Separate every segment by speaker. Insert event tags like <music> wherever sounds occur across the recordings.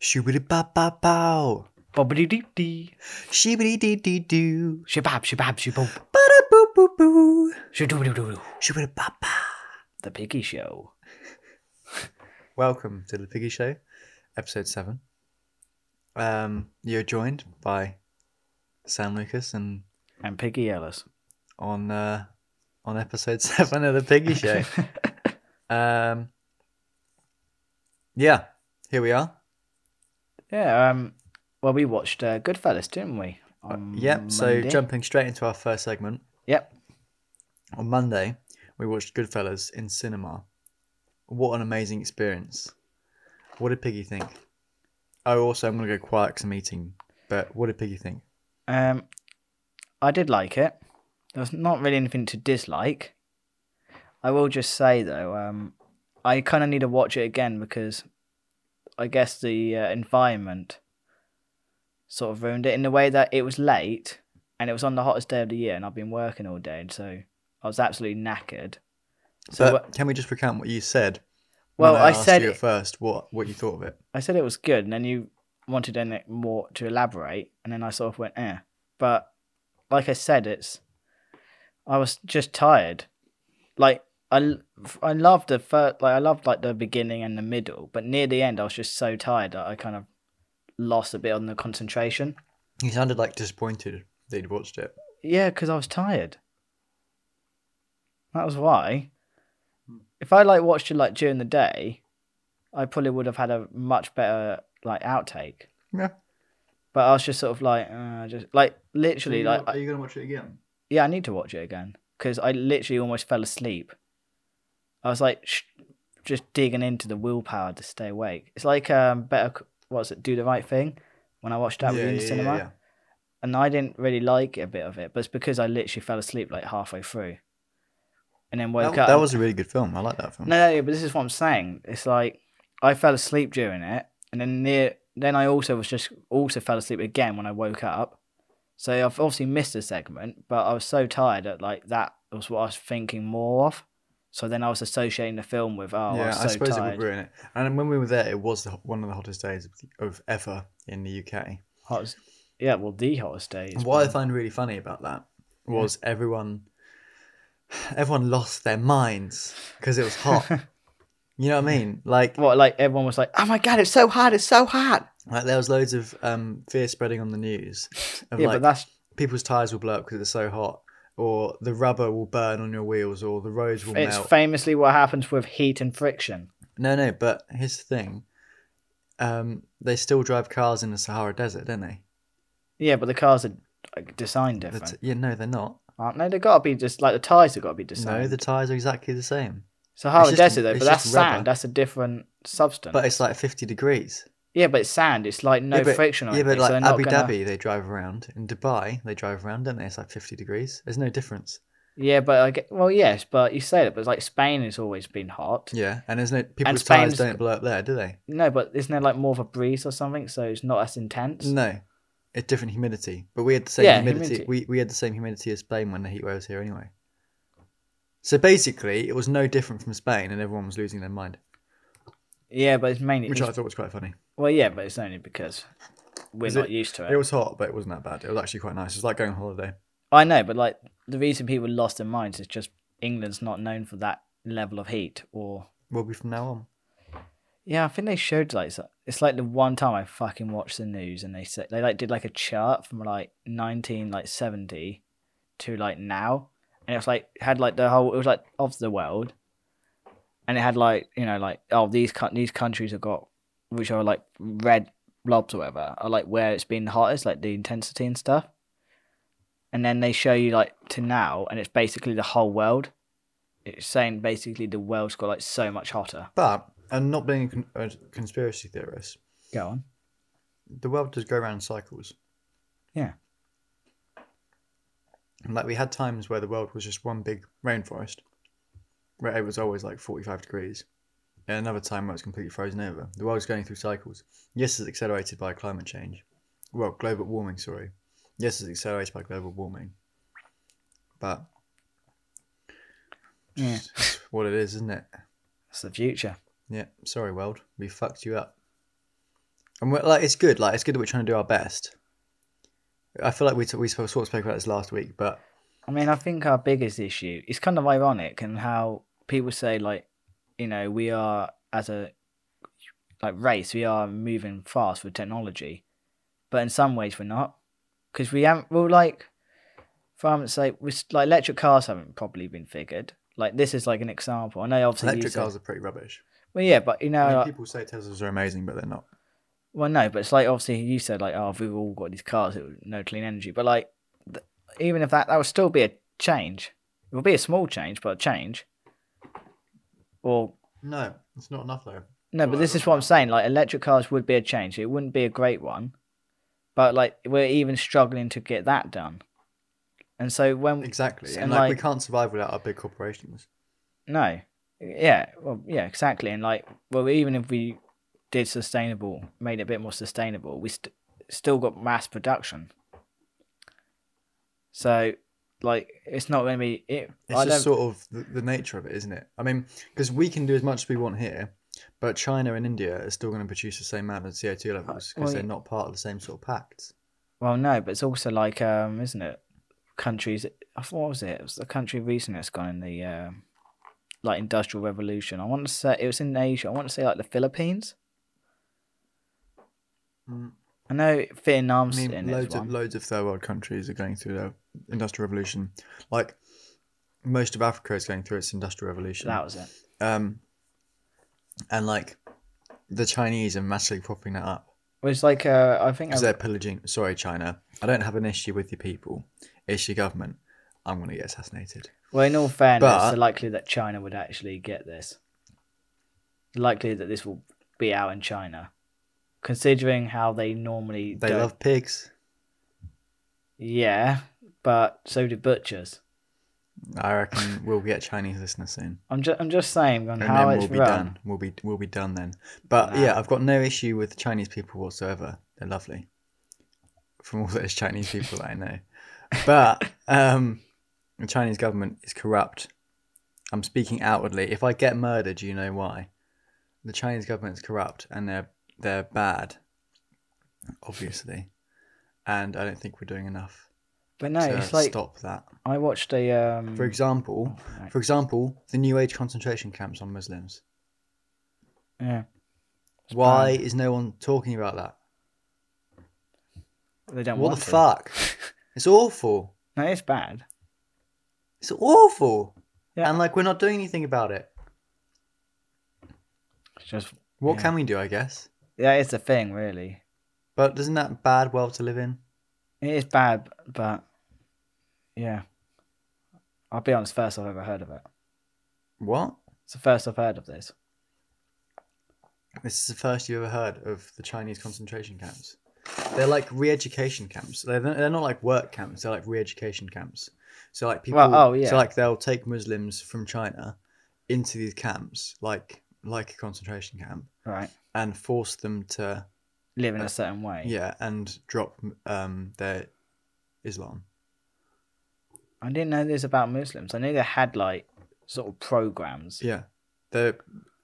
Speaker 1: Shoobity bop bop bow.
Speaker 2: Bobbity deep dee.
Speaker 1: Shibbity dee dee doo.
Speaker 2: Shabab, shabab, shaboop.
Speaker 1: Bada boo boo boo.
Speaker 2: Shadoodoo.
Speaker 1: Shoobity bop bop.
Speaker 2: The Piggy Show.
Speaker 1: Welcome to the Piggy Show, episode seven. Um, you're joined by Sam Lucas, and
Speaker 2: And Piggy Ellis.
Speaker 1: on uh, on episode <laughs> seven of the Piggy Show. um, yeah, here we are.
Speaker 2: yeah, um, well, we watched uh, Goodfellas, didn't we? On
Speaker 1: Uh, Yep. So
Speaker 2: Monday?
Speaker 1: jumping straight into our first segment
Speaker 2: Yep.
Speaker 1: on Monday, we watched Goodfellas in cinema. What an amazing experience! What did Piggy think? Oh, also I'm gonna go quiet because I'm eating. But what did Piggy think?
Speaker 2: Um, I did like it. There was not really anything to dislike. I will just say though, um, I kind of need to watch it again because I guess the uh, environment sort of ruined it in the way that it was late and it was on the hottest day of the year and I've been working all day, and so I was absolutely knackered. So
Speaker 1: but can we just recount what you said?
Speaker 2: well,
Speaker 1: when
Speaker 2: I
Speaker 1: asked
Speaker 2: said
Speaker 1: you at first what what you thought of it.
Speaker 2: I said it was good, and then you wanted in it more to elaborate, and then I sort of went, eh. But like I said, it's I was just tired. Like I, l- I loved the first, like I loved like the beginning and the middle, but near the end, I was just so tired that I kind of lost a bit on the concentration.
Speaker 1: You sounded like disappointed that you'd watched it.
Speaker 2: Yeah, because I was tired. That was why. If I like watched it like during the day, I probably would have had a much better like outtake.
Speaker 1: Yeah.
Speaker 2: But I was just sort of like, uh, just like literally, like, I,
Speaker 1: you gonna watch it again?
Speaker 2: yeah, I need to watch it again because I literally almost fell asleep. I was like, sh- just digging into the willpower to stay awake. It's like um, better, C- what's it, do the right thing? When I watched that with you in the cinema, and I didn't really like a bit of it, but it's because I literally fell asleep like halfway through, and then woke
Speaker 1: That,
Speaker 2: up.
Speaker 1: that was a really good film. I like that film.
Speaker 2: No, no, no, but this is what I'm saying. It's like I fell asleep during it, and then near, then I also was just also fell asleep again when I woke up. So I've obviously missed a segment, but I was so tired that like that was what I was thinking more of. So then I was associating the film with oh, I
Speaker 1: yeah,
Speaker 2: was so
Speaker 1: I suppose
Speaker 2: tired,
Speaker 1: it would ruin it. And when we were there, it was the, one of the hottest days of, of ever in the UK.
Speaker 2: Hot as- yeah, well, the hottest day.
Speaker 1: And
Speaker 2: is
Speaker 1: what I
Speaker 2: when-
Speaker 1: find really funny about that was everyone, everyone lost their minds because it was
Speaker 2: <laughs>
Speaker 1: hot. you know what I mean? Like,
Speaker 2: What like everyone was like, oh my god, it's so hot, it's so hot.
Speaker 1: like there was loads of um, fear spreading on the news of
Speaker 2: yeah,
Speaker 1: like
Speaker 2: but that's
Speaker 1: people's tires will blow up because it's so hot, or the rubber will burn on your wheels, or the roads will
Speaker 2: it's
Speaker 1: melt.
Speaker 2: famously what happens with heat and friction.
Speaker 1: No, no, but here's the thing. Um, they still drive cars in the Sahara Desert, don't they?
Speaker 2: Yeah, but the cars are like, designed different.
Speaker 1: That's, yeah, no, they're not.
Speaker 2: aren't Uh, they? They gotta be just like the tires have gotta be
Speaker 1: No,
Speaker 2: designed.
Speaker 1: the tires are exactly the same.
Speaker 2: Sahara
Speaker 1: it's just-
Speaker 2: Desert though,
Speaker 1: it's
Speaker 2: but that's
Speaker 1: just rubber.
Speaker 2: sand. That's a different substance.
Speaker 1: But it's like 50 degrees.
Speaker 2: yeah, but it's sand. It's like no
Speaker 1: yeah, but,
Speaker 2: friction. Or
Speaker 1: Yeah, but
Speaker 2: anything,
Speaker 1: like
Speaker 2: so they're not
Speaker 1: Abu
Speaker 2: gonna-
Speaker 1: Dhabi, they drive around. In Dubai, they drive around, don't they? It's like 50 degrees. There's no difference.
Speaker 2: Yeah, but I get, well, yes, but you say that, but it's like Spain has always been hot.
Speaker 1: Yeah, and there's no people's tires
Speaker 2: Spain's-
Speaker 1: don't blow up there, do they?
Speaker 2: No, but isn't there like more of a breeze or something? So it's not as intense.
Speaker 1: No, it's different humidity. But we had the same
Speaker 2: Yeah,
Speaker 1: humidity.
Speaker 2: humidity.
Speaker 1: We we had the same humidity as Spain when the heat wave was here anyway. So basically, it was no different from Spain, and everyone was losing their mind,
Speaker 2: Yeah, but it's mainly
Speaker 1: which I
Speaker 2: it's-
Speaker 1: thought was quite funny.
Speaker 2: well, yeah, but it's only because we're
Speaker 1: Is
Speaker 2: not
Speaker 1: it-
Speaker 2: used to it.
Speaker 1: It was hot, but it wasn't that bad. It was actually quite nice. It was like going on holiday.
Speaker 2: I know, but like the reason people lost their minds is just England's not known for that level of heat or
Speaker 1: We'll be from now on.
Speaker 2: Yeah, I think they showed like so- it's like the one time I fucking watched the news and they said they like did like a chart from like nineteen like seventy to like now, and it was like had like the whole it was like of the world, and it had like you know like oh these coun- these countries have got which are like red blobs or whatever are like where it's been the hottest like the intensity and stuff, and then they show you like to now and it's basically the whole world, it's saying basically the world's got like so much hotter.
Speaker 1: But and not being a, con- a conspiracy theorist,
Speaker 2: Go on.
Speaker 1: the world does go around in cycles.
Speaker 2: Yeah.
Speaker 1: And, Like we had times where the world was just one big rainforest, where it was always like forty-five degrees, and another time where it's completely frozen over. The world's going through cycles. Yes, it's accelerated by climate change, well, global warming. Sorry. Yes, it's accelerated by global warming, but
Speaker 2: Yeah.
Speaker 1: just what it is, isn't it?
Speaker 2: That's the future.
Speaker 1: Yeah. Sorry, world. We fucked you up. And we're, like, it's good. Like, it's good that we're trying to do our best. I feel like we t- we sort of spoke about this last week, but
Speaker 2: I mean, I think our biggest issue is kind of ironic and how people say like, you know, we are as a like race, we are moving fast with technology, but in some ways we're not because we haven't. Well, like, for argument's sake, we s- like electric cars haven't probably been figured. Like this is like an example. I know obviously you Uh,
Speaker 1: electric
Speaker 2: said-
Speaker 1: cars are pretty rubbish.
Speaker 2: Well, yeah, but you know,
Speaker 1: I mean,
Speaker 2: like-
Speaker 1: people say Teslas are amazing, but they're not.
Speaker 2: Well, no, but it's like obviously you said like, oh, we've all got these cars that no clean energy, but like, th- even if that that would still be a change. It would be a small change, but a change. Or
Speaker 1: No, it's not enough though.
Speaker 2: no, but this is what I'm saying. Like electric cars would be a change. It wouldn't be a great one, but like we're even struggling to get that done. And so when
Speaker 1: Exactly,
Speaker 2: And
Speaker 1: and like,
Speaker 2: like-
Speaker 1: we can't survive without our big corporations.
Speaker 2: No. Yeah. Well, yeah, exactly. And like, well, even if we did sustainable, made it a bit more sustainable, we st- still got mass production. So, like, it's not going to be. It,
Speaker 1: It's
Speaker 2: I
Speaker 1: just
Speaker 2: don't-
Speaker 1: sort of the, the nature of it, isn't it? I mean, because we can do as much as we want here, but China and India are still going to produce the same amount of CO two levels because
Speaker 2: Uh, well,
Speaker 1: they're
Speaker 2: yeah.
Speaker 1: not part of the same sort of pact.
Speaker 2: well, no, but it's also like, um, isn't it? Countries. I thought what was it? It was the country recently that's gone in the, um like, industrial revolution. I want to say it was in Asia. I want to say like the Philippines.
Speaker 1: Mm.
Speaker 2: I know Vietnam's
Speaker 1: I
Speaker 2: in
Speaker 1: mean,
Speaker 2: it. as
Speaker 1: loads
Speaker 2: one.
Speaker 1: of loads of third world countries are going through their industrial revolution. Like most of Africa is going through its industrial revolution.
Speaker 2: that was it.
Speaker 1: Um, and like the Chinese are massively propping that up
Speaker 2: It was like, uh, I think. I
Speaker 1: because they're pillaging. Sorry, China. I don't have an issue with your people. It's your government. I'm going to get assassinated.
Speaker 2: Well, in all fairness,
Speaker 1: But-
Speaker 2: the likelihood that China would actually get this, the likelihood that this will be out in China, considering how they normally
Speaker 1: They
Speaker 2: don't-
Speaker 1: love pigs.
Speaker 2: Yeah, but so do butchers.
Speaker 1: I reckon we'll get Chinese listeners soon,
Speaker 2: I'm just, I'm just saying
Speaker 1: and
Speaker 2: on how
Speaker 1: then
Speaker 2: it's
Speaker 1: we'll be
Speaker 2: run.
Speaker 1: done. We'll be we'll be done then. But
Speaker 2: Nah.
Speaker 1: yeah, I've got no issue with Chinese people whatsoever. They're lovely, from all those Chinese people that I know.
Speaker 2: <laughs>
Speaker 1: But um, the Chinese government is corrupt. I'm speaking outwardly. If I get murdered, you know why. The Chinese government is corrupt, and they're they're bad, obviously. And I don't think we're doing enough
Speaker 2: But no,
Speaker 1: to
Speaker 2: it's like
Speaker 1: stop that.
Speaker 2: I watched a um.
Speaker 1: For example,
Speaker 2: right.
Speaker 1: for example, the New Age concentration camps on Muslims.
Speaker 2: yeah,
Speaker 1: Why is no one talking about that?
Speaker 2: they don't
Speaker 1: What
Speaker 2: want
Speaker 1: the
Speaker 2: to. <laughs>
Speaker 1: fuck? It's awful.
Speaker 2: No, it's bad.
Speaker 1: It's awful.
Speaker 2: Yeah.
Speaker 1: And like we're not doing anything about it.
Speaker 2: It's just
Speaker 1: What
Speaker 2: Yeah.
Speaker 1: can we do, I guess?
Speaker 2: yeah, it's the thing really.
Speaker 1: But isn't that a bad world to live in?
Speaker 2: It is bad, but yeah, I'll be honest. First, I've ever heard of it.
Speaker 1: What?
Speaker 2: It's the first I've heard of this.
Speaker 1: This is the first you ever heard of the Chinese concentration camps. They're like re-education camps. They're, they're not like work camps. They're like re-education camps. So like people.
Speaker 2: Well, oh, yeah.
Speaker 1: So like they'll take Muslims from China into these camps, like like a concentration camp,
Speaker 2: Right.
Speaker 1: and force them to
Speaker 2: Live in
Speaker 1: Uh,
Speaker 2: a certain way.
Speaker 1: yeah and drop um their Islam.
Speaker 2: I didn't know this about Muslims. I knew they had like sort of programs.
Speaker 1: Yeah, they're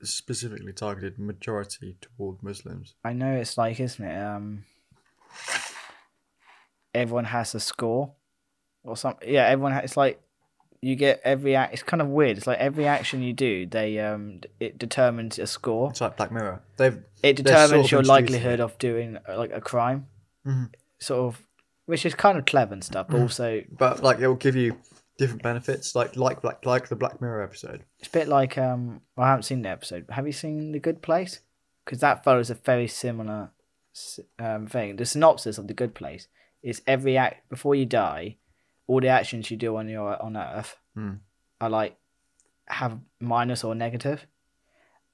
Speaker 1: specifically targeted majority toward Muslims.
Speaker 2: I know it's like, isn't it? Um, everyone has a score or something. Yeah, everyone. Ha- it's like you get every act. It's kind of weird. It's like every action you do, they um, d- it determines a score.
Speaker 1: It's like Black Mirror. They've They're sort
Speaker 2: It determines
Speaker 1: of
Speaker 2: your
Speaker 1: introducing
Speaker 2: likelihood of doing uh, like a crime,
Speaker 1: Mhm.
Speaker 2: sort of, which is kind of clever and stuff.
Speaker 1: Mm-hmm.
Speaker 2: But also,
Speaker 1: but like it will give you different benefits, like like like like the Black Mirror episode.
Speaker 2: It's a bit like um. I haven't seen the episode. Have you seen The Good Place? Because that follows a very similar s- um, thing. The synopsis of The Good Place is every act before you die, all the actions you do on your on Earth
Speaker 1: Hmm.
Speaker 2: are like have minus or negative,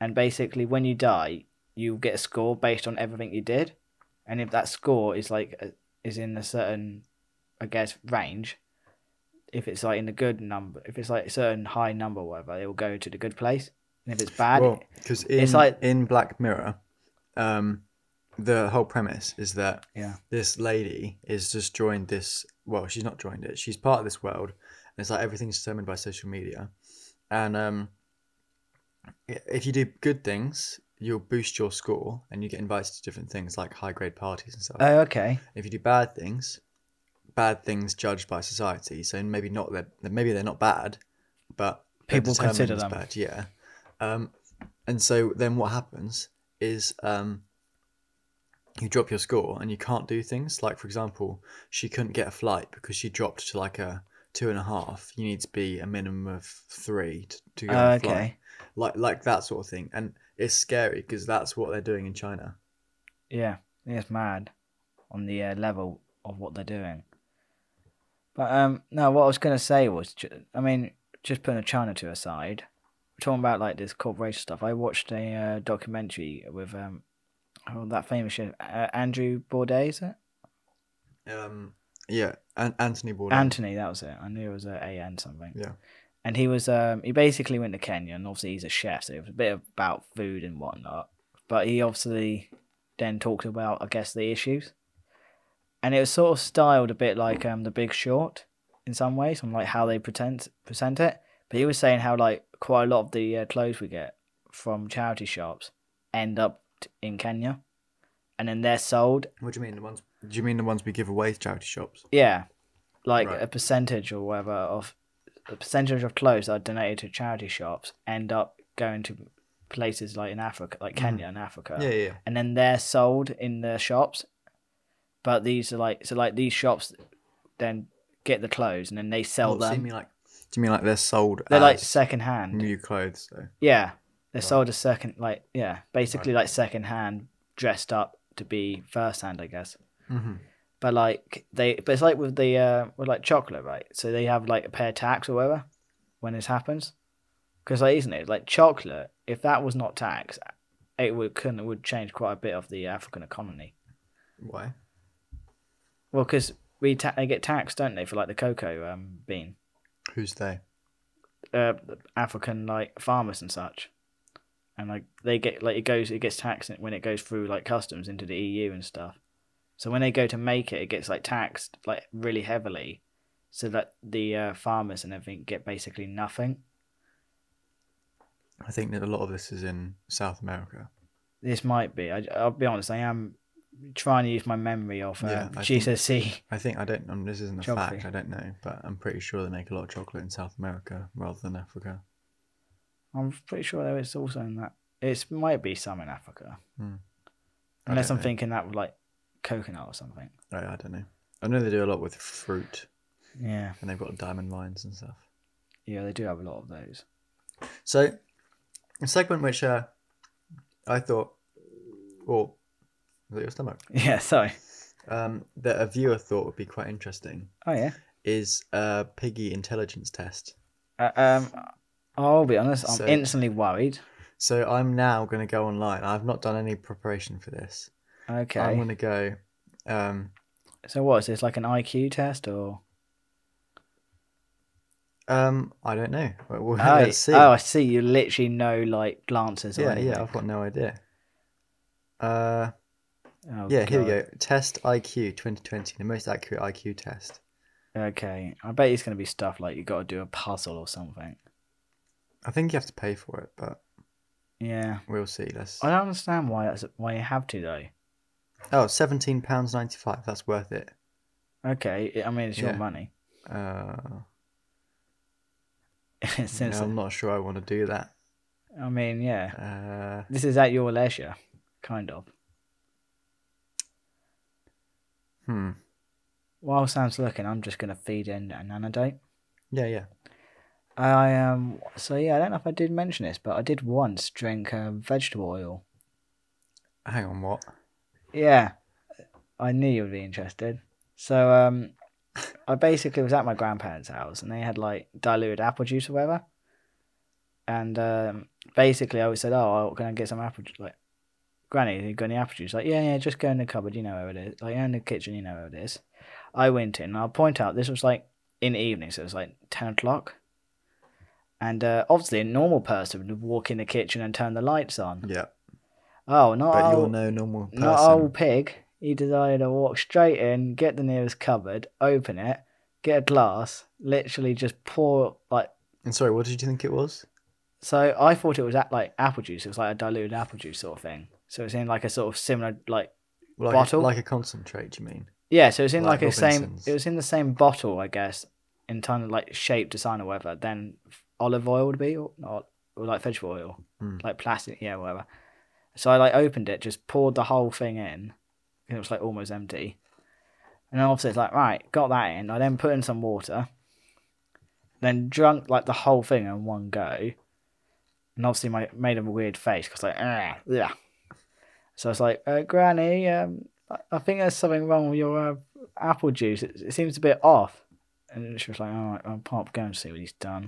Speaker 2: and basically when you die, you get a score based on everything you did, and if that score is like a, is in a certain, I guess range, if it's like in a good number, if it's like a certain high number, or whatever, it will go to the good place. And if it's bad,
Speaker 1: Well, because in,
Speaker 2: it's like-
Speaker 1: in Black Mirror, um, the whole premise is that
Speaker 2: Yeah.
Speaker 1: this lady is just joined this. Well, she's not joined it. She's part of this world, and it's like everything's determined by social media. And um, i- if you do good things, you'll boost your score and you get invited to different things like high grade parties and stuff.
Speaker 2: Oh, okay.
Speaker 1: if you do bad things, bad things judged by society. So maybe not they're, maybe they're not bad, but they're
Speaker 2: People
Speaker 1: determined
Speaker 2: consider
Speaker 1: as
Speaker 2: them.
Speaker 1: bad. Yeah, um, and so then what happens is um, you drop your score and you can't do things like, for example, she couldn't get a flight because she dropped to like a two and a half. You need to be a minimum of three to, to get
Speaker 2: Oh,
Speaker 1: on a flight.
Speaker 2: okay.
Speaker 1: like like that sort of thing. And it's scary because that's what they're doing in China.
Speaker 2: Yeah, it's mad on the uh, level of what they're doing. But um, no, what I was gonna say was, ju- I mean, just putting China to aside, we're talking about like this corporation stuff. I watched a uh, documentary with um, oh, that famous chef, uh, Andrew Bourdain, is it?
Speaker 1: Um, yeah, and Anthony Bourdain.
Speaker 2: Anthony, that was it. I knew it was a A N something.
Speaker 1: Yeah.
Speaker 2: And he was um he basically went to Kenya and obviously he's a chef, so it was a bit about food and whatnot. But he obviously then talked about I guess the issues. And it was sort of styled a bit like um the big short in some ways on like how they pretend present it. But he was saying how like quite a lot of the uh, clothes we get from charity shops end up t- in Kenya. And then they're sold
Speaker 1: What do you mean the ones? Do you mean the ones we give away to charity shops?
Speaker 2: Yeah, like
Speaker 1: Right.
Speaker 2: a percentage or whatever of a percentage of clothes that are donated to charity shops end up going to places like in Africa, like Kenya and Africa,
Speaker 1: Mm. Yeah, yeah,
Speaker 2: and then they're sold in the shops. But these are like so like these shops then get the clothes and then they sell
Speaker 1: Well, so you
Speaker 2: them.
Speaker 1: mean like? Do you mean like they're sold?
Speaker 2: They're like
Speaker 1: as
Speaker 2: second hand.
Speaker 1: new clothes. So.
Speaker 2: Yeah, they're sold as second like yeah, basically like second hand dressed up to be first hand, I guess.
Speaker 1: Mm-hmm.
Speaker 2: but like they but it's like with the uh with like chocolate right so they have like a pair of tax or whatever when this happens because like isn't it like chocolate if that was not taxed it would couldn't it would change quite a bit of the african economy
Speaker 1: Why?
Speaker 2: well because we ta- they get taxed don't they for like the cocoa um bean
Speaker 1: Who's they?
Speaker 2: uh african like farmers and such and like they get like it goes it gets taxed when it goes through like customs into the eu and stuff So when they go to make it, it gets like taxed like really heavily, so that the uh, farmers and everything get basically nothing.
Speaker 1: I think that a lot of this is in South America.
Speaker 2: This might be. I, I'll be honest. I am trying to use my memory of
Speaker 1: Yeah,
Speaker 2: uh,
Speaker 1: I think-
Speaker 2: GCSE.
Speaker 1: I think I don't. Um, this isn't a
Speaker 2: Geography.
Speaker 1: fact. I don't know, but I'm pretty sure they make a lot of chocolate in South America rather than Africa.
Speaker 2: <laughs> I'm pretty sure there is also in that. It might be some in Africa,
Speaker 1: Hmm. I
Speaker 2: unless
Speaker 1: don't
Speaker 2: I'm
Speaker 1: know.
Speaker 2: thinking that with like coconut or something.
Speaker 1: I, I don't know. I know they do a lot with fruit,
Speaker 2: Yeah,
Speaker 1: and they've got diamond mines and stuff.
Speaker 2: yeah, they do have a lot of those.
Speaker 1: So, a segment which uh, I thought, or is that your stomach?
Speaker 2: <laughs> Yeah, sorry.
Speaker 1: Um, that a viewer thought would be quite interesting
Speaker 2: Oh yeah.
Speaker 1: is a piggy intelligence test.
Speaker 2: Uh, um, I'll be honest. I'm
Speaker 1: So-
Speaker 2: instantly worried.
Speaker 1: So I'm now going to go online. I've not done any preparation for this.
Speaker 2: Okay.
Speaker 1: I'm going to go. Um,
Speaker 2: So what is this like an IQ test or?
Speaker 1: um, I don't know. Well, well,
Speaker 2: Oh,
Speaker 1: let's see.
Speaker 2: oh, I see. You literally know like glances. or
Speaker 1: yeah,
Speaker 2: anything.
Speaker 1: yeah. I've got no idea. Uh,
Speaker 2: Oh,
Speaker 1: yeah. Here we
Speaker 2: God.
Speaker 1: go. Test IQ 2020, the most accurate IQ test.
Speaker 2: Okay, I bet it's gonna be stuff like you got to do a puzzle or something.
Speaker 1: I think you have to pay for it, but
Speaker 2: Yeah,
Speaker 1: we'll see. Let's.
Speaker 2: I don't understand why that's why you have to though.
Speaker 1: Oh, seventeen pounds ninety five. That's worth it.
Speaker 2: Okay, I- I mean it's your
Speaker 1: Yeah.
Speaker 2: money. <laughs>
Speaker 1: Uh,
Speaker 2: Since
Speaker 1: no, I'm not sure I want to do that.
Speaker 2: I mean, yeah,
Speaker 1: Uh,
Speaker 2: this is at your leisure, kind of.
Speaker 1: hmm.
Speaker 2: While Sam's looking, I'm just gonna feed in an anecdote.
Speaker 1: Yeah, yeah.
Speaker 2: I um, so yeah, I don't know if I did mention this, but I did once drink um, vegetable oil.
Speaker 1: Hang on, what?
Speaker 2: Yeah, I knew you would be interested. So um, I basically was at my grandparents' house, and they had like diluted apple juice or whatever. And um, basically, I always said, "Oh, I'll go and get some apple juice." Like, Granny, you got any apple juice? Like, yeah, yeah, just go in the cupboard. You know where it is. Like, in the kitchen, you know where it is. I went in, and I'll point out this was like in the evening, so it was like ten o'clock. And uh, obviously, a normal person would walk in the kitchen and turn the lights on.
Speaker 1: Yeah,
Speaker 2: Oh, not
Speaker 1: Mm. but
Speaker 2: our-
Speaker 1: you're no normal person.
Speaker 2: not old pig. He decided to walk straight in, get the nearest cupboard, open it, get a glass, literally just pour like
Speaker 1: And sorry, what did you think it was?
Speaker 2: So I thought it was at like apple juice. It was like a diluted apple juice sort of thing. So it's in like a sort of similar like
Speaker 1: Well, like,
Speaker 2: Bottle?
Speaker 1: A, like a concentrate, you mean?
Speaker 2: yeah. So it's in like,
Speaker 1: Like
Speaker 2: a same.
Speaker 1: Robinson's.
Speaker 2: It was in the same bottle, I guess, in terms of like shape, design, or whatever. Then olive oil would be or or, or like vegetable oil,
Speaker 1: Mm.
Speaker 2: like plastic, yeah, whatever. So I like opened it, just poured the whole thing in, and it was like almost empty. And then obviously it's like right, got that in. I then put in some water, then drunk like the whole thing in one go. and obviously my made a weird face because like yeah so i was like uh, granny um I- i think there's something wrong with your uh, apple juice it, it seems a bit off and she was like all right i'll pop go and see what he's done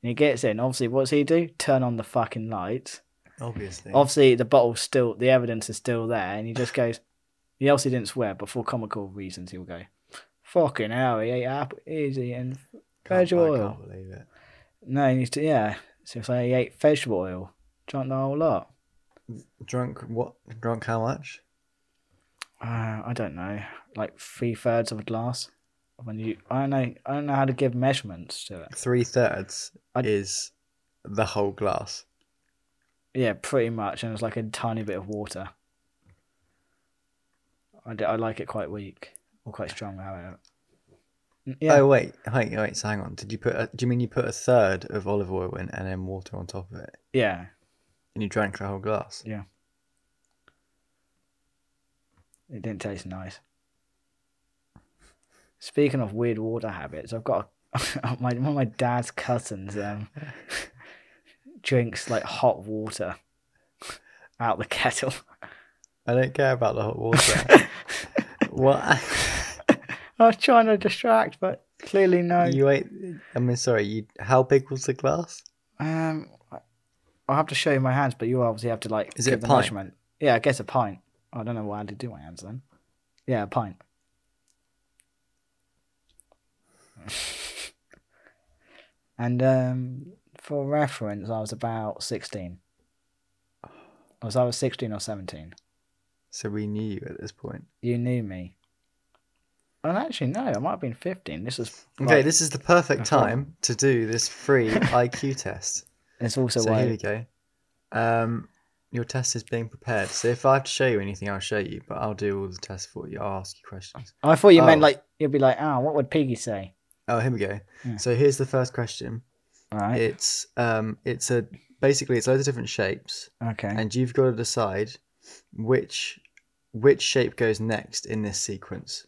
Speaker 2: and he gets in obviously what's he do turn on the fucking lights
Speaker 1: Obviously.
Speaker 2: obviously the bottle's still the evidence is still there and he just goes he also didn't swear but for comical reasons he'll go fucking hell he ate apple easy and
Speaker 1: Can't-
Speaker 2: vegetable
Speaker 1: I
Speaker 2: oil.
Speaker 1: can't believe it.
Speaker 2: no he needs to yeah so it's like he ate vegetable oil drank the whole lot
Speaker 1: Drunk what? Drunk how much?
Speaker 2: uh, I don't know, like three thirds of a glass. When you, I don't know, I don't know how to give measurements to it.
Speaker 1: Three thirds
Speaker 2: I-
Speaker 1: is the whole glass.
Speaker 2: Yeah, pretty much, and it's like a tiny bit of water. I, d- I like it quite weak or quite strong. However, Mm, yeah,
Speaker 1: Oh wait, wait, wait. So hang on. Did you put? A, do you mean you put a third of olive oil in and then water on top of it,
Speaker 2: yeah,
Speaker 1: and you drank the whole glass?
Speaker 2: it didn't taste nice. Speaking of weird water habits, I've got a, <laughs> my one of my dad's cousins um, drinks like hot water out the kettle.
Speaker 1: I don't care about the hot
Speaker 2: <laughs>
Speaker 1: water. what?
Speaker 2: I was trying to distract, but clearly no.
Speaker 1: you ate? I mean, sorry. You. How big was the glass?
Speaker 2: Um, I'll have to show you my hands, but you obviously have to like
Speaker 1: Is it
Speaker 2: give
Speaker 1: a
Speaker 2: the
Speaker 1: pint?
Speaker 2: measurement. Yeah, I guess a pint. I don't know why I had to do my hands then. Yeah, a pint. <laughs> and um, for reference, I was about sixteen. I was I was sixteen or seventeen.
Speaker 1: So we knew you at this point.
Speaker 2: You knew me. And actually, no, I might have been fifteen. This is
Speaker 1: Okay,
Speaker 2: like-
Speaker 1: this is the perfect
Speaker 2: Before.
Speaker 1: time to do this
Speaker 2: <laughs>
Speaker 1: free IQ test.
Speaker 2: It's also
Speaker 1: So,
Speaker 2: why
Speaker 1: here we go. Um, your test is being prepared. So if I have to show you anything, I'll show you, but I'll do all the tests for you. I'll ask you questions.
Speaker 2: I thought you meant
Speaker 1: Oh.
Speaker 2: like you'd be like, ah, what would Piggy say?
Speaker 1: Oh, here we go.
Speaker 2: Yeah.
Speaker 1: So here's the first question.
Speaker 2: All right.
Speaker 1: It's um, it's a basically it's loads of different shapes,
Speaker 2: okay.
Speaker 1: and you've got to decide which which shape goes next in this sequence.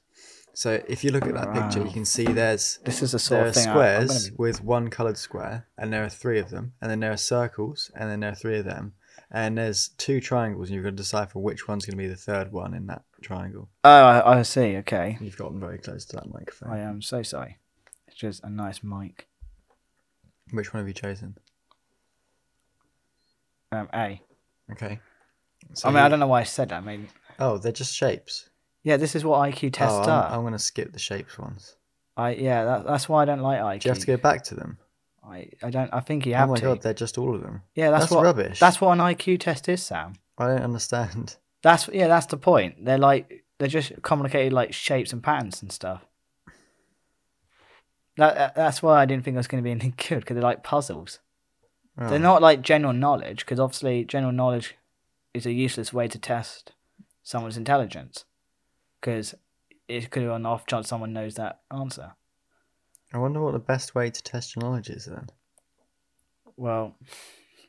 Speaker 1: So if you look at that picture, you
Speaker 2: Wow.
Speaker 1: can see there's
Speaker 2: this is the sort
Speaker 1: there are
Speaker 2: of thing. I, I'm
Speaker 1: squares
Speaker 2: gonna be,
Speaker 1: with one coloured square, and there are three of them, and then there are circles, and then there are three of them, and there's two triangles, and you've got to decipher which one's going to be the third one in that triangle.
Speaker 2: oh, I, I see. Okay.
Speaker 1: You've gotten very close to that microphone.
Speaker 2: I am so sorry. It's just a nice mic.
Speaker 1: Which one have you chosen?
Speaker 2: Um, A.
Speaker 1: Okay. So
Speaker 2: I mean, I don't know why I said that. I mean,
Speaker 1: Oh, they're just shapes.
Speaker 2: yeah, this is what IQ tests
Speaker 1: oh, I'm-
Speaker 2: are.
Speaker 1: I'm, going to skip the shapes ones.
Speaker 2: I yeah, that, that's why I don't like IQ.
Speaker 1: Do you have to go back to them?
Speaker 2: I, I don't. I think you
Speaker 1: Oh
Speaker 2: have
Speaker 1: my
Speaker 2: to.
Speaker 1: god, they're just all of them.
Speaker 2: yeah, that's,
Speaker 1: that's
Speaker 2: what
Speaker 1: rubbish.
Speaker 2: That's what an IQ test is, Sam.
Speaker 1: I don't understand.
Speaker 2: That's yeah, that's the point. They're like they're just complicated like shapes and patterns and stuff. That, that that's why I didn't think it was going to be anything <laughs> good because they're like puzzles.
Speaker 1: Oh,
Speaker 2: They're not like general knowledge because obviously general knowledge is a useless way to test someone's intelligence because it could be on the off chance someone knows that answer.
Speaker 1: I wonder what the best way to test your knowledge is then.
Speaker 2: Well,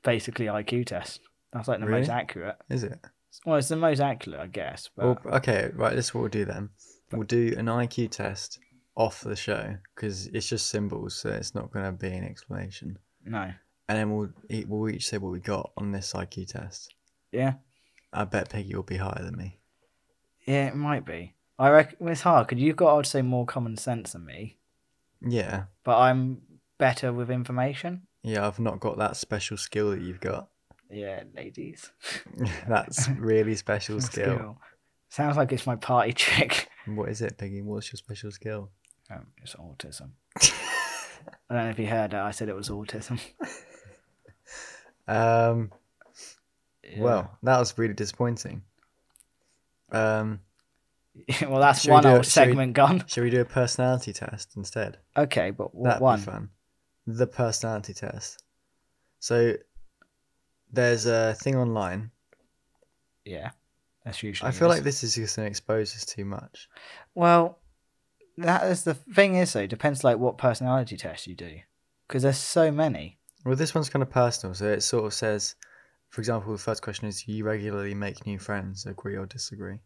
Speaker 2: basically IQ test. That's like the most
Speaker 1: Really?
Speaker 2: accurate.
Speaker 1: Is it?
Speaker 2: Well, it's the most accurate, I guess. But
Speaker 1: Well, okay, right. This is what we'll do then. We'll do an IQ test off the show because it's just symbols, so it's not going to be an explanation.
Speaker 2: no,
Speaker 1: And then we'll e- we'll each say what we got on this IQ test.
Speaker 2: yeah.
Speaker 1: I bet Peggy will be higher than me.
Speaker 2: Yeah, it might be. I reckon it's hard because you've got, I'd say, more common sense than me,
Speaker 1: Yeah,
Speaker 2: but I'm better with information.
Speaker 1: yeah. I've not got that special skill that you've got. <laughs>
Speaker 2: Yeah, ladies. <laughs>
Speaker 1: That's really special skill.
Speaker 2: Sounds like it's my party <laughs> trick.
Speaker 1: What is it, Peggy? What's your special skill?
Speaker 2: Um, it's autism. I don't know if you heard that. I said it was autism.
Speaker 1: Um.
Speaker 2: Yeah.
Speaker 1: <laughs> Well, that was really disappointing. Um.
Speaker 2: <laughs> well, that's
Speaker 1: Should we
Speaker 2: one
Speaker 1: do
Speaker 2: whole
Speaker 1: it- should we-
Speaker 2: segment gone.
Speaker 1: Shall we do a personality test instead?
Speaker 2: Okay, but what
Speaker 1: That'd
Speaker 2: one?
Speaker 1: be fun. The personality test. So there's a thing online.
Speaker 2: Yeah, that's usually.
Speaker 1: I feel
Speaker 2: is.
Speaker 1: like this is just going to expose us too much.
Speaker 2: Well, that is the thing is though. Depends like what personality test you do, because there's so many.
Speaker 1: Well, this one's kind of personal, so it sort of says, for example, the first question is, "You regularly make new friends. Agree or disagree?"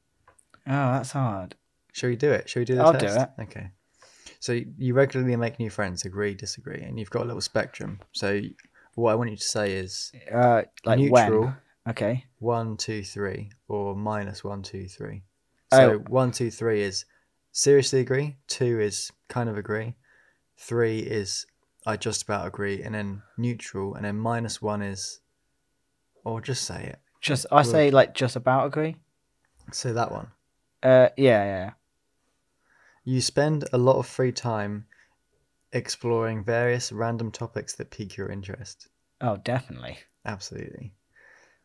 Speaker 2: Oh, that's hard.
Speaker 1: Shall we do it? Shall we do the
Speaker 2: I'll do
Speaker 1: test? it. Okay. So y- you regularly make new friends, agree, disagree, and you've got a little spectrum. So what I want you to say is
Speaker 2: Uh, like
Speaker 1: neutral,
Speaker 2: when? Okay.
Speaker 1: one, two, three, or minus one, two, three.
Speaker 2: Oh.
Speaker 1: So one, two, three is seriously agree. Two is kind of agree. Three is I just about agree, and then neutral, and then minus one is, or just say it.
Speaker 2: Just I say like just about agree.
Speaker 1: Say that one.
Speaker 2: Uh, yeah, yeah.
Speaker 1: You spend a lot of free time exploring various random topics that pique your interest.
Speaker 2: Oh, definitely.
Speaker 1: Absolutely.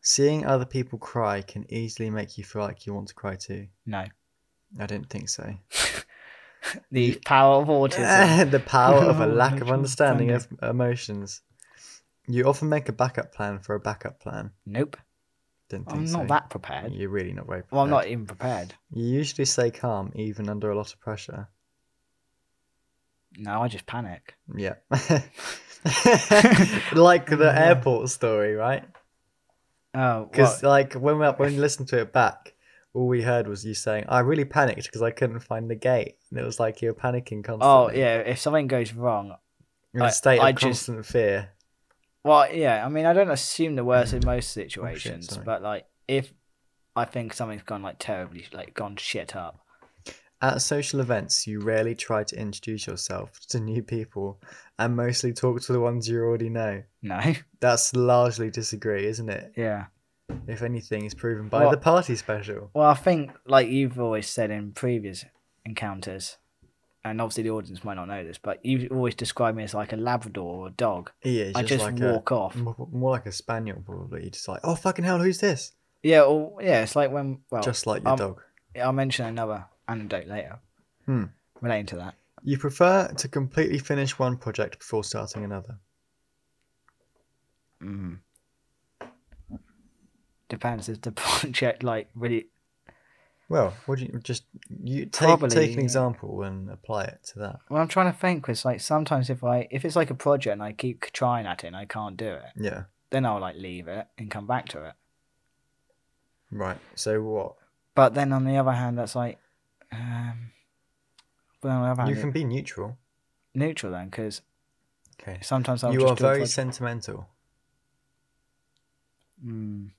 Speaker 1: Seeing other people cry can easily make you feel like you want to cry too.
Speaker 2: No,
Speaker 1: I don't think so.
Speaker 2: the power
Speaker 1: <laughs>
Speaker 2: of autism.
Speaker 1: the power of
Speaker 2: <laughs>
Speaker 1: a
Speaker 2: Oh,
Speaker 1: lack of
Speaker 2: natural
Speaker 1: understanding of emotions. You often make a backup plan for a backup plan.
Speaker 2: nope.
Speaker 1: Didn't think
Speaker 2: I'm
Speaker 1: so.
Speaker 2: not that prepared.
Speaker 1: You're really not very prepared.
Speaker 2: Well, I'm not even prepared.
Speaker 1: You usually stay calm even under a lot of pressure.
Speaker 2: No, I just panic. <laughs>
Speaker 1: Yeah. <laughs> like the
Speaker 2: Yeah.
Speaker 1: airport story, right?
Speaker 2: Oh,
Speaker 1: Because
Speaker 2: well,
Speaker 1: like when we
Speaker 2: <laughs>
Speaker 1: when we listened to it back, all we heard was you saying, "I really panicked because I couldn't find the gate," and it was like you were panicking constantly.
Speaker 2: oh yeah. If something goes wrong,
Speaker 1: in a
Speaker 2: I-
Speaker 1: state
Speaker 2: I
Speaker 1: of
Speaker 2: just-
Speaker 1: constant fear.
Speaker 2: well, yeah. I mean, I don't assume the worst in most situations,
Speaker 1: Mm. Oh, sorry.
Speaker 2: but like if I think something's gone like terribly, like gone shit up.
Speaker 1: At social events, you rarely try to introduce yourself to new people, and mostly talk to the ones you already know.
Speaker 2: No. <laughs>
Speaker 1: That's largely disagree, isn't it?
Speaker 2: Yeah.
Speaker 1: If anything is proven by
Speaker 2: Well-
Speaker 1: the party special.
Speaker 2: Well, I think like you've always said in previous encounters, and obviously the audience might not know this, but you always describe me as like a Labrador or a dog.
Speaker 1: Yeah, it's
Speaker 2: I just
Speaker 1: like
Speaker 2: walk off.
Speaker 1: a more, more like a spaniel, probably. You're just like, oh fucking hell, who's this?
Speaker 2: Yeah. Or yeah, it's like when well,
Speaker 1: just like your
Speaker 2: um,
Speaker 1: dog.
Speaker 2: I'll mention another anecdote later
Speaker 1: Hmm.
Speaker 2: relating to that.
Speaker 1: You prefer to completely finish one project before starting another. Mm-hmm.
Speaker 2: Mm. Depends if the <laughs> project like really.
Speaker 1: Well, what do you just you take
Speaker 2: Probably,
Speaker 1: take an
Speaker 2: yeah.
Speaker 1: example and apply it to that?
Speaker 2: Well, I'm trying to think. Was like sometimes if I if it's like a project and I keep trying at it and I can't do it,
Speaker 1: Yeah,
Speaker 2: then I'll like leave it and come back to it.
Speaker 1: right. So what?
Speaker 2: But then on the other hand, that's like, um, but on the other hand,
Speaker 1: You can be neutral.
Speaker 2: neutral then because
Speaker 1: Okay.
Speaker 2: sometimes I'll
Speaker 1: You
Speaker 2: just
Speaker 1: are
Speaker 2: do a
Speaker 1: very
Speaker 2: project-
Speaker 1: sentimental.
Speaker 2: Mm.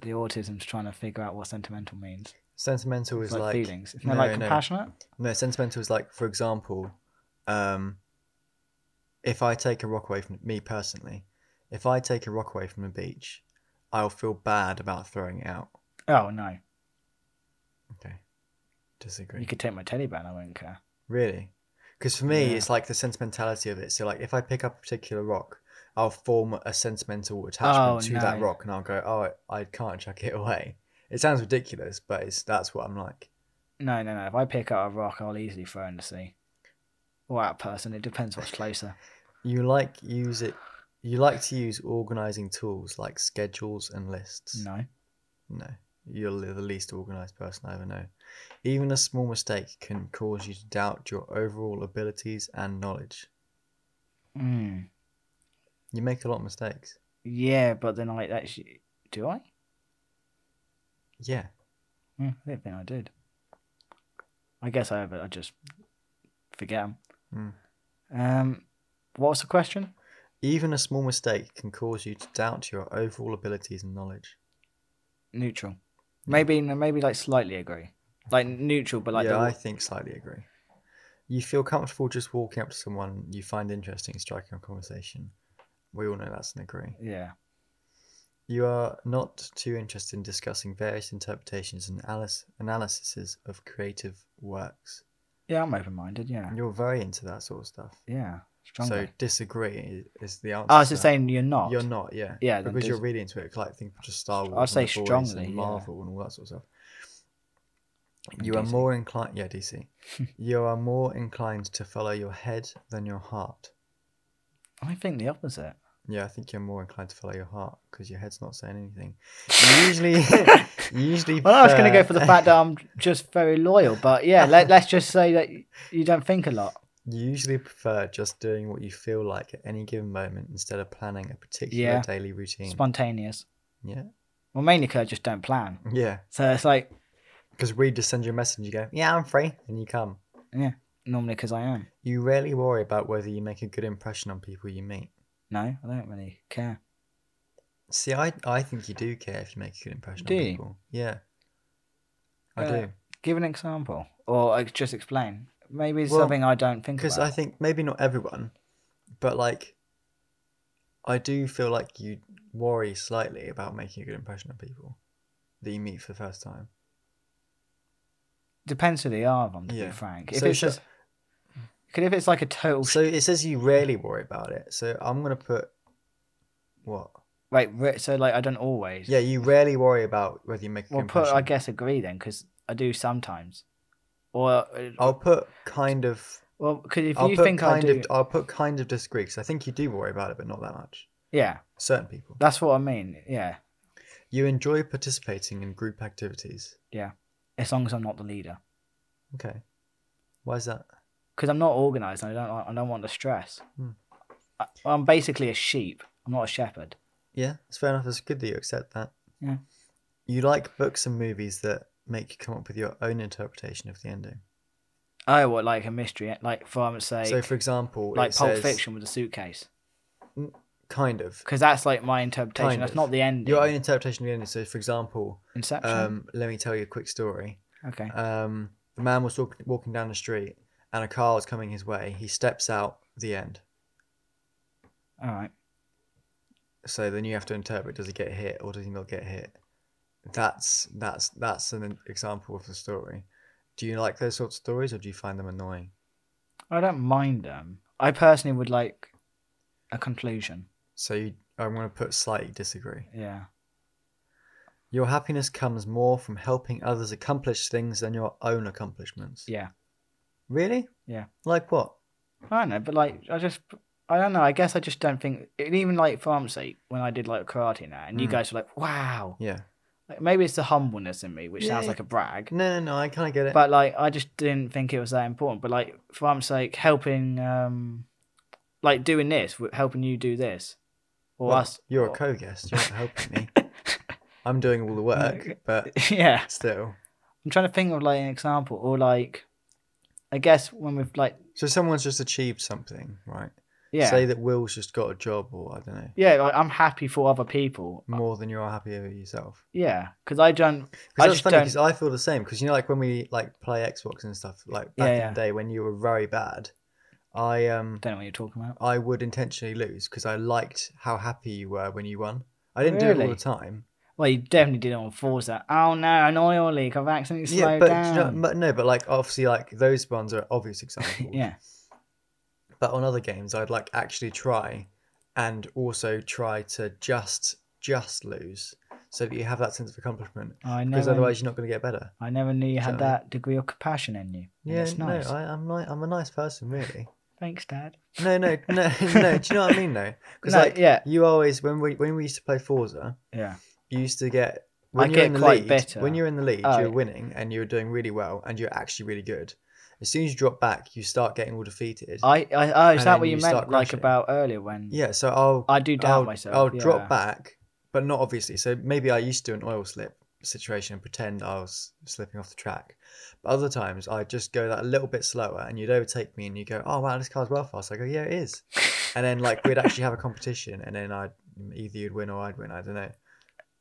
Speaker 2: The autism's trying to figure out what sentimental means.
Speaker 1: Sentimental is
Speaker 2: It's like,
Speaker 1: like
Speaker 2: feelings. Isn't it
Speaker 1: no,
Speaker 2: like
Speaker 1: no.
Speaker 2: compassionate?
Speaker 1: no. Sentimental is like, for example, um, if I take a rock away from me personally, if I take a rock away from the beach, I'll feel bad about throwing it out.
Speaker 2: Oh no,
Speaker 1: Okay. Disagree.
Speaker 2: you could take my teddy bear. and I wouldn't care.
Speaker 1: Really? Because for me,
Speaker 2: Yeah.
Speaker 1: it's like the sentimentality of it. So, like, if I pick up a particular rock, I'll form a sentimental attachment
Speaker 2: Oh,
Speaker 1: to that
Speaker 2: no.
Speaker 1: rock, and I'll go, "Oh, I, I can't chuck it <laughs> away." It sounds ridiculous, but it's that's what I'm like.
Speaker 2: No, no, no. If I pick up a rock, I'll easily throw in the sea. Or at a person. It depends
Speaker 1: <laughs>
Speaker 2: what's closer.
Speaker 1: You like use it. You like to use organizing tools like schedules and lists.
Speaker 2: No.
Speaker 1: No, you're li- the least organized person I ever know. Even a small mistake can cause you to doubt your overall abilities and knowledge.
Speaker 2: Mm.
Speaker 1: You make a lot of mistakes.
Speaker 2: Yeah, but then I actually do I?
Speaker 1: Yeah.
Speaker 2: Mm, I don't think I did. I guess I have it. I just forget 'em.
Speaker 1: Mm.
Speaker 2: Um, what was the question?
Speaker 1: Even a small mistake can cause you to doubt your overall abilities and knowledge.
Speaker 2: Neutral. Maybe maybe like slightly agree. Like neutral, but like
Speaker 1: yeah,
Speaker 2: the,
Speaker 1: I think slightly agree. You feel comfortable just walking up to someone you find interesting, striking a conversation. We all know that's an agree.
Speaker 2: yeah.
Speaker 1: You are not too interested in discussing various interpretations and analysis analyses of creative works.
Speaker 2: Yeah, I'm open minded. Yeah,
Speaker 1: You're very into that sort of stuff.
Speaker 2: yeah. Strongly.
Speaker 1: So disagree i- is the answer.
Speaker 2: Oh, I was
Speaker 1: to
Speaker 2: just
Speaker 1: that.
Speaker 2: saying you're not.
Speaker 1: You're not, yeah.
Speaker 2: Yeah, then
Speaker 1: because you're
Speaker 2: dis-
Speaker 1: really into it. Like, think of just Star Wars.
Speaker 2: say
Speaker 1: and The Boys
Speaker 2: strongly,
Speaker 1: And
Speaker 2: yeah.
Speaker 1: Marvel and all that sort of stuff.
Speaker 2: And
Speaker 1: You are
Speaker 2: DC.
Speaker 1: more inclined. Yeah,
Speaker 2: <laughs>
Speaker 1: DC. you are more inclined to follow your head than your heart. <laughs>
Speaker 2: I think the opposite.
Speaker 1: Yeah, I think you're more inclined to follow your heart because your head's not saying anything. You usually, <laughs> you usually.
Speaker 2: Well, I was going to go
Speaker 1: prefer-
Speaker 2: for the fact that I'm just very loyal, but yeah, let, let's just say that you don't think a lot.
Speaker 1: You usually prefer just doing what you feel like at any given moment instead of planning a particular
Speaker 2: Yeah.
Speaker 1: daily routine.
Speaker 2: Spontaneous.
Speaker 1: yeah,
Speaker 2: Well, mainly 'cause I just don't plan.
Speaker 1: yeah.
Speaker 2: So it's like
Speaker 1: Because we just send you a message. You go, yeah, I'm free, and you come.
Speaker 2: normally 'cause I am.
Speaker 1: You rarely worry about whether you make a good impression on people you meet.
Speaker 2: No, I don't really care.
Speaker 1: See, I I think you do care if you make a good impression
Speaker 2: Do
Speaker 1: on
Speaker 2: you?
Speaker 1: people. Yeah, I
Speaker 2: Uh,
Speaker 1: do.
Speaker 2: Give an example, or I just explain. Maybe it's
Speaker 1: Well,
Speaker 2: something I don't think
Speaker 1: Because
Speaker 2: about.
Speaker 1: I think maybe not everyone, but like, I do feel like you worry slightly about making a good impression on people that you meet for the first time.
Speaker 2: Depends who they are, if I'm to
Speaker 1: Yeah.
Speaker 2: be frank. If
Speaker 1: So
Speaker 2: it's
Speaker 1: should-
Speaker 2: just, cause if it's like a total
Speaker 1: So it says you rarely worry about it. So I'm gonna put what?
Speaker 2: Right, re- so like I don't always.
Speaker 1: Yeah, you rarely worry about whether you make a
Speaker 2: Well,
Speaker 1: good impression.
Speaker 2: put I guess agree then, because I do sometimes. Or uh,
Speaker 1: I'll put kind of.
Speaker 2: well, because if
Speaker 1: I'll
Speaker 2: you
Speaker 1: put
Speaker 2: think I
Speaker 1: kind
Speaker 2: do,
Speaker 1: of. I'll put kind of disagree because I think you do worry about it, but not that much.
Speaker 2: yeah,
Speaker 1: Certain people.
Speaker 2: that's what I mean. Yeah,
Speaker 1: You enjoy participating in group activities.
Speaker 2: as long as I'm not the leader,
Speaker 1: Okay. Why is that?
Speaker 2: because I'm not organized. And I don't. like- I don't want the stress.
Speaker 1: Hmm.
Speaker 2: I, I'm basically a sheep. I'm not a shepherd.
Speaker 1: Yeah, it's fair enough. It's good that you accept that.
Speaker 2: Yeah.
Speaker 1: You like books and movies that make you come up with your own interpretation of the ending.
Speaker 2: Oh, what like a mystery? Like for I'm say,
Speaker 1: so, for example,
Speaker 2: like
Speaker 1: it
Speaker 2: Pulp
Speaker 1: says-
Speaker 2: Fiction with a suitcase,
Speaker 1: kind of
Speaker 2: because that's like my interpretation.
Speaker 1: Kind
Speaker 2: that's
Speaker 1: of.
Speaker 2: not the end.
Speaker 1: your own interpretation of the ending. So, for example,
Speaker 2: Inception.
Speaker 1: um, let me tell you a quick story.
Speaker 2: okay.
Speaker 1: Um, the man was walk- walking down the street, and a car was coming his way. He steps out the end.
Speaker 2: All right.
Speaker 1: So then you have to interpret: does he get hit or does he not get hit? That's that's that's an example of the story. Do you like those sorts of stories, or do you find them annoying?
Speaker 2: I don't mind them. I personally would like a conclusion.
Speaker 1: So you, I'm going to put slightly disagree.
Speaker 2: Yeah.
Speaker 1: Your happiness comes more from helping others accomplish things than your own accomplishments.
Speaker 2: Yeah.
Speaker 1: Really?
Speaker 2: Yeah.
Speaker 1: Like what?
Speaker 2: I don't know, but like, I just, I don't know. I guess I just don't think, and even like for arm's sake, when I did like karate and that, and you
Speaker 1: Mm.
Speaker 2: guys were like, "Wow,"
Speaker 1: Yeah.
Speaker 2: like, maybe it's the humbleness in me, which sounds
Speaker 1: Yeah.
Speaker 2: like a brag.
Speaker 1: No, no, no. I kind of get it.
Speaker 2: But like, I just didn't think it was that important. But like, for arm's sake, helping, um, like doing this, w- helping you do this, or
Speaker 1: Well,
Speaker 2: us.
Speaker 1: You're a
Speaker 2: or-
Speaker 1: co-guest. You're not helping me. I'm doing all the work, but
Speaker 2: <laughs> yeah,
Speaker 1: still.
Speaker 2: I'm trying to think of like an example, or like, I guess when we've like,
Speaker 1: So someone's just achieved something, right?
Speaker 2: yeah,
Speaker 1: Say that Will's just got a job, or I don't know,
Speaker 2: yeah, like, I'm happy for other people.
Speaker 1: more than you are happy over yourself.
Speaker 2: Yeah, because I don't. I
Speaker 1: Because that's
Speaker 2: just
Speaker 1: funny
Speaker 2: don't-
Speaker 1: 'cause I feel the same. Because you know, like when we like play Xbox and stuff, like back
Speaker 2: Yeah,
Speaker 1: in
Speaker 2: yeah.
Speaker 1: the day when you were very bad, I um
Speaker 2: Don't know what you're talking about.
Speaker 1: I would intentionally lose because I liked how happy you were when you won. I didn't do it all
Speaker 2: Really?
Speaker 1: the time.
Speaker 2: Well, you definitely did it on Forza. Oh no, an oil leak. I've accidentally slowed
Speaker 1: yeah, but, do you know-
Speaker 2: down.
Speaker 1: but no, but like obviously, like those ones are obvious <laughs> examples.
Speaker 2: yeah,
Speaker 1: But on other games, I'd like actually try, and also try to just just lose, so that you have that sense of accomplishment.
Speaker 2: I
Speaker 1: Because
Speaker 2: never,
Speaker 1: otherwise, you're not going to get better.
Speaker 2: I never knew you
Speaker 1: Sorry.
Speaker 2: had that degree of compassion in you. Yeah,
Speaker 1: Yeah,
Speaker 2: it's nice.
Speaker 1: no, I, I'm ni- I'm a nice person, really.
Speaker 2: Thanks, Dad.
Speaker 1: No, no, no, <laughs> no. Do you know what I mean though? Because
Speaker 2: No,
Speaker 1: like,
Speaker 2: yeah.
Speaker 1: you always when we when we used to play Forza,
Speaker 2: Yeah,
Speaker 1: you used to get when
Speaker 2: I
Speaker 1: you're
Speaker 2: get
Speaker 1: in the
Speaker 2: quite
Speaker 1: lead,
Speaker 2: bitter.
Speaker 1: When you're in the lead,
Speaker 2: Oh,
Speaker 1: you're
Speaker 2: yeah.
Speaker 1: winning and you're doing really well and you're actually really good. As soon as you drop back, you start getting all defeated.
Speaker 2: I, I oh,
Speaker 1: And
Speaker 2: is
Speaker 1: then
Speaker 2: that what you,
Speaker 1: you start
Speaker 2: meant? Like
Speaker 1: crashing.
Speaker 2: about earlier when
Speaker 1: yeah, so I'll
Speaker 2: I do doubt
Speaker 1: I'll,
Speaker 2: myself.
Speaker 1: I'll
Speaker 2: yeah.
Speaker 1: drop back, but not obviously. So maybe I used to do an oil slip situation and pretend I was slipping off the track. But other times I just go that little bit slower and you'd overtake me and you go, Oh wow, this car's well fast. I go, Yeah, it is. And then like we'd actually have a competition and then I'd either you'd win or I'd win, I don't know.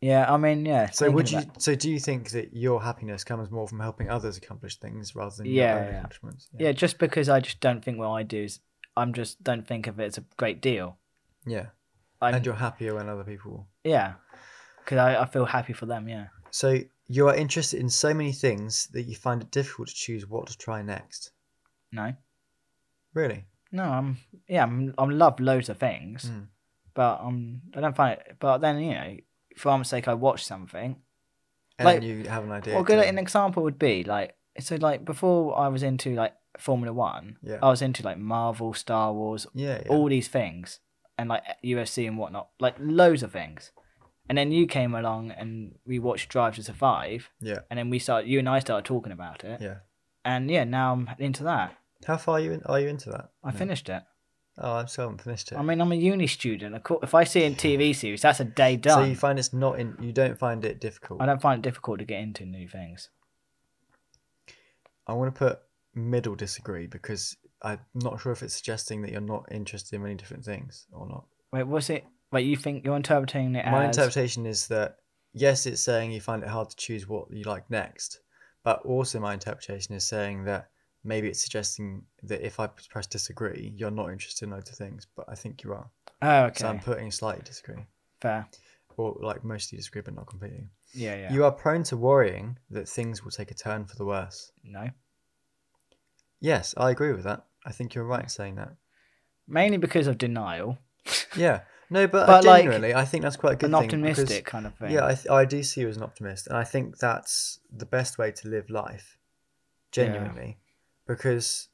Speaker 2: Yeah, I mean, yeah.
Speaker 1: So would
Speaker 2: thinking
Speaker 1: you
Speaker 2: of
Speaker 1: so do you think that your happiness comes more from helping others accomplish things rather than
Speaker 2: Yeah,
Speaker 1: your own
Speaker 2: yeah.
Speaker 1: accomplishments?
Speaker 2: that. Yeah, just because I just don't think what I do is, I'm just don't think of it as a great deal.
Speaker 1: Yeah.
Speaker 2: I'm,
Speaker 1: And you're happier when other people
Speaker 2: yeah, because I, I feel happy for them. Yeah.
Speaker 1: So you are interested in so many things that you find it difficult to choose what to try next.
Speaker 2: No.
Speaker 1: Really?
Speaker 2: No, I'm yeah, I'm I'm love loads of things,
Speaker 1: Mm.
Speaker 2: but um, I don't find it. But then you know, for arm's sake, I watch something.
Speaker 1: And
Speaker 2: Like-
Speaker 1: then you have an idea.
Speaker 2: Well, good
Speaker 1: to-
Speaker 2: an example would be like so like before I was into like Formula One,
Speaker 1: Yeah.
Speaker 2: Oh. I was into like Marvel, Star Wars, Oh.
Speaker 1: yeah, yeah.
Speaker 2: all these things. and like UFC and whatnot, like loads of things. And then you came along and we watched Drive to Survive.
Speaker 1: Yeah.
Speaker 2: And then we started, you and I started talking about it.
Speaker 1: Yeah.
Speaker 2: And yeah, now I'm into that.
Speaker 1: How far are you in, are you into that?
Speaker 2: I
Speaker 1: No.
Speaker 2: finished it.
Speaker 1: Oh, I still haven't finished it.
Speaker 2: I mean, I'm a uni student. Of cour- If I see
Speaker 1: <laughs>
Speaker 2: a TV series, that's a day
Speaker 1: so
Speaker 2: done.
Speaker 1: you find it's not in. You don't find it difficult.
Speaker 2: I don't find it difficult to get into new things.
Speaker 1: I want to put middle disagree because I'm not sure if it's suggesting that you're not interested in many different things or not.
Speaker 2: Wait, what's it? Wait, you think you're interpreting it
Speaker 1: My
Speaker 2: as?
Speaker 1: interpretation is that yes, it's saying you find it hard to choose what you like next, but also my interpretation is saying that maybe it's suggesting that if I press disagree, you're not interested in loads of things, but I think you are.
Speaker 2: oh, okay,
Speaker 1: So I'm putting slightly disagree,
Speaker 2: fair.
Speaker 1: or like mostly disagree but not completely.
Speaker 2: Yeah, yeah.
Speaker 1: You are prone to worrying that things will take a turn for the worse.
Speaker 2: no,
Speaker 1: Yes, I agree with that. I think you're right in saying that.
Speaker 2: mainly because of denial,
Speaker 1: Yeah. No, but,
Speaker 2: But, like,
Speaker 1: genuinely, I think that's quite a good
Speaker 2: an
Speaker 1: thing. because-
Speaker 2: optimistic kind of thing.
Speaker 1: Yeah, I, th- I do see you as an optimist, and I think that's the best way to live life,
Speaker 2: Yeah.
Speaker 1: genuinely, because.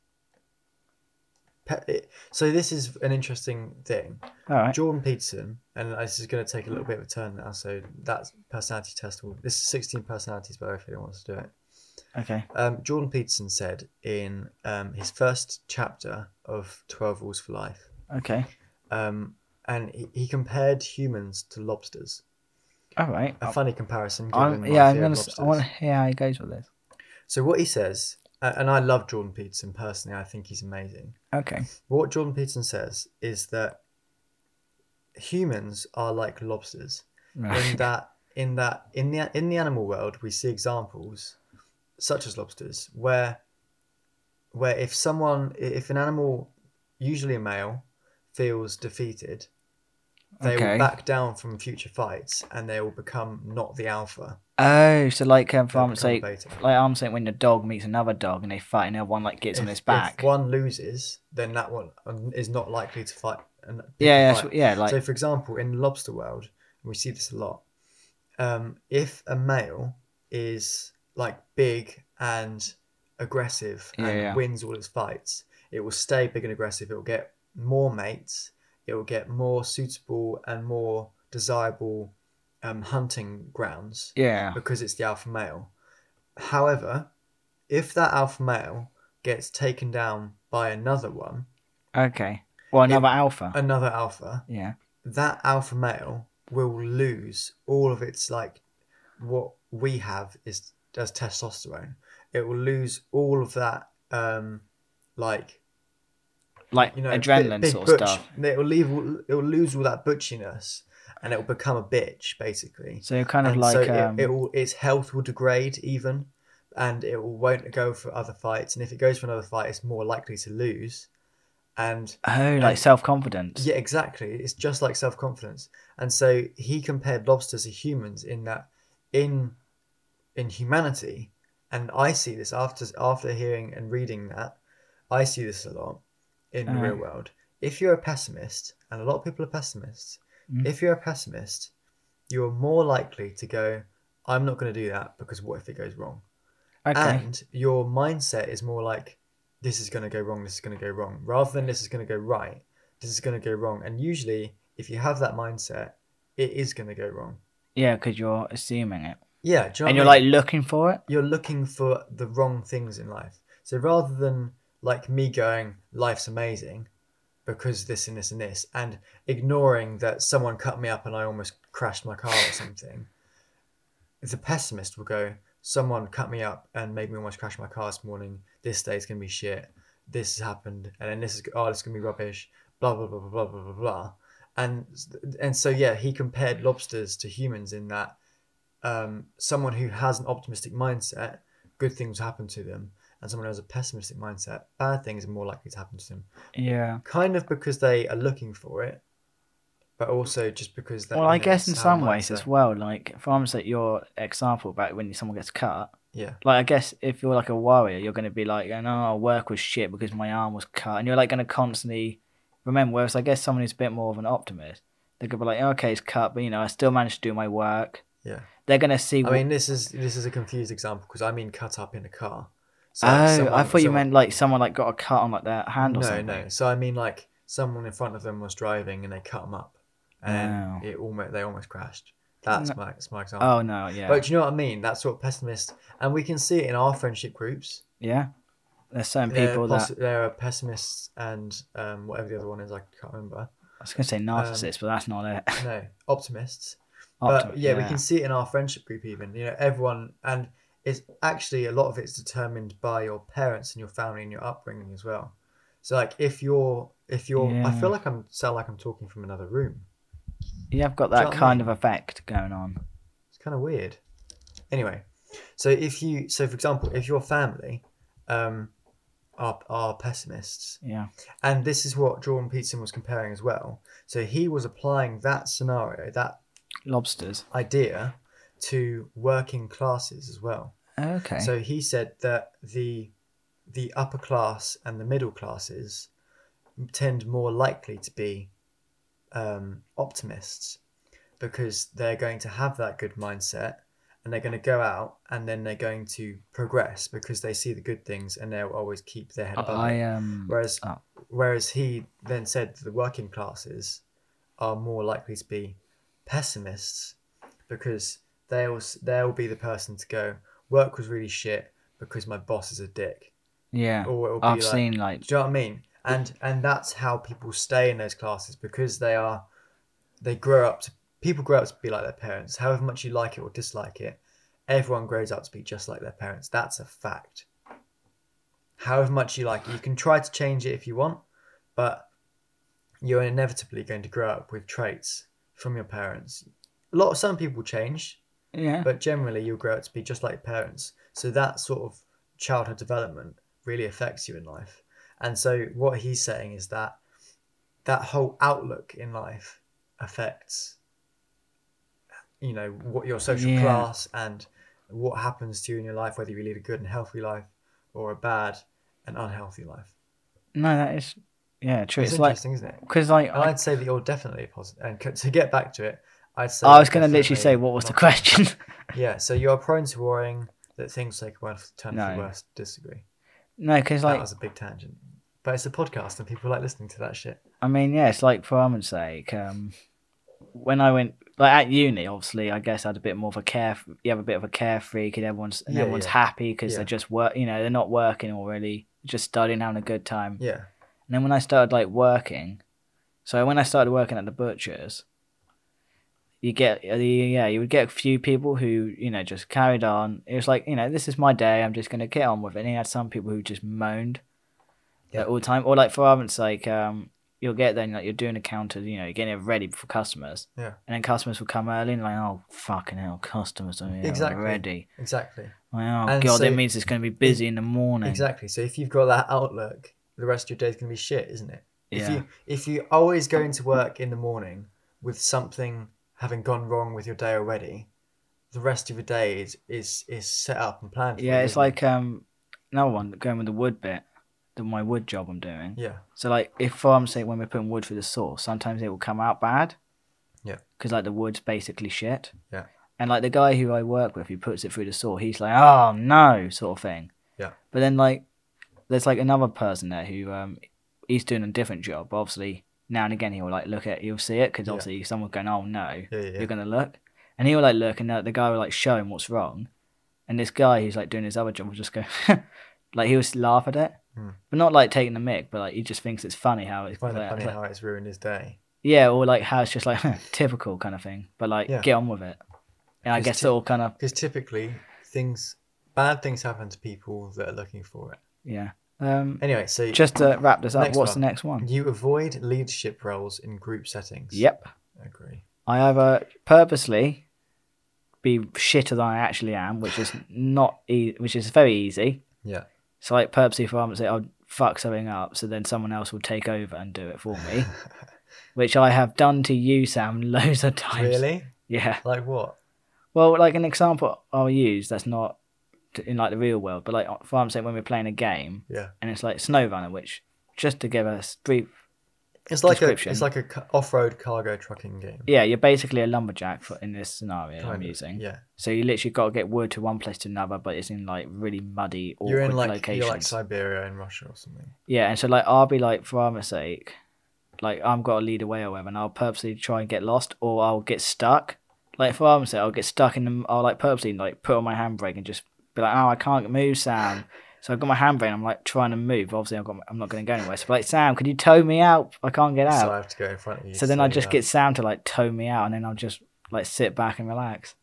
Speaker 1: Pe- it- so this is an interesting thing.
Speaker 2: All right.
Speaker 1: Jordan Peterson, and this is going to take a little bit of a turn now. So that personality test will. This is sixteen personalities, by the way, if anyone wants to do it.
Speaker 2: Okay.
Speaker 1: Um, Jordan Peterson said in um, his first chapter of Twelve Rules for Life
Speaker 2: Okay.
Speaker 1: um, and he, he compared humans to lobsters.
Speaker 2: All right.
Speaker 1: A funny comparison.
Speaker 2: Oh. I'm,
Speaker 1: given
Speaker 2: yeah,
Speaker 1: my
Speaker 2: I'm
Speaker 1: fear of
Speaker 2: gonna. s- I
Speaker 1: lobsters.
Speaker 2: want to hear how he goes with this.
Speaker 1: So what he says, a- and I love Jordan Peterson personally. I think he's amazing.
Speaker 2: Okay.
Speaker 1: What Jordan Peterson says is that humans are like lobsters in
Speaker 2: <laughs> Right.
Speaker 1: that in that in the in the animal world we see examples such as lobsters where where if someone if an animal usually a male feels defeated they
Speaker 2: Okay.
Speaker 1: will back down from future fights and they will become not the alpha
Speaker 2: Oh, so like um, for
Speaker 1: They'll
Speaker 2: arm's
Speaker 1: become
Speaker 2: sake,
Speaker 1: beta.
Speaker 2: like arm's sake, when a dog meets another dog and they fight, and the other one like gets on
Speaker 1: If-
Speaker 2: his back.
Speaker 1: if one loses then that one um, is not likely to fight and pick a
Speaker 2: yeah, yeah,
Speaker 1: fight.
Speaker 2: so- yeah. Like
Speaker 1: so for example in lobster world and we see this a lot um, if a male is like big and aggressive and
Speaker 2: Yeah, yeah.
Speaker 1: wins all its fights it will stay big and aggressive it will get more mates it will get more suitable and more desirable um, hunting grounds
Speaker 2: yeah.
Speaker 1: because it's the alpha male however if that alpha male gets taken down by another one
Speaker 2: Okay. Well,
Speaker 1: It-
Speaker 2: another alpha.
Speaker 1: another alpha
Speaker 2: yeah.
Speaker 1: that alpha male will lose all of its like what we have is as testosterone. It will lose all of that um like
Speaker 2: Like
Speaker 1: you know bit-
Speaker 2: adrenaline
Speaker 1: big
Speaker 2: sort of
Speaker 1: butch-
Speaker 2: stuff.
Speaker 1: It will leave it will lose all that butchiness and it will become a bitch basically.
Speaker 2: So you're kind of
Speaker 1: and
Speaker 2: like
Speaker 1: so
Speaker 2: um,
Speaker 1: it, it will its health will degrade even and it will, won't go for other fights and if it goes for another fight it's more likely to lose and
Speaker 2: oh, like self confidence.
Speaker 1: yeah, exactly. It's just like self confidence. And so he compared lobsters to humans in that in in humanity, and I see this after after hearing and reading that, I see this a lot in the real
Speaker 2: Uh.
Speaker 1: world. If you're a pessimist, and a lot of people are pessimists,
Speaker 2: Mm.
Speaker 1: if you're a pessimist, you are more likely to go, I'm not gonna do that because what if it goes wrong?
Speaker 2: Okay.
Speaker 1: and your mindset is more like this is going to go wrong this is going to go wrong rather than this is going to go right this is going to go wrong and usually if you have that mindset it is going to go wrong
Speaker 2: Yeah, because you're assuming it,
Speaker 1: yeah do you know what
Speaker 2: and you're
Speaker 1: I
Speaker 2: like
Speaker 1: mean?
Speaker 2: looking for it.
Speaker 1: you're looking for the wrong things in life so rather than like me going life's amazing because this and this and this and ignoring that someone cut me up and i almost crashed my car or something the pessimist will go, someone cut me up and made me almost crash my car this morning. This day's gonna be shit. This has happened, and then this is oh, it's gonna be rubbish. Blah blah blah blah blah blah blah. blah. And and so yeah, he compared lobsters to humans in that um, someone who has an optimistic mindset, good things happen to them, and someone who has a pessimistic mindset, bad things are more likely to happen to them.
Speaker 2: Yeah.
Speaker 1: Kind of because they are looking for it, but also just because they.
Speaker 2: Well, I guess in some ways
Speaker 1: as
Speaker 2: as well. Like, for arm's sake, your example about when someone gets cut.
Speaker 1: Yeah.
Speaker 2: Like, I guess if you're like a warrior, you're going to be like, "Oh, no, work was shit because my arm was cut," and you're like going to constantly remember. Whereas I guess someone who's a bit more of an optimist, they could be like, "Okay, it's cut, but you know, I still managed to do my work."
Speaker 1: Yeah.
Speaker 2: They're going to see.
Speaker 1: I
Speaker 2: wh-
Speaker 1: mean, this is this is a confused example because I mean cut up in a car. So
Speaker 2: oh,
Speaker 1: like, someone-
Speaker 2: I thought you
Speaker 1: someone-
Speaker 2: meant like someone like got a cut on like their hand or
Speaker 1: no,
Speaker 2: something.
Speaker 1: no. So I mean like someone in front of them was driving and they cut them up, and
Speaker 2: Wow.
Speaker 1: it almost they almost crashed. That's
Speaker 2: Oh. No.
Speaker 1: my that's my example.
Speaker 2: Oh no, yeah,
Speaker 1: But do you know what I mean? That sort of pessimist, and we can see it in our friendship groups.
Speaker 2: yeah. There's certain
Speaker 1: There are
Speaker 2: people
Speaker 1: possi-
Speaker 2: that
Speaker 1: there are pessimists and um, whatever the other one is, I can't remember.
Speaker 2: I was gonna
Speaker 1: um,
Speaker 2: say narcissists, but that's not it. <laughs>
Speaker 1: No, optimists.
Speaker 2: Optim-
Speaker 1: but yeah, we can see it in our friendship group even. You know, everyone, and it's actually a lot of it's determined by your parents and your family and your upbringing as well. So like, if you're, if you're, I
Speaker 2: Yeah.
Speaker 1: feel like I'm sound like I'm talking from another room.
Speaker 2: you have got
Speaker 1: Do you know
Speaker 2: that
Speaker 1: what I
Speaker 2: kind of effect going on.
Speaker 1: It's kind of weird. Anyway, so if you, so for example, if your family, um, are are pessimists,
Speaker 2: Yeah,
Speaker 1: and this is what Jordan Peterson was comparing as well. So he was applying that scenario, that
Speaker 2: lobsters.
Speaker 1: idea, to working classes as well.
Speaker 2: Okay.
Speaker 1: So he said that the the upper class and the middle classes tend more likely to be um, optimists because they're going to have that good mindset and they're going to go out and then they're going to progress because they see the good things and they'll always keep their head above it.
Speaker 2: I um.
Speaker 1: Whereas,
Speaker 2: Oh.
Speaker 1: whereas he then said that the working classes are more likely to be pessimists because they'll s- they'll be the person to go work was really shit because my boss is a dick,
Speaker 2: Yeah,
Speaker 1: or it'll be
Speaker 2: I've
Speaker 1: like,
Speaker 2: seen like
Speaker 1: do you know what I mean? And and that's how people stay in those classes because they are they grow up to people grow up to be like their parents. However much you like it or dislike it, everyone grows up to be just like their parents. That's a fact. However much you like it, you can try to change it if you want, but you're inevitably going to grow up with traits from your parents. A lot of some people change,
Speaker 2: yeah.
Speaker 1: but generally you'll grow up to be just like your parents so that sort of childhood development really affects you in life and so what he's saying is that that whole outlook in life affects you know what your social
Speaker 2: Yeah.
Speaker 1: class and what happens to you in your life whether you lead a good and healthy life or a bad and unhealthy life
Speaker 2: No, that is yeah true.
Speaker 1: it's,
Speaker 2: It's like
Speaker 1: interesting isn't it
Speaker 2: because like
Speaker 1: and
Speaker 2: I,
Speaker 1: i'd say that you're definitely a positive and c- to get back to it i'd say
Speaker 2: I
Speaker 1: you're
Speaker 2: was gonna literally
Speaker 1: definitely
Speaker 2: say what was the
Speaker 1: not-
Speaker 2: question. <laughs>
Speaker 1: Yeah, so you are prone to worrying that things take a while to turn for
Speaker 2: No.
Speaker 1: the worst. Disagree.
Speaker 2: no, because
Speaker 1: that
Speaker 2: like
Speaker 1: was a big tangent. But it's a podcast and people like listening to that shit.
Speaker 2: I mean, yeah, it's like for Armin's sake. Um, when I went like at uni, obviously, I guess I had a bit more of a care. You have a bit of a carefree because everyone's and
Speaker 1: Yeah,
Speaker 2: everyone's
Speaker 1: yeah.
Speaker 2: happy because
Speaker 1: Yeah.
Speaker 2: they're just work. You know, they're not working or really just studying, having a good time.
Speaker 1: Yeah.
Speaker 2: And then when I started like working, so when I started working at the butchers, you get yeah, you would get a few people who you know just carried on. It was like you know this is my day, I'm just gonna get on with it. And you had some people who just moaned
Speaker 1: Yeah.
Speaker 2: like, all the time, or like for argument's sake, um, you'll get then like you're doing a counter, you know, you're getting it ready for customers,
Speaker 1: Yeah.
Speaker 2: and then customers will come early and like oh fucking hell, customers are here
Speaker 1: Exactly.
Speaker 2: already.
Speaker 1: Exactly.
Speaker 2: Like, oh
Speaker 1: And
Speaker 2: god,
Speaker 1: so-
Speaker 2: it means it's gonna be busy in the morning.
Speaker 1: Exactly. So if you've got that outlook, the rest of your day's gonna be shit, isn't it? If
Speaker 2: Yeah.
Speaker 1: you if you always go into work in the morning with something having gone wrong with your day already, the rest of your day is is, is set up and planned for.
Speaker 2: Yeah,
Speaker 1: you,
Speaker 2: it's
Speaker 1: isn't it?
Speaker 2: like um another one going with the wood bit, the my wood job I'm doing.
Speaker 1: Yeah.
Speaker 2: So like if for um say when we're putting wood through the saw, sometimes it will come out bad.
Speaker 1: Yeah.
Speaker 2: Because like the wood's basically shit.
Speaker 1: Yeah.
Speaker 2: And like the guy who I work with, who puts it through the saw, he's like, oh no, sort of thing.
Speaker 1: Yeah.
Speaker 2: But then like there's like another person there who um he's doing a different job. But obviously now and again he'll like look at he'll see it because
Speaker 1: Yeah.
Speaker 2: obviously someone's going, oh no
Speaker 1: Yeah, yeah. yeah.
Speaker 2: you're gonna look. And he would like look, and the, the guy would like show him what's wrong. And this guy who's like doing his other job would just go, <laughs> like he was laugh at it,
Speaker 1: Hmm.
Speaker 2: but not like taking the mic, but like he just thinks it's funny how it's
Speaker 1: Find it
Speaker 2: like-
Speaker 1: funny
Speaker 2: like-
Speaker 1: how it's ruined his day.
Speaker 2: yeah, or like how it's just like <laughs> typical kind of thing. But like
Speaker 1: Yeah.
Speaker 2: get on with it. And I
Speaker 1: It's
Speaker 2: guess
Speaker 1: typ-
Speaker 2: it all kind of
Speaker 1: Because typically things bad things happen to people that are looking for it.
Speaker 2: yeah. Um,
Speaker 1: Anyway, so
Speaker 2: just to wrap this up,
Speaker 1: Next
Speaker 2: what's
Speaker 1: one.
Speaker 2: the next one?
Speaker 1: You avoid leadership roles in group settings.
Speaker 2: Yep,
Speaker 1: Agree.
Speaker 2: I either purposely be shitter than I actually am, which is not e- which is very easy.
Speaker 1: Yeah.
Speaker 2: So like purposely for argument's sake, I'll fuck something up so then someone else will take over and do it for
Speaker 1: <laughs>
Speaker 2: me. which I have done to you, Sam, <laughs> loads of times.
Speaker 1: Really?
Speaker 2: Yeah.
Speaker 1: Like what?
Speaker 2: Well, like an example I'll use that's not t- in like the real world, but like for argument's sake, when we're playing a game
Speaker 1: Yeah.
Speaker 2: and it's like SnowRunner, which just to give us brief,
Speaker 1: It's like a
Speaker 2: Description.
Speaker 1: it's like a ca- off-road cargo trucking game.
Speaker 2: yeah, you're basically a lumberjack for in this scenario
Speaker 1: Kind
Speaker 2: I'm
Speaker 1: of,
Speaker 2: using.
Speaker 1: Yeah.
Speaker 2: So you literally got to get wood to one place to another, but it's in like really muddy, awkward
Speaker 1: You're in like
Speaker 2: locations.
Speaker 1: you're like Siberia in Russia or something.
Speaker 2: Yeah, and so like I'll be like, for our sake, like I'm got to lead away or whatever, and I'll purposely try and get lost or I'll get stuck. Like for arm's sake, I'll get stuck in them. I'll like purposely like put on my handbrake and just be like, oh, I can't move, Sam. So I've got my handbrake. and I'm like trying to move. Obviously, I've got. I'm not going to go anywhere. So I'm like, Sam, could you tow me out? I can't get
Speaker 1: So I
Speaker 2: out.
Speaker 1: have to go in front of you.
Speaker 2: So then I
Speaker 1: you
Speaker 2: just
Speaker 1: know.
Speaker 2: get Sam to like tow me out, and then I'll just like sit back and relax.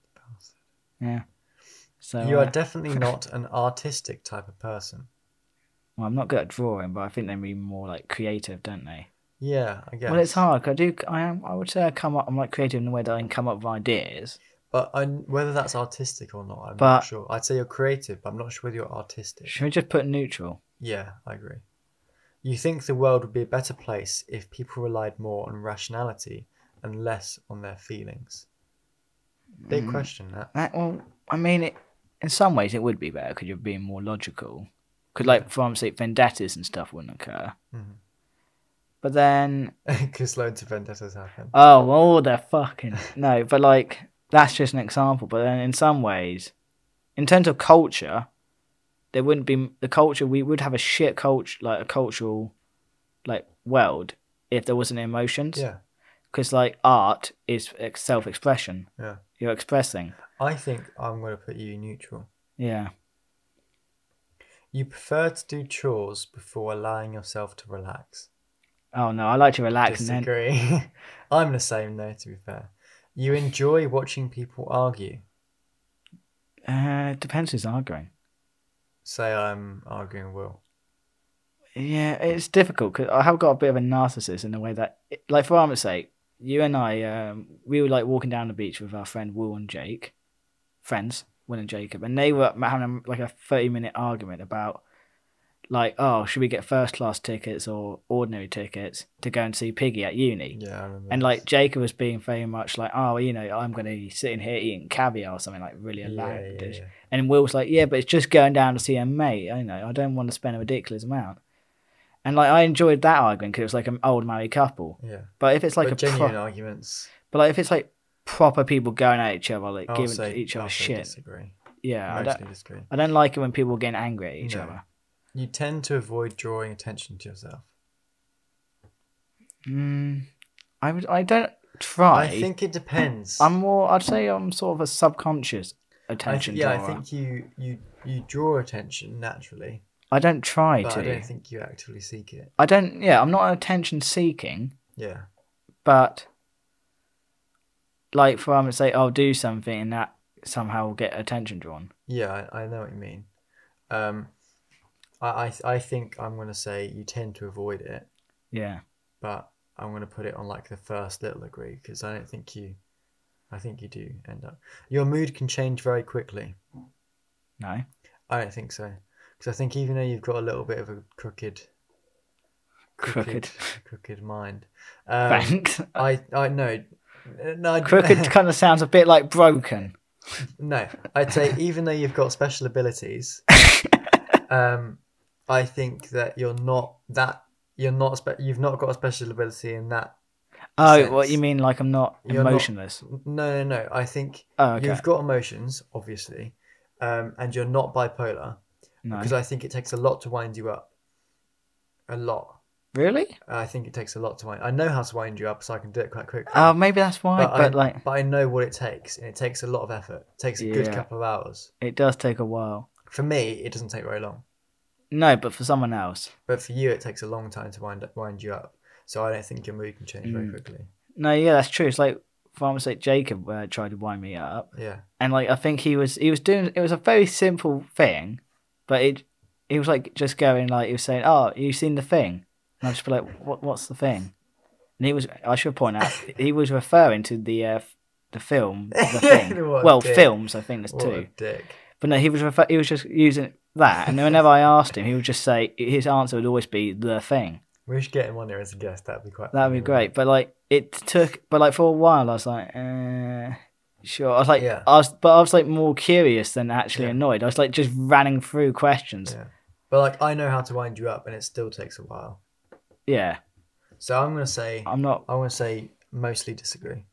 Speaker 2: Yeah. So
Speaker 1: You
Speaker 2: uh,
Speaker 1: are definitely not an artistic type of person.
Speaker 2: well, I'm not good at drawing, but I think they're more like creative, don't they?
Speaker 1: Yeah, I guess.
Speaker 2: Well, it's hard. 'cause I do. I am. I would say I come up. I'm like creative in the way that I can come up with ideas.
Speaker 1: But I, whether that's artistic or not, I'm
Speaker 2: But-
Speaker 1: not sure. I'd say you're creative, but I'm not sure whether you're artistic.
Speaker 2: Should we just put neutral?
Speaker 1: Yeah, I agree. You think the world would be a better place if people relied more on rationality and less on their feelings? Big
Speaker 2: Mm.
Speaker 1: question, that. <laughs>
Speaker 2: That, well, I mean, it, in some ways it would be better because you're being more logical. Because like, for arm's sake, vendettas and stuff wouldn't occur.
Speaker 1: Mhm.
Speaker 2: But then,
Speaker 1: Because loads of vendettas happen.
Speaker 2: oh, well, all the fucking no. But like, that's just an example. But then, in some ways, in terms of culture, there wouldn't be the culture. We would have a shit culture, like a cultural, like world, if there wasn't emotions.
Speaker 1: Yeah.
Speaker 2: because like art is ex- self-expression.
Speaker 1: Yeah.
Speaker 2: You're expressing.
Speaker 1: I think I'm going to put you neutral.
Speaker 2: Yeah.
Speaker 1: You prefer to do chores before allowing yourself to relax.
Speaker 2: Oh no, I like to relax and then
Speaker 1: Disagree. <laughs> I'm the same though, to be fair. You enjoy watching people argue.
Speaker 2: uh, depends who's arguing.
Speaker 1: Say I'm arguing with Will.
Speaker 2: Yeah, it's difficult because I have got a bit of a narcissist in the way that, like for argument's sake, you and I, um, we were like walking down the beach with our friend Will and Jake, friends Will and Jacob, and they were having like a thirty-minute argument about, like, oh, should we get first-class tickets or ordinary tickets to go and see Piggy at uni?
Speaker 1: Yeah, I remember.
Speaker 2: And
Speaker 1: this.
Speaker 2: like Jacob was being very much like, oh, you know, I'm going to be sitting here eating caviar or something like really
Speaker 1: yeah,
Speaker 2: elaborate.
Speaker 1: yeah,
Speaker 2: dish.
Speaker 1: yeah.
Speaker 2: And Will's like, yeah, but it's just going down to see a mate. I know, I don't want to spend a ridiculous amount. And like, I enjoyed that argument because it was like an old married couple.
Speaker 1: Yeah.
Speaker 2: But if it's like
Speaker 1: But
Speaker 2: a pro-
Speaker 1: genuine arguments.
Speaker 2: but like if it's like proper people going at each other, like
Speaker 1: I'll
Speaker 2: giving
Speaker 1: say-
Speaker 2: each
Speaker 1: I'll
Speaker 2: other
Speaker 1: say
Speaker 2: shit.
Speaker 1: Disagree.
Speaker 2: Yeah, I don't,
Speaker 1: Oh, Mostly disagree.
Speaker 2: I don't like it when people are getting angry at each
Speaker 1: No.
Speaker 2: other.
Speaker 1: You tend to avoid drawing attention to yourself.
Speaker 2: Mm, I would, I don't try.
Speaker 1: I think it depends.
Speaker 2: I'm more. I'd say I'm sort of a subconscious
Speaker 1: I
Speaker 2: attention.
Speaker 1: th- yeah, I
Speaker 2: drawer.
Speaker 1: think you you you draw attention naturally,
Speaker 2: I don't try
Speaker 1: but
Speaker 2: to.
Speaker 1: I don't think you actively seek it.
Speaker 2: I don't. Yeah, I'm not attention seeking,
Speaker 1: Yeah.
Speaker 2: but like for I'm say I'll do something and that somehow will get attention drawn.
Speaker 1: Yeah, I, I know what you mean. Um, I I, th- I think I'm gonna say you tend to avoid it,
Speaker 2: Yeah.
Speaker 1: but I'm gonna put it on like the first little agree because I don't think you, I think you do end up. Your mood can change very quickly.
Speaker 2: No.
Speaker 1: I don't think so because I think even though you've got a little bit of a crooked,
Speaker 2: Crooked.
Speaker 1: <laughs> crooked mind, um,
Speaker 2: <laughs> Thanks.
Speaker 1: I I no, no I-
Speaker 2: Crooked kind of sounds a bit like broken.
Speaker 1: <laughs> No, I'd say even though you've got special
Speaker 2: <laughs>
Speaker 1: abilities, um, I think that you're not that you're not spe- you've not got a special ability in that.
Speaker 2: Oh,
Speaker 1: sense.
Speaker 2: what you mean? Like I'm not
Speaker 1: You're not-
Speaker 2: emotionless.
Speaker 1: No, no, no. I think
Speaker 2: Oh, okay.
Speaker 1: you've got emotions, obviously, um, and you're not bipolar
Speaker 2: No.
Speaker 1: because I think it takes a lot to wind you up. A lot.
Speaker 2: Really?
Speaker 1: I think it takes a lot to wind. I know how to wind you up, so I can do it quite quickly.
Speaker 2: Oh, maybe that's why.
Speaker 1: But
Speaker 2: But,
Speaker 1: I-
Speaker 2: like,
Speaker 1: but I know what it takes, and it takes a lot of effort. It takes a good
Speaker 2: Yeah.
Speaker 1: couple of hours.
Speaker 2: it does take a while.
Speaker 1: For me, it doesn't take very long.
Speaker 2: No, but for someone else.
Speaker 1: But for you, it takes a long time to wind up, wind you up. So I don't think your mood can change very
Speaker 2: Mm.
Speaker 1: quickly.
Speaker 2: No, yeah, that's true. It's like, for I'm say Jacob uh, tried to wind me up.
Speaker 1: Yeah,
Speaker 2: and like I think he was he was doing it was a very simple thing, but it he was like just going like he was saying, "Oh, you seen the thing?" And I just be like, "What? What's the thing?" And he was I should point out <laughs> he was referring to the uh, f- the film the thing.
Speaker 1: What a
Speaker 2: well,
Speaker 1: dick.
Speaker 2: films I think there's
Speaker 1: what a
Speaker 2: two,
Speaker 1: dick.
Speaker 2: but no, he was refer- he was just using that, and then whenever I asked him, he would just say his answer would always be the thing.
Speaker 1: We should get him on here as a guest. That'd be quite.
Speaker 2: That'd be
Speaker 1: funny,
Speaker 2: great. But like it took, but like for a while, I was like, uh, sure. I was like,
Speaker 1: Yeah.
Speaker 2: I was, but I was like more curious than actually
Speaker 1: Yeah.
Speaker 2: annoyed. I was like just running through questions.
Speaker 1: wouldn't it? Yeah. But like, I know how to wind you up, and it still takes a while.
Speaker 2: Yeah,
Speaker 1: So I'm gonna say,
Speaker 2: I'm not.
Speaker 1: I'm gonna say, mostly disagree.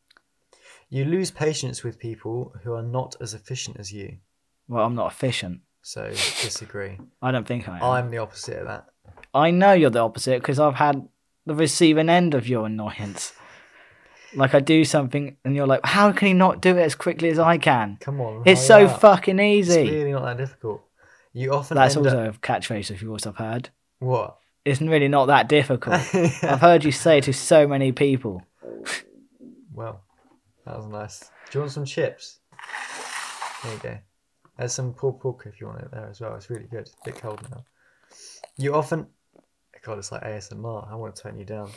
Speaker 1: You lose patience with people who are not as efficient as you.
Speaker 2: Well, I'm not efficient.
Speaker 1: So disagree.
Speaker 2: I don't think I am.
Speaker 1: I'm the opposite of that.
Speaker 2: I know you're the opposite because I've had the receiving end of your annoyance. Like I do something, and you're like, "How can he not do it as quickly as I can?
Speaker 1: Come on.
Speaker 2: It's
Speaker 1: hurry
Speaker 2: so
Speaker 1: up.
Speaker 2: fucking
Speaker 1: Oh, It's
Speaker 2: easy."
Speaker 1: really not that difficult. You often
Speaker 2: That's
Speaker 1: end
Speaker 2: also
Speaker 1: up...
Speaker 2: a catchphrase if you also have heard.
Speaker 1: <laughs> what?
Speaker 2: It's really not that difficult.
Speaker 1: <laughs>
Speaker 2: I've heard you say to so many people.
Speaker 1: Well, that was nice. Do you want some chips? There you go. There's some pulled pork if you want it there as well. It's really good. It's a bit cold now. You often. God, it's like ASMR. I want to turn you down.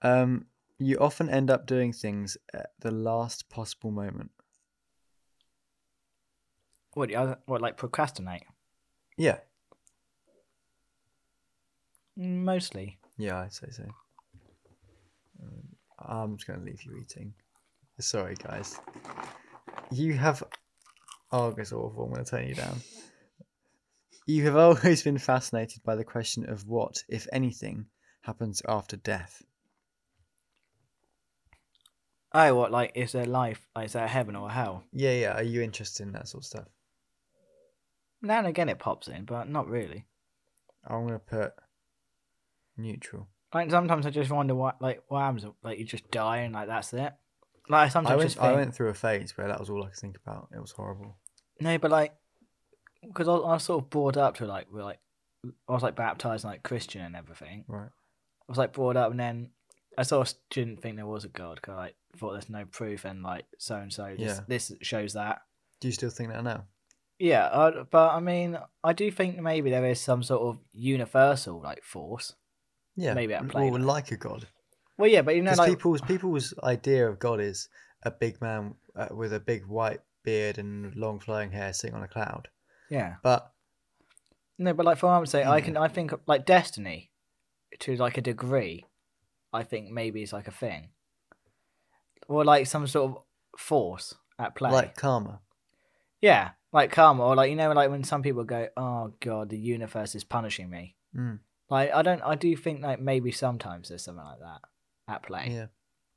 Speaker 1: Um, you often end up doing things at the last possible moment.
Speaker 2: What? the other- What? Like procrastinate?
Speaker 1: Yeah.
Speaker 2: Mostly.
Speaker 1: Yeah, I'd say so. Um, I'm just going to leave you eating. Sorry, guys. You have. Oh, it's awful. I'm going to turn you down. You have always been fascinated by the question of what, if anything, happens after death.
Speaker 2: Oh, what? Like, is there life? Like, is there heaven or hell?
Speaker 1: Yeah, yeah. Are you interested in that sort of stuff?
Speaker 2: Now and again, it pops in, but not really.
Speaker 1: I'm going to put neutral.
Speaker 2: Like sometimes I just wonder what, like, what happens? Like you just die and like that's it. Like I sometimes
Speaker 1: I went,
Speaker 2: just think,
Speaker 1: I went through a phase where that was all I could think about. It was horrible.
Speaker 2: no, but like, because I, I was sort of brought up to like, we're like, I was like baptized and, like Christian and everything.
Speaker 1: Right.
Speaker 2: I was like brought up, and then I sort of didn't think there was a god because I like, thought there's no proof, and like so and so,
Speaker 1: Yeah.
Speaker 2: this shows that.
Speaker 1: Do you still think that now?
Speaker 2: Yeah, I, but I mean, I do think maybe there is some sort of universal like force.
Speaker 1: Yeah.
Speaker 2: Maybe at
Speaker 1: l-
Speaker 2: play,
Speaker 1: Or
Speaker 2: like-
Speaker 1: like a god.
Speaker 2: Well, yeah, but you know,
Speaker 1: Because
Speaker 2: like
Speaker 1: people's people's idea of God is a big man uh, with a big white beard and long flowing hair sitting on a cloud.
Speaker 2: yeah,
Speaker 1: But
Speaker 2: no, but like for I'm saying, I
Speaker 1: Hmm.
Speaker 2: can, I think like destiny, to like a degree, I think maybe it's like a thing, or like some sort of force at play.
Speaker 1: like karma,
Speaker 2: yeah, like karma, or like you know, like when some people go, "Oh God, the universe is punishing me."
Speaker 1: Mm.
Speaker 2: Like I don't, I do think like maybe sometimes there's something like that at play.
Speaker 1: yeah,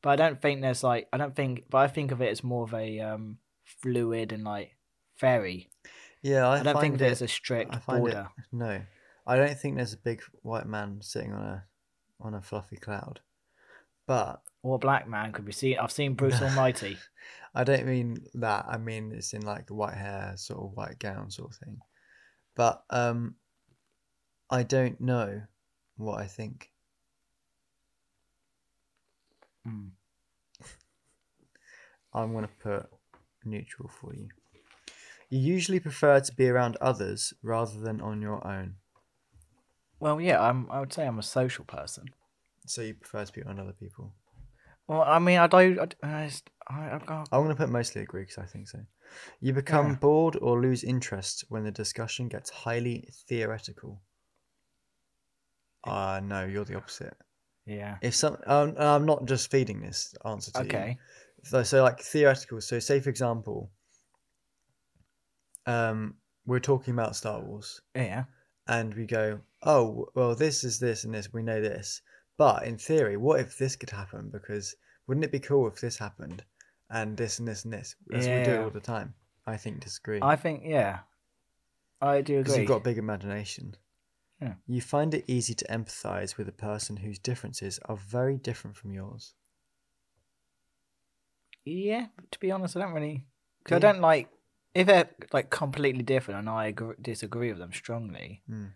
Speaker 2: but I don't think there's like I don't think, but I think of it as more of a um fluid and like fairy.
Speaker 1: yeah. I,
Speaker 2: I, don't think
Speaker 1: find
Speaker 2: there's
Speaker 1: it,
Speaker 2: a strict
Speaker 1: I find
Speaker 2: border.
Speaker 1: it no. I don't think there's a big white man sitting on a on a fluffy cloud. But
Speaker 2: Or a black man could be seen. I've seen
Speaker 1: <laughs>
Speaker 2: Bruce Almighty.
Speaker 1: I don't mean that. I mean it's in like white hair, sort of white gown, sort of thing. But um, I don't know what I think.
Speaker 2: Mm.
Speaker 1: I'm going to put neutral for you. You usually prefer to be around others rather than on your own.
Speaker 2: Well, yeah, I'm. I would say I'm a social person.
Speaker 1: So you prefer to be around other people.
Speaker 2: Well, I mean, I do. I, d- I, just- I, I've got-
Speaker 1: I'm going to put mostly agree because I think so. You become
Speaker 2: Yeah.
Speaker 1: bored or lose interest when the discussion gets highly theoretical. Uh, no, you're the opposite.
Speaker 2: yeah.
Speaker 1: If some, um, I'm not just feeding this answer to you.
Speaker 2: Okay.
Speaker 1: so, so like theoretical so say for example um we're talking about star wars
Speaker 2: Yeah.
Speaker 1: and we go oh w- well this is this and this we know this but in theory what if this could happen because wouldn't it be cool if this happened and this and this and this as we do it
Speaker 2: Yeah.
Speaker 1: all the time i think disagree
Speaker 2: I think yeah. I do
Speaker 1: because
Speaker 2: agree.
Speaker 1: you've got a big imagination
Speaker 2: Yeah.
Speaker 1: you find it easy to empathize with a person whose differences are very different from yours
Speaker 2: Yeah. To be honest, I don't really.
Speaker 1: Yeah.
Speaker 2: Cause I don't like if they're like completely different and I agree, disagree with them strongly.
Speaker 1: Mm.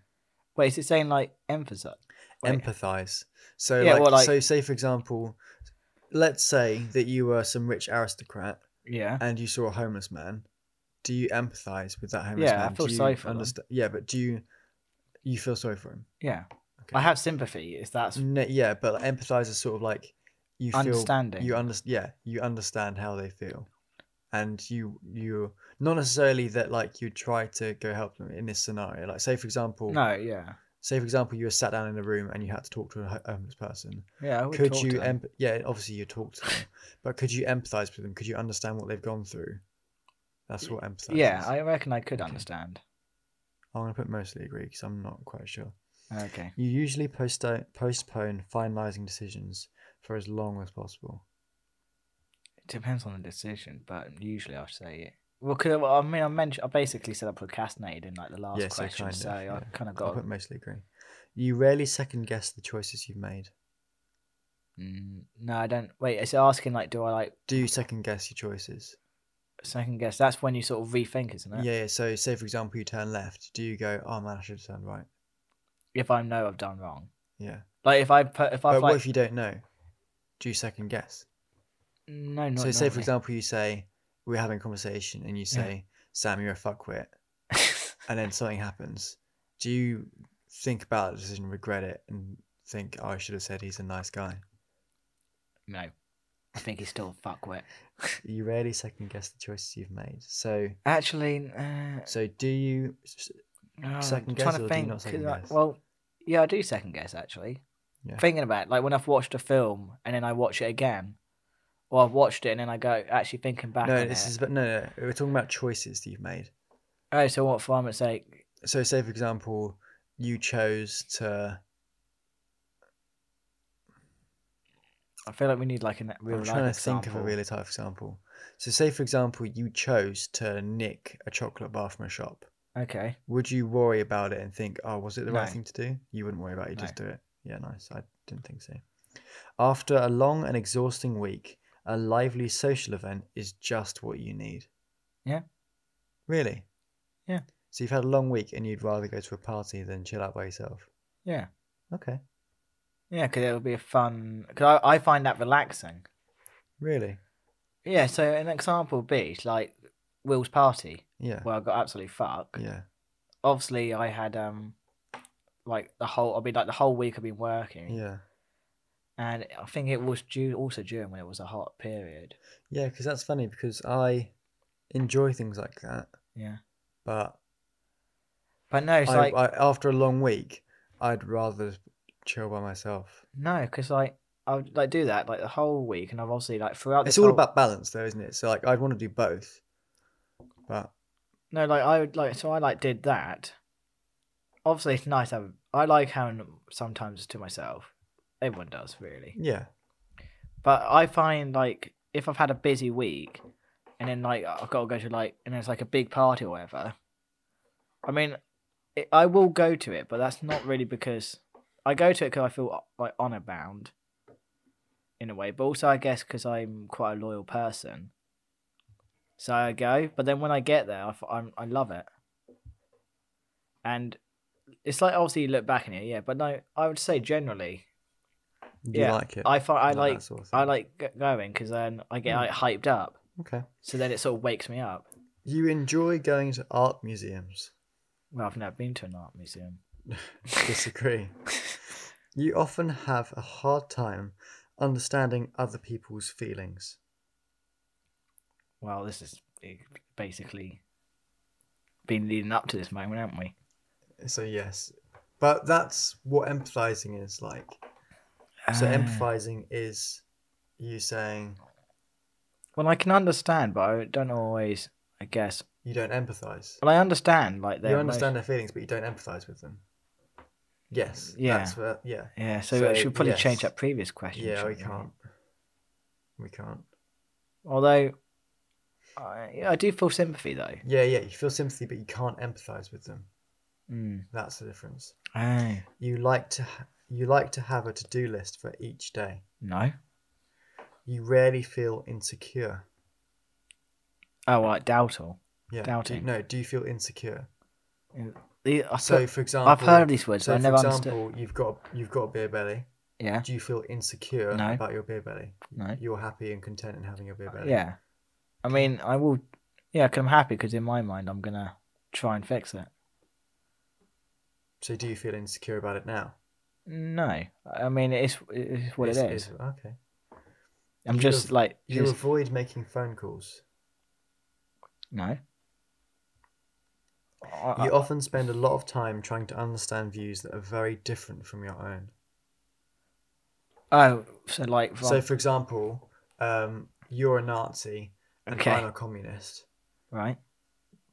Speaker 2: Wait, is it saying like emphasize? Wait.
Speaker 1: empathize. So
Speaker 2: Yeah,
Speaker 1: like,
Speaker 2: well, like-
Speaker 1: so say for example, let's say that you were some rich aristocrat
Speaker 2: Yeah.
Speaker 1: and you saw a homeless man. Do you empathize with that homeless
Speaker 2: Yeah, I
Speaker 1: man?
Speaker 2: feel
Speaker 1: do you
Speaker 2: sorry for them.
Speaker 1: understa- Yeah, but do you you feel sorry for him?
Speaker 2: Yeah.
Speaker 1: Okay.
Speaker 2: I have sympathy. If that's
Speaker 1: No, yeah, but like, empathize is sort of like you feel
Speaker 2: understanding.
Speaker 1: you understand yeah, you understand how they feel. And you you not necessarily that like you try to go help them in this scenario. Like say for example,
Speaker 2: no. Yeah.
Speaker 1: say for example you were sat down in a room and you had to talk to a ho- homeless person.
Speaker 2: Yeah. I would
Speaker 1: could
Speaker 2: talk
Speaker 1: you
Speaker 2: to them.
Speaker 1: emp- yeah obviously you talk to them but could you empathize with them could you understand what they've gone through that's what empathize
Speaker 2: Yeah,
Speaker 1: is.
Speaker 2: I reckon I could
Speaker 1: Okay.
Speaker 2: understand.
Speaker 1: i'm going to put mostly agree because i'm not quite sure
Speaker 2: Okay.
Speaker 1: you usually postpone, postpone finalizing decisions for as long as possible
Speaker 2: It depends on the decision, but usually I say it. Well, cause, well, I mean, I mentioned, I basically said I procrastinated in like the last
Speaker 1: Yeah, so
Speaker 2: question,
Speaker 1: kind of,
Speaker 2: so, I
Speaker 1: yeah.
Speaker 2: kind of
Speaker 1: i'll
Speaker 2: got.
Speaker 1: put mostly agree You rarely second guess the choices you've made.
Speaker 2: Mm, no, I don't. Wait, it's asking like, do I like
Speaker 1: Do you second guess your choices?
Speaker 2: second guess? That's when you sort of rethink, isn't it?
Speaker 1: Yeah, yeah. So, say for example, you turn left. Do you go, oh man, I should have turned right?
Speaker 2: If I know I've done wrong,
Speaker 1: Yeah.
Speaker 2: like if I put if
Speaker 1: But
Speaker 2: I've
Speaker 1: what
Speaker 2: like
Speaker 1: if you don't know? Do you second guess?
Speaker 2: no, not
Speaker 1: so, say for
Speaker 2: normally.
Speaker 1: example, you say, we're having a conversation and you
Speaker 2: Yeah.
Speaker 1: say, Sam, you're a fuckwit. And then something happens. Do you think about the decision, regret it, and think, oh, I should have said he's a nice guy?
Speaker 2: <laughs> no, I think he's still a fuckwit.
Speaker 1: You rarely second guess the choices you've made. So,
Speaker 2: Actually, uh,
Speaker 1: so do you
Speaker 2: No,
Speaker 1: Second
Speaker 2: I'm
Speaker 1: guess
Speaker 2: trying
Speaker 1: or
Speaker 2: to
Speaker 1: do you
Speaker 2: think.
Speaker 1: not second
Speaker 2: 'cause I-
Speaker 1: guess?
Speaker 2: well, yeah, I do second guess actually.
Speaker 1: Yeah.
Speaker 2: Thinking about it, like when I've watched a film and then I watch it again, or I've watched it and then I go actually thinking back.
Speaker 1: No,
Speaker 2: on
Speaker 1: this
Speaker 2: it.
Speaker 1: is but no, no, we're talking about choices that you've made.
Speaker 2: Oh, so what? For argument's sake,
Speaker 1: So, say for example, you chose to.
Speaker 2: I feel like we need like a real
Speaker 1: I'm
Speaker 2: life
Speaker 1: trying to
Speaker 2: example.
Speaker 1: think of a real life example. So, say for example, you chose to nick a chocolate bar from a shop.
Speaker 2: Okay,
Speaker 1: Would you worry about it and think, "Oh, was it the right
Speaker 2: No.
Speaker 1: thing to do?" You wouldn't worry about it. You
Speaker 2: No.
Speaker 1: just do it. Yeah, nice. I didn't think so. After a long and exhausting week, a lively social event is just what you need.
Speaker 2: Yeah.
Speaker 1: Really.
Speaker 2: Yeah.
Speaker 1: So you've had a long week, and you'd rather go to a party than chill out by yourself.
Speaker 2: yeah,
Speaker 1: Okay.
Speaker 2: yeah, because it'll be a fun. Because I, I find that relaxing.
Speaker 1: Really?
Speaker 2: Yeah. So an example would be like Will's party
Speaker 1: Yeah.
Speaker 2: where I got absolutely fucked.
Speaker 1: yeah.
Speaker 2: Obviously, I had um, like the whole. I mean, like the whole week I've been working.
Speaker 1: Yeah.
Speaker 2: and I think it was due also during when it was a hot period.
Speaker 1: Yeah, because that's funny because I enjoy things like that,
Speaker 2: Yeah,
Speaker 1: but
Speaker 2: but no, it's
Speaker 1: I,
Speaker 2: like
Speaker 1: I, after a long week, I'd rather chill by myself.
Speaker 2: no, because like I would like do that like the whole week, and I've obviously like throughout.
Speaker 1: It's
Speaker 2: this
Speaker 1: all
Speaker 2: whole-
Speaker 1: about balance, though, isn't it? So like, I'd want to do both, but
Speaker 2: no, like I would like so I like did that. Obviously, it's nice. Having, I like having sometimes to myself. Everyone does really,
Speaker 1: yeah,
Speaker 2: but I find like if I've had a busy week, and then like I've got to go to like and it's like a big party or whatever. I mean, it, I will go to it, but that's not really because I go to it because I feel like honor bound, in a way. But also, I guess because I'm quite a loyal person, so I go. But then when I get there, I, f- I'm, I love it, and it's like obviously you look back in it, yeah. But no, I would say generally,
Speaker 1: you
Speaker 2: Yeah,
Speaker 1: like it.
Speaker 2: I find I
Speaker 1: that
Speaker 2: like
Speaker 1: sort of
Speaker 2: I
Speaker 1: thing.
Speaker 2: like g- going because then I get
Speaker 1: Hmm.
Speaker 2: like hyped up,
Speaker 1: Okay,
Speaker 2: so then it sort of wakes me up.
Speaker 1: you enjoy going to art museums.
Speaker 2: Well, I've never been to an art museum. <laughs>
Speaker 1: Disagree. you often have a hard time understanding other people's feelings.
Speaker 2: Well, this is basically been leading up to this moment, haven't we?
Speaker 1: So yes, but that's what empathizing is like. So
Speaker 2: Ah.
Speaker 1: empathizing is you saying
Speaker 2: Well, I can understand, but I don't always. I guess.
Speaker 1: you don't empathize.
Speaker 2: Well, I understand. Like
Speaker 1: You
Speaker 2: their
Speaker 1: understand their feelings, but you don't empathize with them. Yes.
Speaker 2: Yeah.
Speaker 1: That's what, yeah.
Speaker 2: emotion- Yeah, so,
Speaker 1: So,
Speaker 2: I should probably change
Speaker 1: yes.
Speaker 2: that previous question.
Speaker 1: Yeah, we
Speaker 2: shouldn't
Speaker 1: can't. We can't.
Speaker 2: Although, I, I do feel sympathy though.
Speaker 1: Yeah, yeah. You feel sympathy, but you can't empathize with them.
Speaker 2: Mm.
Speaker 1: That's the difference.
Speaker 2: Oh
Speaker 1: You like to ha- you like to have a to do list for each day.
Speaker 2: no!
Speaker 1: You rarely feel insecure.
Speaker 2: Oh, like Dowdle.
Speaker 1: Yeah. do you-
Speaker 2: Doubting.
Speaker 1: no. Do you feel insecure?
Speaker 2: The, I
Speaker 1: So,
Speaker 2: thought-
Speaker 1: for example,
Speaker 2: I've heard these words,
Speaker 1: So,
Speaker 2: but I
Speaker 1: for
Speaker 2: never understood.
Speaker 1: example, you've got you've got a beer belly.
Speaker 2: Yeah,
Speaker 1: Do you feel insecure
Speaker 2: No.
Speaker 1: about your beer belly?
Speaker 2: no.
Speaker 1: You're happy and content in having your beer belly.
Speaker 2: Yeah, I mean, I will. Yeah, 'cause I'm happy because in my mind, I'm gonna try and fix it.
Speaker 1: So do you feel insecure about it now?
Speaker 2: No, I mean it's it's what it
Speaker 1: It's-
Speaker 2: is.
Speaker 1: it's- Okay.
Speaker 2: I'm
Speaker 1: You
Speaker 2: just
Speaker 1: av-
Speaker 2: like
Speaker 1: You
Speaker 2: just-
Speaker 1: avoid making phone calls.
Speaker 2: no. I-
Speaker 1: You often spend a lot of time trying to understand views that are very different from your own.
Speaker 2: oh, so like from,
Speaker 1: So, for example, um, you're a Nazi and
Speaker 2: Okay.
Speaker 1: I'm a communist.
Speaker 2: right?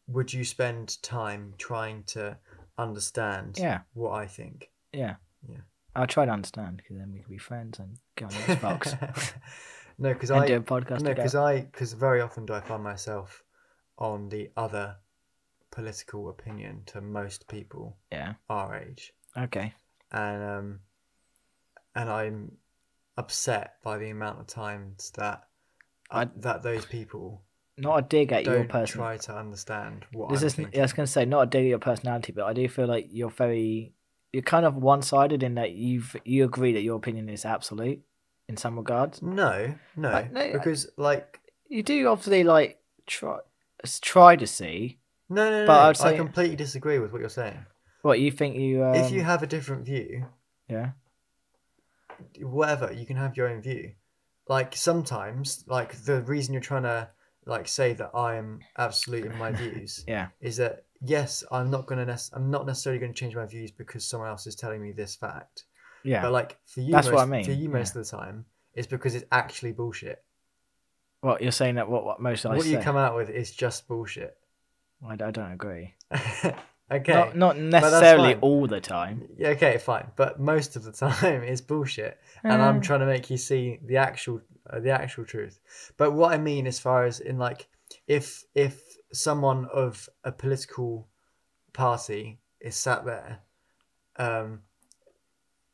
Speaker 1: Would you spend time trying to understand
Speaker 2: Yeah,
Speaker 1: what I think?
Speaker 2: yeah,
Speaker 1: Yeah.
Speaker 2: I'll try to understand because then we can be friends and
Speaker 1: <laughs>
Speaker 2: go on Xbox
Speaker 1: no, because
Speaker 2: and do
Speaker 1: I
Speaker 2: a podcast
Speaker 1: no, because
Speaker 2: together.
Speaker 1: I because very often do I find myself on the other political opinion to most people
Speaker 2: Yeah.
Speaker 1: our age.
Speaker 2: Okay.
Speaker 1: and um, and I'm upset by the amount of times that uh,
Speaker 2: I-
Speaker 1: that those people
Speaker 2: Not a dig at your
Speaker 1: don't
Speaker 2: person.
Speaker 1: try to understand what
Speaker 2: This
Speaker 1: I'm
Speaker 2: is,
Speaker 1: thinking.
Speaker 2: I was going to say, not a dig at your personality, but I do feel like you're very, you're kind of one sided in that you've you agree that your opinion is absolute in some regards.
Speaker 1: No, no,
Speaker 2: I- no, I-
Speaker 1: because like
Speaker 2: You do obviously like try s- try to see
Speaker 1: no, no, no.
Speaker 2: But
Speaker 1: no,
Speaker 2: I'd say-
Speaker 1: I completely disagree with what you're saying.
Speaker 2: what you think you. Um,
Speaker 1: if you have a different view,
Speaker 2: yeah,
Speaker 1: whatever you can have your own view like sometimes like the reason you're trying to like say that i'm absolute in my views
Speaker 2: yeah,
Speaker 1: is that yes i'm not going to nec- i'm not necessarily going to change my views because someone else is telling me this fact
Speaker 2: yeah.
Speaker 1: but like for you
Speaker 2: That's
Speaker 1: most,
Speaker 2: what I mean,
Speaker 1: for you most of the time it's because it's actually bullshit
Speaker 2: what you're saying that what what most I
Speaker 1: what
Speaker 2: say.
Speaker 1: you come out with is just bullshit <laughs>
Speaker 2: I, I don't agree.
Speaker 1: okay
Speaker 2: Not, not
Speaker 1: that's
Speaker 2: necessarily
Speaker 1: fine.
Speaker 2: all the time.
Speaker 1: yeah, okay fine but most of the <laughs> time it's bullshit and
Speaker 2: Um,
Speaker 1: I'm
Speaker 2: Mm.
Speaker 1: trying to make you see the actual uh, the actual truth. But what I mean, as far as in like, if if someone of a political party is sat there, um,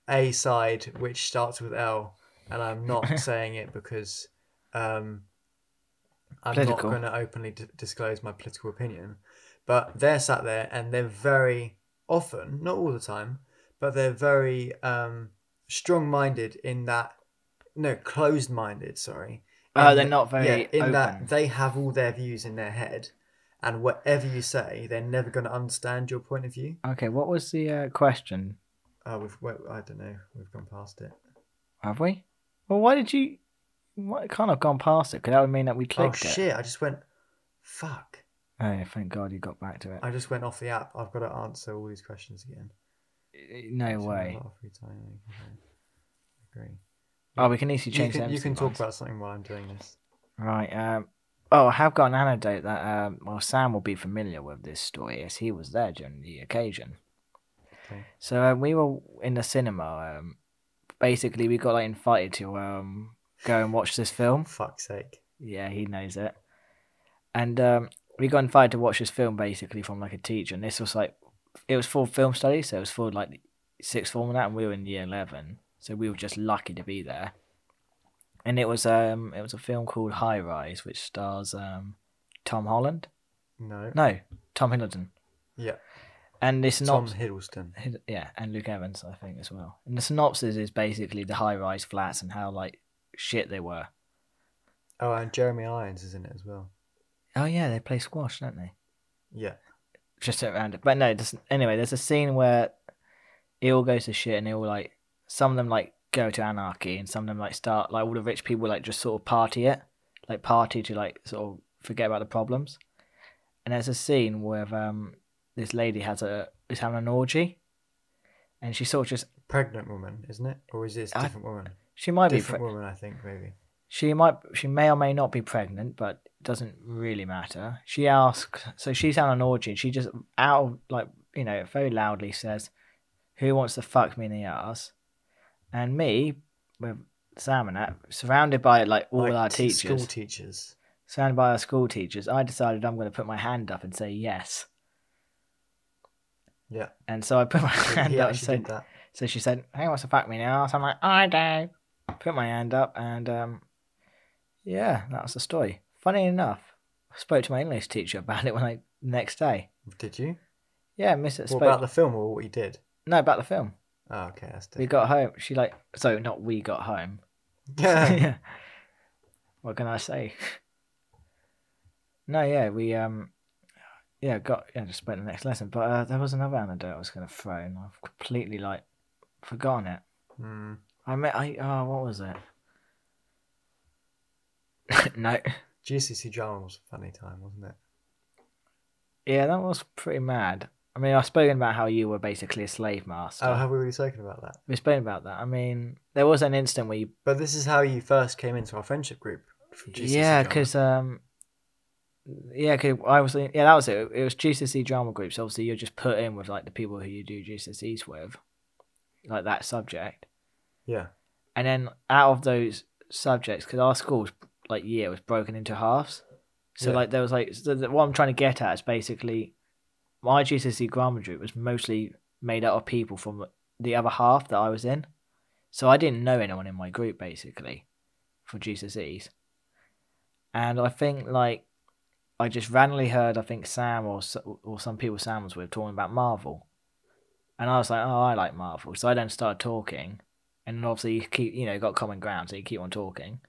Speaker 1: a side which starts with L, and I'm
Speaker 2: <laughs>
Speaker 1: not saying it because um, I'm
Speaker 2: Political.
Speaker 1: not going to openly d- disclose my political opinion, but they're sat there and they're very often, not all the time, but they're very um, strong-minded in that. No, closed-minded. Sorry.
Speaker 2: Uh,
Speaker 1: in
Speaker 2: they're
Speaker 1: that-
Speaker 2: not very
Speaker 1: in
Speaker 2: open.
Speaker 1: that they have all their views in their head, and whatever you say, they're never going to understand your point of view.
Speaker 2: Okay, what was the uh, question?
Speaker 1: Oh, we've wait, I don't know. We've gone past it.
Speaker 2: Have we? Well, why did you? What, it can't have gone past it. Because that would mean that we
Speaker 1: Oh
Speaker 2: clicked it.
Speaker 1: shit! I just went. Fuck!
Speaker 2: Oh, thank God you got back to it.
Speaker 1: I just went off the app. I've got to answer all these questions again.
Speaker 2: no
Speaker 1: It's been a
Speaker 2: way.
Speaker 1: lot of free time, I Agree.
Speaker 2: Oh, we can easily
Speaker 1: You
Speaker 2: change
Speaker 1: can,
Speaker 2: them.
Speaker 1: you can talk
Speaker 2: sometimes.
Speaker 1: about something while I'm doing this.
Speaker 2: Right. Um, oh, I have got an anecdote that, um, well, Sam will be familiar with this story as he was there during the occasion.
Speaker 1: Okay.
Speaker 2: So um, we were in the cinema. Um, basically, we got like invited to um, go and watch this film.
Speaker 1: Fuck's sake!
Speaker 2: Yeah, he knows it. And um, we got invited to watch this film basically from like a teacher, and this was like it was for film study, so it was for like sixth form and that, and we were in year eleven, so we were just lucky to be there. And it was um it was a film called High Rise, which stars um Tom Holland.
Speaker 1: No.
Speaker 2: No, Tom Hiddleston.
Speaker 1: Yeah.
Speaker 2: And this
Speaker 1: Tom
Speaker 2: synopsis,
Speaker 1: Hiddleston.
Speaker 2: Hid- yeah, and Luke Evans, I think as well. And the synopsis is basically the high rise flats and how like shit they were.
Speaker 1: Oh, and Jeremy Irons is in it as well.
Speaker 2: Oh yeah, they play squash, don't they?
Speaker 1: Yeah.
Speaker 2: just around it. But no, just, anyway, there's a scene where it all goes to shit, and it all like some of them like go to anarchy, and some of them like start like all the rich people like just sort of party it, like party to like sort of forget about the problems. And there's a scene where um this lady has a is having an orgy, and she sort of just
Speaker 1: Pregnant woman, isn't it? Or is this
Speaker 2: I-
Speaker 1: different woman?
Speaker 2: she might be pre-
Speaker 1: Different woman, I think maybe.
Speaker 2: She might, she may or may not be pregnant, but it doesn't really matter. She asks, so she's out on an orgy. and She just out of, like you know very loudly says, "Who wants to fuck me in the ass?" And me with Sam and that, surrounded by like all
Speaker 1: Like
Speaker 2: our
Speaker 1: t-
Speaker 2: teachers,
Speaker 1: School teachers.
Speaker 2: surrounded by our school teachers, I decided I'm going to put my hand up and say yes. <laughs>
Speaker 1: Yeah.
Speaker 2: And so I put my hand
Speaker 1: he
Speaker 2: up and
Speaker 1: actually
Speaker 2: said,
Speaker 1: did that.
Speaker 2: so she said, "Hey, wants to fuck me now?" So I'm like, "I do." Put my hand up, and um, yeah, that was the story. Funny enough, I spoke to my English teacher about it when I next day.
Speaker 1: Did you?
Speaker 2: Yeah, Miss it
Speaker 1: What
Speaker 2: spoke
Speaker 1: about the film or what you did?
Speaker 2: no about the film.
Speaker 1: Oh, okay, that's
Speaker 2: We
Speaker 1: different.
Speaker 2: got home. She like so not we
Speaker 1: <laughs>
Speaker 2: got home. <laughs>
Speaker 1: Yeah.
Speaker 2: yeah. What can I say? <laughs> No, yeah, we um, yeah, got yeah, just spoke the next lesson. But uh, there was another anecdote I was going to throw, and I've completely like forgotten it.
Speaker 1: <laughs> Hmm.
Speaker 2: I met I oh what was it? <laughs> no.
Speaker 1: GCC drama was a funny time, wasn't it?
Speaker 2: Yeah, that was pretty mad. I mean, I've spoken about how you were basically a slave master.
Speaker 1: Oh, have we already spoken about that?
Speaker 2: We've spoken about that. I mean, there was an instant where you
Speaker 1: But this is how you first came into our friendship group. From GCC
Speaker 2: yeah,
Speaker 1: drama.
Speaker 2: because um, yeah, 'cause I was in- yeah, that was it. It was GCSE drama groups. Obviously, you're just put in with like the people who you do GCSEs with, like that subject.
Speaker 1: yeah,
Speaker 2: And then out of those subjects, because our school's like year was broken into halves, so
Speaker 1: Yeah.
Speaker 2: like there was like so the, what I'm trying to get E at is basically my GCSE grammar group was mostly made out of people from the other half that I was in. So I didn't know anyone in my group basically for GCSEs. And I think like I just randomly heard I think Sam or s- or some people Sam was with talking about Marvel. And I was like, "Oh, I like Marvel." So I then started talking and then obviously you keep you know got common ground so you keep on talking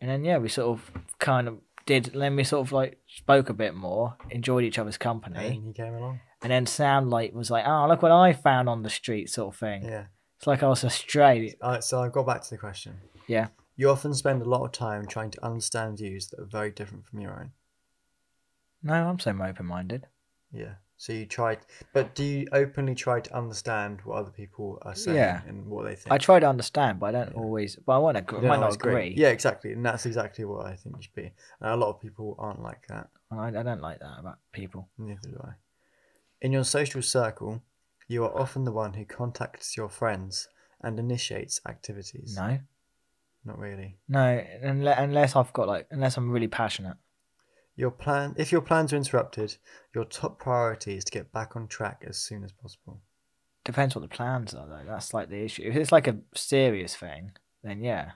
Speaker 2: and then yeah we sort of kind of did then we sort of like spoke a bit more enjoyed each other's company
Speaker 1: And he came along.
Speaker 2: and then sam like was like oh look what i found on the street sort of thing
Speaker 1: Yeah.
Speaker 2: it's like i was astray
Speaker 1: All right, so I've got back to the question.
Speaker 2: Yeah.
Speaker 1: You often spend a lot of time trying to understand views that are very different from your own.
Speaker 2: no i'm so open-minded
Speaker 1: Yeah. So you try, but do you openly try to understand what other people are saying
Speaker 2: Yeah.
Speaker 1: and what they think?
Speaker 2: i try to understand but i don't
Speaker 1: Yeah.
Speaker 2: always but i want to agree
Speaker 1: You
Speaker 2: might
Speaker 1: don't
Speaker 2: not
Speaker 1: always
Speaker 2: agree,
Speaker 1: Yeah, exactly, and that's exactly what I think you should be. And a lot of people aren't like that.
Speaker 2: And I, I don't like that about people
Speaker 1: Neither do I. In your social circle, you are often the one who contacts your friends and initiates activities.
Speaker 2: no
Speaker 1: Not really.
Speaker 2: no unless, unless i've got like unless i'm really passionate
Speaker 1: Your plan, if your plans are interrupted, your top priority is to get back on track as soon as possible.
Speaker 2: depends what the plans are though. That's like the issue. If it's like a serious thing, then yeah.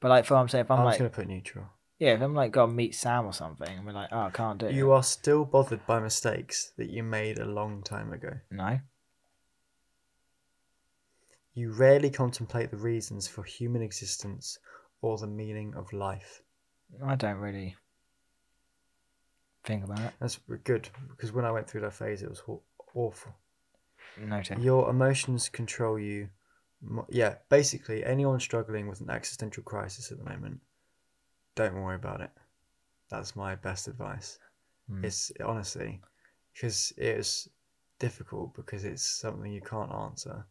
Speaker 2: But like for I'm saying, if I'm,
Speaker 1: I'm,
Speaker 2: like
Speaker 1: just gonna put neutral.
Speaker 2: yeah, if I'm like go and meet Sam or something, and we're like, oh, I can't do it.
Speaker 1: You are still bothered by mistakes that you made a long time ago.
Speaker 2: no,
Speaker 1: You rarely contemplate the reasons for human existence or the meaning of life.
Speaker 2: I don't really think about it.
Speaker 1: That's good because when I went through that phase, it was aw- awful.
Speaker 2: No, Tim.
Speaker 1: Your emotions control you. mo- Yeah, basically, anyone struggling with an existential crisis at the moment, don't worry about it. That's my best advice.
Speaker 2: Hmm.
Speaker 1: It's honestly because it's difficult because it's something you can't answer.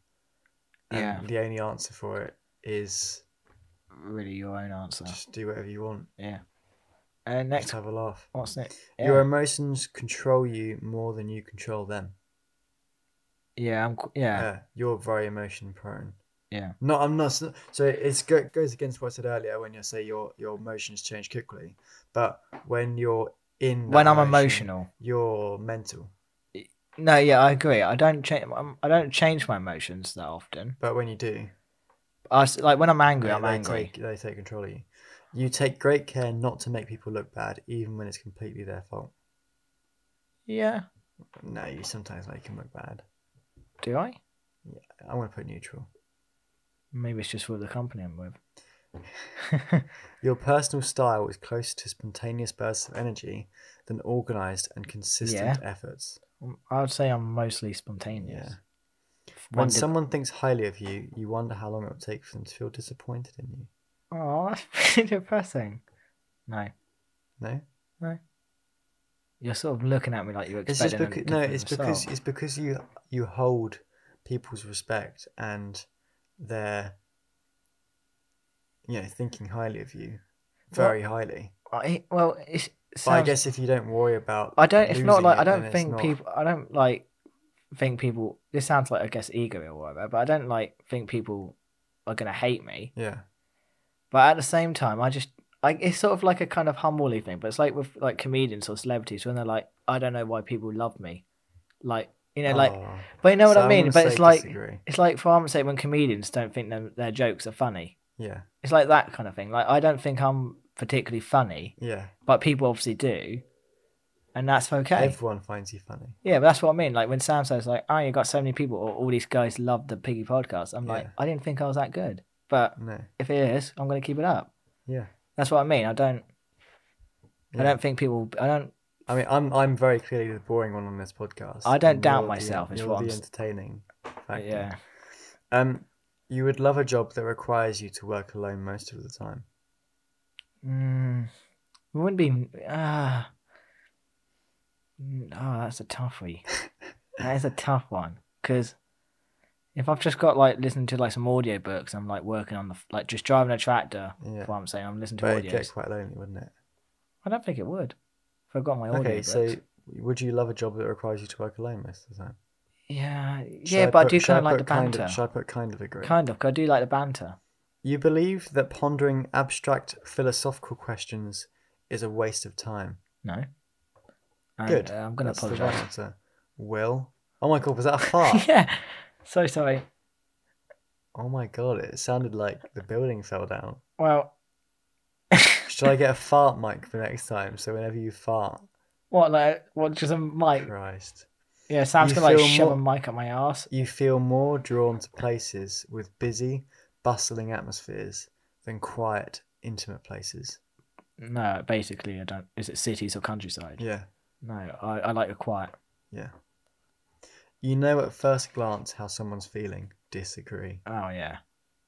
Speaker 1: And
Speaker 2: Yeah.
Speaker 1: The only answer for it is
Speaker 2: Mm, really your own answer.
Speaker 1: just do whatever you want.
Speaker 2: Yeah. Uh,
Speaker 1: Next,
Speaker 2: next,
Speaker 1: have a laugh.
Speaker 2: what's next?
Speaker 1: Your
Speaker 2: Yeah,
Speaker 1: emotions control you more than you control them.
Speaker 2: yeah, I'm, qu- yeah,
Speaker 1: Yeah, you're very emotion prone.
Speaker 2: Yeah.
Speaker 1: No, I'm not. So it go, goes against what I said earlier when you say your your emotions change quickly, but when you're in that
Speaker 2: When I'm
Speaker 1: emotion,
Speaker 2: emotional,
Speaker 1: you're mental.
Speaker 2: no, yeah, I agree. I don't change. I don't change my emotions that often.
Speaker 1: But when you do,
Speaker 2: I s- like when I'm angry.
Speaker 1: they-
Speaker 2: I'm
Speaker 1: they
Speaker 2: angry.
Speaker 1: Take, they take control of you. You take great care not to make people look bad, even when it's completely their fault.
Speaker 2: Yeah.
Speaker 1: No, you sometimes make them look bad.
Speaker 2: Do I?
Speaker 1: I'm gonna put neutral.
Speaker 2: Maybe it's just for the company I'm with.
Speaker 1: Your personal style is closer to spontaneous bursts of energy than organized and consistent efforts.
Speaker 2: <laughs> I'd say I'm mostly spontaneous.
Speaker 1: When
Speaker 2: One did-
Speaker 1: someone thinks highly of you, you wonder how long it will take for them to feel disappointed in you.
Speaker 2: Aw, that's <laughs> pretty depressing. No,
Speaker 1: No,
Speaker 2: you're sort of looking at me like you're
Speaker 1: it's just
Speaker 2: expecting.
Speaker 1: because
Speaker 2: a
Speaker 1: no,
Speaker 2: different
Speaker 1: it's because
Speaker 2: result.
Speaker 1: it's because you you hold people's respect and their you know thinking highly of you, very highly.
Speaker 2: I, well, it's.
Speaker 1: But I
Speaker 2: sounds-
Speaker 1: guess if you don't worry about,
Speaker 2: I don't. It's not
Speaker 1: losing
Speaker 2: like
Speaker 1: it,
Speaker 2: I
Speaker 1: then
Speaker 2: don't
Speaker 1: it's
Speaker 2: think
Speaker 1: not-
Speaker 2: people. I don't like think people. This sounds like I guess ego or whatever, but I don't like think people are gonna hate me.
Speaker 1: yeah,
Speaker 2: But at the same time, I just like it's sort of like a kind of humbly thing. But it's like with like comedians or celebrities when they're like, I don't know why people love me, like you know, like.
Speaker 1: Oh,
Speaker 2: But you know what
Speaker 1: so
Speaker 2: I
Speaker 1: I'm
Speaker 2: mean.
Speaker 1: gonna
Speaker 2: But it's
Speaker 1: say
Speaker 2: like
Speaker 1: disagree.
Speaker 2: it's like for argument's sake, when comedians don't think them, their jokes are funny,
Speaker 1: yeah,
Speaker 2: it's like that kind of thing. Like I don't think I'm particularly funny,
Speaker 1: yeah.
Speaker 2: but people obviously do, and that's okay.
Speaker 1: Everyone finds you funny.
Speaker 2: Yeah, but that's what I mean. Like when Sam says, like, oh, you got so many people, or all these guys love the Piggy podcast. I'm like,
Speaker 1: Yeah.
Speaker 2: I didn't think I was that good, but
Speaker 1: No,
Speaker 2: if it is, I'm gonna keep it up.
Speaker 1: yeah.
Speaker 2: That's what I mean. I don't.
Speaker 1: Yeah.
Speaker 2: I don't think people. I don't.
Speaker 1: I mean, I'm I'm very clearly the boring one on this podcast.
Speaker 2: I don't
Speaker 1: and
Speaker 2: doubt
Speaker 1: you're the-
Speaker 2: myself, is
Speaker 1: You're
Speaker 2: what
Speaker 1: the
Speaker 2: I'm s-
Speaker 1: entertaining. Factor.
Speaker 2: Yeah.
Speaker 1: Um, you would love a job that requires you to work alone most of the time.
Speaker 2: Mm, it wouldn't be. Ah. Mm, oh, that's a
Speaker 1: <laughs>
Speaker 2: toughie. that is a tough one because if I've just got like listening to like some audio books, I'm like working on the like just driving a tractor.
Speaker 1: Yeah,
Speaker 2: What I'm saying, I'm listening to
Speaker 1: but it'd
Speaker 2: audios.
Speaker 1: get quite lonely, wouldn't it?
Speaker 2: I don't think it would. If I got my audio
Speaker 1: okay,
Speaker 2: books.
Speaker 1: so would you love a job that requires you to work alone most of the time?
Speaker 2: yeah,
Speaker 1: Should
Speaker 2: yeah, but
Speaker 1: put-
Speaker 2: I do
Speaker 1: should
Speaker 2: kind of like the
Speaker 1: put kind
Speaker 2: banter.
Speaker 1: should I put kind of agree?
Speaker 2: Kind of, 'cause I do like the banter.
Speaker 1: You believe that pondering abstract philosophical questions is a waste of time.
Speaker 2: No. And,
Speaker 1: Good.
Speaker 2: uh, I'm gonna
Speaker 1: That's the
Speaker 2: <laughs> apologize. <laughs>
Speaker 1: right answer. Will. Oh my god, was that a fart?
Speaker 2: yeah. So sorry.
Speaker 1: Oh my god, it sounded like the building fell down.
Speaker 2: Well,
Speaker 1: Should I get a fart mic for next time? So whenever you fart,
Speaker 2: what like what? Just a mic.
Speaker 1: Christ.
Speaker 2: Yeah, Sam's
Speaker 1: You
Speaker 2: gonna like
Speaker 1: feel
Speaker 2: shove a
Speaker 1: more-
Speaker 2: mic up my ass.
Speaker 1: You feel more drawn to places with busy, bustling atmospheres than quiet, intimate places.
Speaker 2: No, basically I don't. Is it cities or countryside?
Speaker 1: Yeah.
Speaker 2: No, I, I like the quiet.
Speaker 1: You know at first glance how someone's feeling. Disagree.
Speaker 2: Oh yeah.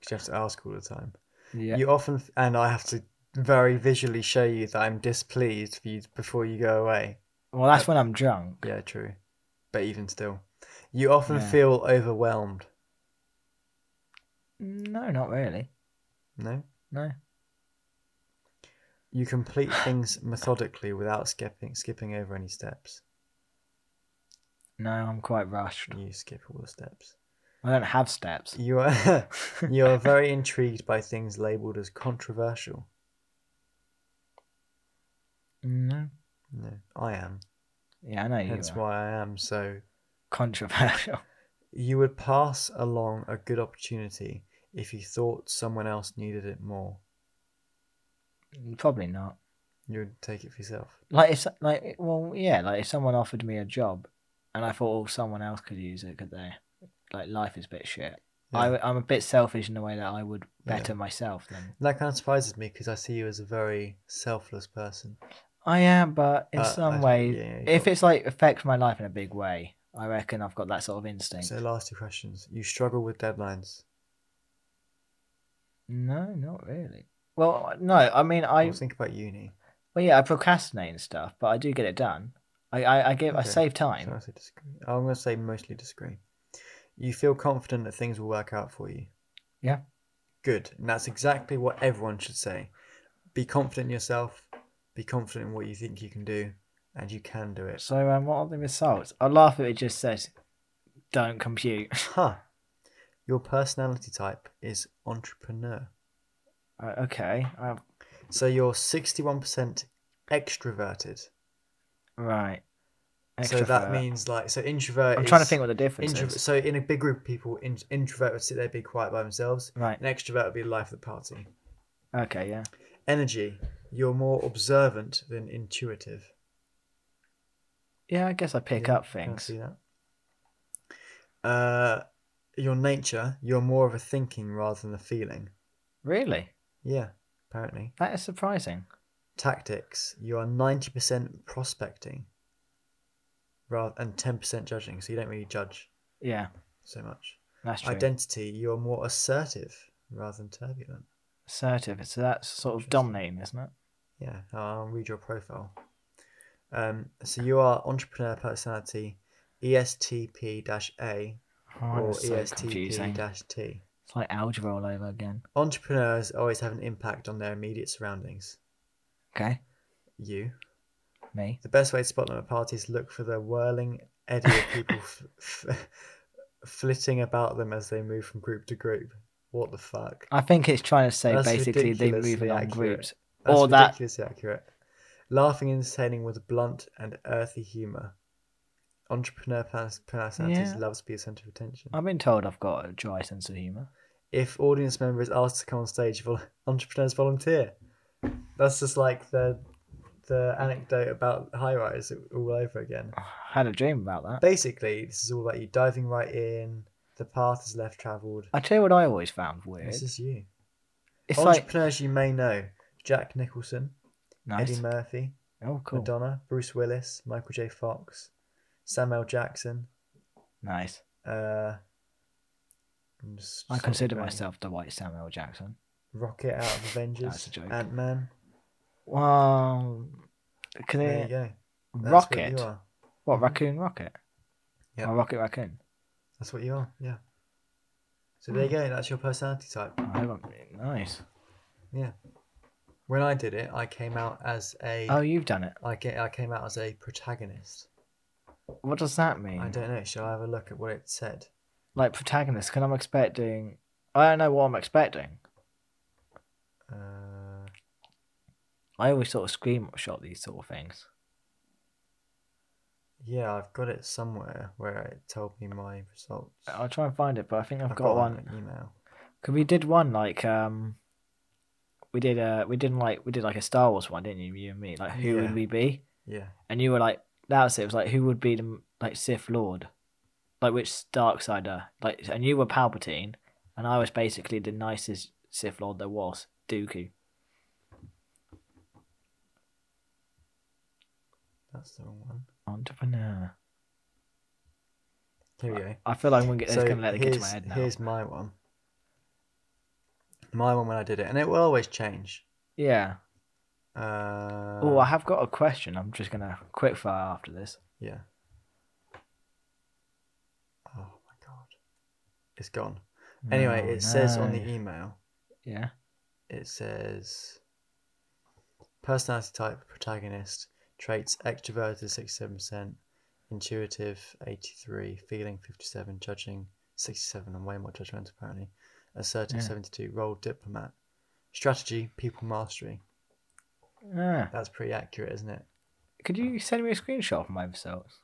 Speaker 1: 'Cause you have to ask all the time.
Speaker 2: Yeah.
Speaker 1: You often, f- and I have to very visually show you that I'm displeased for you before you go away.
Speaker 2: well, that's when I'm drunk.
Speaker 1: Yeah, true. But even still, you often
Speaker 2: Yeah.
Speaker 1: feel overwhelmed.
Speaker 2: No, not really.
Speaker 1: No?
Speaker 2: No.
Speaker 1: You complete things methodically without skipping skipping over any steps.
Speaker 2: No, I'm quite rushed.
Speaker 1: You skip all the steps.
Speaker 2: I don't have steps.
Speaker 1: You are <laughs> you are very intrigued by things labeled as controversial.
Speaker 2: <laughs> No.
Speaker 1: No, I am.
Speaker 2: Yeah, I know you.
Speaker 1: Hence
Speaker 2: are.
Speaker 1: why I am. So
Speaker 2: Controversial. <laughs>
Speaker 1: you would pass along a good opportunity if you thought someone else needed it more.
Speaker 2: Probably not.
Speaker 1: You would take it for yourself.
Speaker 2: Like if so- like well yeah like if someone offered me a job, and I thought oh someone else could use it could they? Like life is a bit shit.
Speaker 1: Yeah.
Speaker 2: I I'm a bit selfish in the way that I would
Speaker 1: Yeah.
Speaker 2: better myself than
Speaker 1: That kind of surprises me because I see you as a very selfless person.
Speaker 2: I am. But in
Speaker 1: Uh,
Speaker 2: some
Speaker 1: I-
Speaker 2: way,
Speaker 1: yeah, yeah,
Speaker 2: if
Speaker 1: got-
Speaker 2: it's like affects my life in a big way, I reckon I've got that sort of instinct.
Speaker 1: So last two questions. You struggle with deadlines.
Speaker 2: No, not really. Well, no, I mean I
Speaker 1: Well, think about uni.
Speaker 2: well yeah I procrastinate and stuff, but I do get it done. I I, I give I
Speaker 1: Okay.
Speaker 2: save
Speaker 1: So
Speaker 2: time.
Speaker 1: I say disagree. I'm going to say mostly disagree. You feel confident that things will work out for you.
Speaker 2: Yeah.
Speaker 1: Good. And that's exactly what everyone should say. Be confident in yourself, be confident in what you think you can do, and you can do
Speaker 2: <laughs>
Speaker 1: it.
Speaker 2: So um, what are the results? I laugh if it just says, "Don't compute."
Speaker 1: Huh. Your personality type is entrepreneur.
Speaker 2: Uh, okay, um,
Speaker 1: So you're 61% extroverted.
Speaker 2: Right.
Speaker 1: So that
Speaker 2: Extrovert.
Speaker 1: means like, so introvert
Speaker 2: I'm
Speaker 1: is-
Speaker 2: trying to think what the difference
Speaker 1: Intro-
Speaker 2: is.
Speaker 1: so in a big group of people, in- introvert would sit there, be quiet by themselves.
Speaker 2: Right.
Speaker 1: An extrovert would be the life of the party.
Speaker 2: Okay. Yeah.
Speaker 1: Energy, you're more observant than intuitive.
Speaker 2: Yeah. I guess I pick
Speaker 1: Yeah,
Speaker 2: up
Speaker 1: can I
Speaker 2: things.
Speaker 1: see that. Uh, your nature, you're more of a thinking rather than a feeling.
Speaker 2: Really?
Speaker 1: Yeah, apparently.
Speaker 2: That is surprising.
Speaker 1: Tactics, you are ninety percent prospecting, rather and ten percent judging. So you don't really judge
Speaker 2: Yeah.
Speaker 1: so much.
Speaker 2: That's true.
Speaker 1: Identity, you're more assertive rather than turbulent.
Speaker 2: Assertive. So that's sort of dominating, isn't it?
Speaker 1: Yeah, I'll read your profile. Um, so you are entrepreneur personality E ESTP A
Speaker 2: Oh,
Speaker 1: or E
Speaker 2: it's so confusing.
Speaker 1: ESTP T.
Speaker 2: It's like algebra all over again.
Speaker 1: Entrepreneurs always have an impact on their immediate surroundings.
Speaker 2: Okay.
Speaker 1: You.
Speaker 2: Me.
Speaker 1: The best way to spot them at parties look for the whirling eddy of
Speaker 2: <laughs>
Speaker 1: people f- f- flitting about them as they move from group to group. What the fuck?
Speaker 2: I think it's trying to say
Speaker 1: That's
Speaker 2: basically they
Speaker 1: ridiculously
Speaker 2: move in on
Speaker 1: accurate.
Speaker 2: groups.
Speaker 1: That's
Speaker 2: Or that-
Speaker 1: ridiculously accurate. Laughing and entertaining with blunt and earthy humour. Entrepreneur pers- personalities
Speaker 2: Yeah.
Speaker 1: loves to be a centre of attention.
Speaker 2: I've been told I've got a dry sense of humour.
Speaker 1: if audience member is asked to come on stage, vol- <laughs> entrepreneurs volunteer. That's just like the the anecdote about high rise all over again.
Speaker 2: <sighs> I had a dream about that.
Speaker 1: Basically, this is all about you diving right in. The path is left travelled.
Speaker 2: I tell you what I always found weird.
Speaker 1: This
Speaker 2: It's,
Speaker 1: is you.
Speaker 2: like
Speaker 1: entrepreneurs you may know: Jack Nicholson,
Speaker 2: nice.
Speaker 1: Eddie Murphy,
Speaker 2: Oh, cool.
Speaker 1: Madonna, Bruce Willis, Michael J. Fox, Samuel Jackson.
Speaker 2: Nice.
Speaker 1: Uh, I'm just
Speaker 2: I
Speaker 1: sort of
Speaker 2: consider
Speaker 1: going
Speaker 2: myself the white Samuel L. Jackson.
Speaker 1: Rocket out of
Speaker 2: That's
Speaker 1: Avengers,
Speaker 2: a joke.
Speaker 1: Ant Man.
Speaker 2: Wow. Can
Speaker 1: There you
Speaker 2: it,
Speaker 1: go. That's
Speaker 2: rocket?
Speaker 1: What you
Speaker 2: What,
Speaker 1: are. Mm-hmm.
Speaker 2: raccoon rocket?
Speaker 1: Yeah.
Speaker 2: Oh, rocket raccoon.
Speaker 1: That's what you are. Yeah. So
Speaker 2: Hmm.
Speaker 1: there you go. That's your personality type.
Speaker 2: Oh, I haven't. Nice.
Speaker 1: When I did it, I came out as a.
Speaker 2: Oh, you've done it.
Speaker 1: I ca- I came out as a protagonist.
Speaker 2: What does that mean?
Speaker 1: I don't know. Shall I have a look at what it said?
Speaker 2: Like protagonist? Can I'm expecting? I don't know what I'm expecting.
Speaker 1: Uh,
Speaker 2: I always sort of screenshot these sort of things.
Speaker 1: Yeah, I've got it somewhere where it told me my results.
Speaker 2: I'll try and find it, but I think I've, got,
Speaker 1: on
Speaker 2: one.
Speaker 1: an email.
Speaker 2: Cause we did one like um, we did uh we didn't like we did like a Star Wars one, didn't you? You and me, like who
Speaker 1: Yeah.
Speaker 2: would we be?
Speaker 1: Yeah,
Speaker 2: And you were like, that's it. It was like who would be the m- like Sith Lord, like which dark sider? Like and you were Palpatine, and I was basically the nicest Sith Lord there was, Dooku.
Speaker 1: that's the wrong one.
Speaker 2: Entrepreneur.
Speaker 1: Here we go.
Speaker 2: I feel like I'm gonna, get,
Speaker 1: So
Speaker 2: it's gonna let it get to my
Speaker 1: here's-
Speaker 2: head now.
Speaker 1: Here's my one. My one when I did it, and it will always change.
Speaker 2: Yeah.
Speaker 1: Uh,
Speaker 2: oh, I have got a question. I'm just gonna quick fire after this.
Speaker 1: yeah. Oh my god, it's gone. Anyway,
Speaker 2: No,
Speaker 1: it says on the
Speaker 2: Oh, no.
Speaker 1: email.
Speaker 2: yeah.
Speaker 1: It says personality type protagonist traits extroverted sixty seven percent, intuitive eighty three, feeling fifty seven, judging sixty seven, and way more judgmental apparently, assertive
Speaker 2: Yeah.
Speaker 1: seventy two, role diplomat, strategy people mastery.
Speaker 2: Ah.
Speaker 1: That's pretty accurate, isn't it?
Speaker 2: Could you send me a screenshot of my results?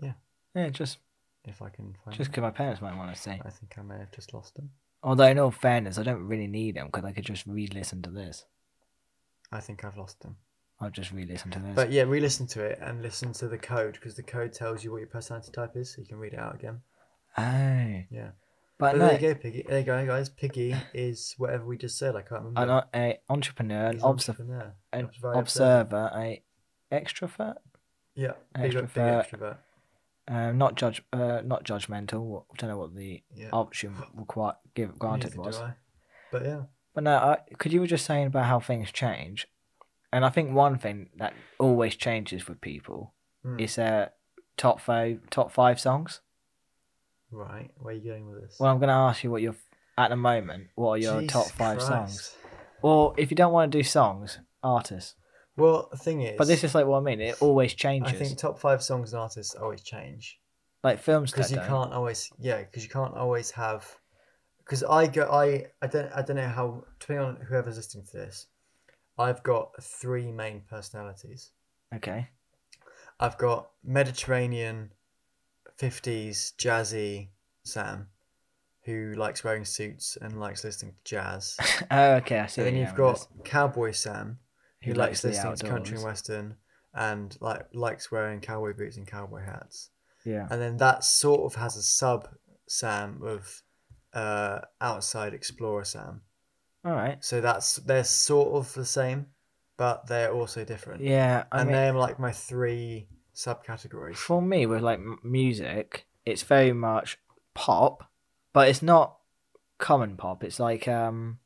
Speaker 1: Yeah.
Speaker 2: Yeah, just
Speaker 1: If I can find
Speaker 2: just
Speaker 1: it.
Speaker 2: because my parents might want to see.
Speaker 1: I think I may have just lost them.
Speaker 2: Although in all fairness, I don't really need them because I could just re-listen to this.
Speaker 1: I think I've lost them.
Speaker 2: I'll just re-listen to this.
Speaker 1: But yeah, re-listen to it and listen to the code because the code tells you what your personality type is, so you can read it out again.
Speaker 2: oh,
Speaker 1: Yeah. But
Speaker 2: but no,
Speaker 1: there you go, Piggy. There you go, guys. Piggy is whatever we just said. I can't remember.
Speaker 2: an o- a entrepreneur, an,
Speaker 1: He's
Speaker 2: obs-
Speaker 1: entrepreneur.
Speaker 2: an uh,
Speaker 1: Observer.
Speaker 2: observer, a extrovert,
Speaker 1: Yeah, big, big
Speaker 2: extrovert.
Speaker 1: extrovert.
Speaker 2: um, not judge, uh, not judgmental. I don't know what the
Speaker 1: Yeah.
Speaker 2: option required give granted
Speaker 1: Neither do
Speaker 2: was.
Speaker 1: I. But yeah,
Speaker 2: But no, I, could you were just saying about how things change, and I think one thing that always changes with people
Speaker 1: Mm.
Speaker 2: is their top five top five songs.
Speaker 1: right. Where are you going with this?
Speaker 2: Well, I'm going to ask you what your at the moment. What are your
Speaker 1: Jesus
Speaker 2: top five
Speaker 1: Christ.
Speaker 2: songs? Or if you don't want to do songs, artists.
Speaker 1: Well, the thing is,
Speaker 2: But this is like what I mean. It always changes.
Speaker 1: I think top five songs and artists always change
Speaker 2: like films
Speaker 1: because
Speaker 2: that
Speaker 1: you
Speaker 2: don't.
Speaker 1: can't always. Yeah, because you can't always have. Because I go, I, I don't, I don't know how. Depending on whoever's listening to this, I've got three main personalities.
Speaker 2: Okay. <laughs>
Speaker 1: I've got Mediterranean, fifties jazzy Sam, who likes wearing suits and likes listening to
Speaker 2: <laughs>
Speaker 1: jazz.
Speaker 2: Oh, okay. I see.
Speaker 1: and then
Speaker 2: what you
Speaker 1: you've
Speaker 2: mean
Speaker 1: got
Speaker 2: with this.
Speaker 1: cowboy Sam, who, likes,
Speaker 2: the
Speaker 1: listening to country
Speaker 2: outdoors.
Speaker 1: and western, and like likes wearing cowboy boots and cowboy hats.
Speaker 2: Yeah.
Speaker 1: And then that sort of has a sub Sam of uh, outside explorer Sam.
Speaker 2: All right.
Speaker 1: So that's they're sort of the same, but they're also different.
Speaker 2: Yeah. I
Speaker 1: and
Speaker 2: mean,
Speaker 1: they're like my three subcategories.
Speaker 2: for me with like m- music, it's very much pop, but it's not common pop. It's like um,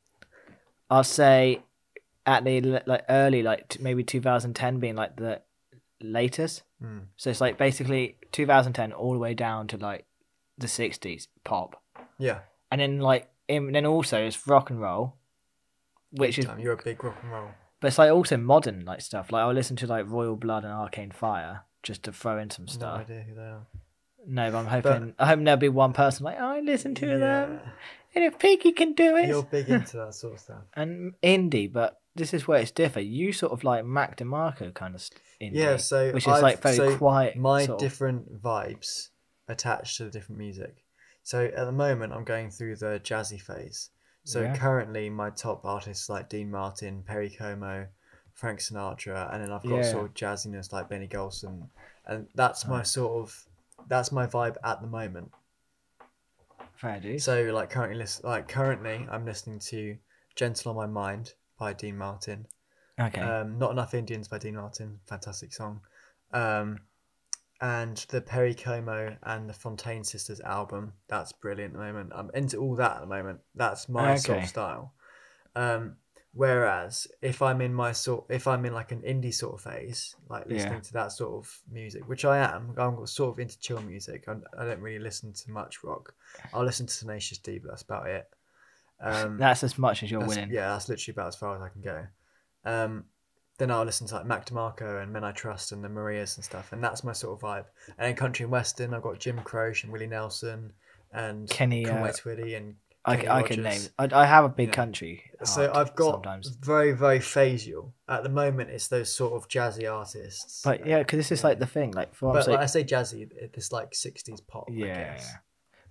Speaker 2: I'll say at the l- like early like t- maybe 2010 being like the latest.
Speaker 1: Mm.
Speaker 2: So it's like basically 2010 all the way down to like the 60s pop,
Speaker 1: Yeah.
Speaker 2: and then like in, then also it's rock and roll, which is
Speaker 1: Damn, you're a big rock and roll.
Speaker 2: but it's like also modern like stuff. Like I listen to like Royal Blood and Arcane Fire just to throw in some
Speaker 1: No
Speaker 2: stuff.
Speaker 1: idea who they are.
Speaker 2: No, but I'm hoping I hope there'll be one person like I listen to them, and if Piggy can do
Speaker 1: Yeah,
Speaker 2: it,
Speaker 1: You're big into that sort of stuff.
Speaker 2: and indie. But this is where it's different. You sort of like Mac DeMarco kind of st- indie,
Speaker 1: Yeah, so
Speaker 2: which is
Speaker 1: I've-
Speaker 2: like very
Speaker 1: so
Speaker 2: quiet.
Speaker 1: my
Speaker 2: sort of-
Speaker 1: different vibes attached to the different music. So at the moment, I'm going through the jazzy phase. So
Speaker 2: Yeah.
Speaker 1: currently, my top artists like Dean Martin, Perry Como, Frank Sinatra, and then I've got
Speaker 2: Yeah.
Speaker 1: sort of jazziness like Benny Golson, and that's my sort of that's my vibe at the moment.
Speaker 2: fair dues.
Speaker 1: So like currently, lis- like currently, I'm listening to "Gentle on My Mind" by Dean Martin.
Speaker 2: okay,
Speaker 1: Um, Not Enough Indians by Dean Martin, fantastic song. Um, and the Perry Como and the Fontaine Sisters album, that's brilliant at the moment. I'm into all that at the moment. That's my sort
Speaker 2: Okay.
Speaker 1: of style. Um, whereas if I'm in my sort, if I'm in like an indie sort of phase, like
Speaker 2: Yeah.
Speaker 1: listening to that sort of music, which I am, I'm sort of into chill music. I'm, I don't really listen to much rock. I'll listen to Tenacious D, but that's about it. Um,
Speaker 2: that's as much as you're
Speaker 1: that's-
Speaker 2: willing.
Speaker 1: Yeah, that's literally about as far as I can go. Um, then I'll listen to like Mac DeMarco and Men I Trust and the Marias and stuff, and that's my sort of vibe. And in country and western, I've got Jim Croce and Willie Nelson and
Speaker 2: Kenny, uh,
Speaker 1: Conway Twitty and
Speaker 2: I,
Speaker 1: Kenny
Speaker 2: c- I can name.
Speaker 1: Rogers.
Speaker 2: I, I have a big
Speaker 1: Yeah.
Speaker 2: country.
Speaker 1: So
Speaker 2: heart
Speaker 1: I've got
Speaker 2: sometimes.
Speaker 1: very, very phasal. At the moment, it's those sort of jazzy artists. Um,
Speaker 2: But yeah, because this is like the thing. Like for what I'm
Speaker 1: But
Speaker 2: saying, Oh,
Speaker 1: like, I say jazzy, it's like 60s pop, I
Speaker 2: yeah.
Speaker 1: guess.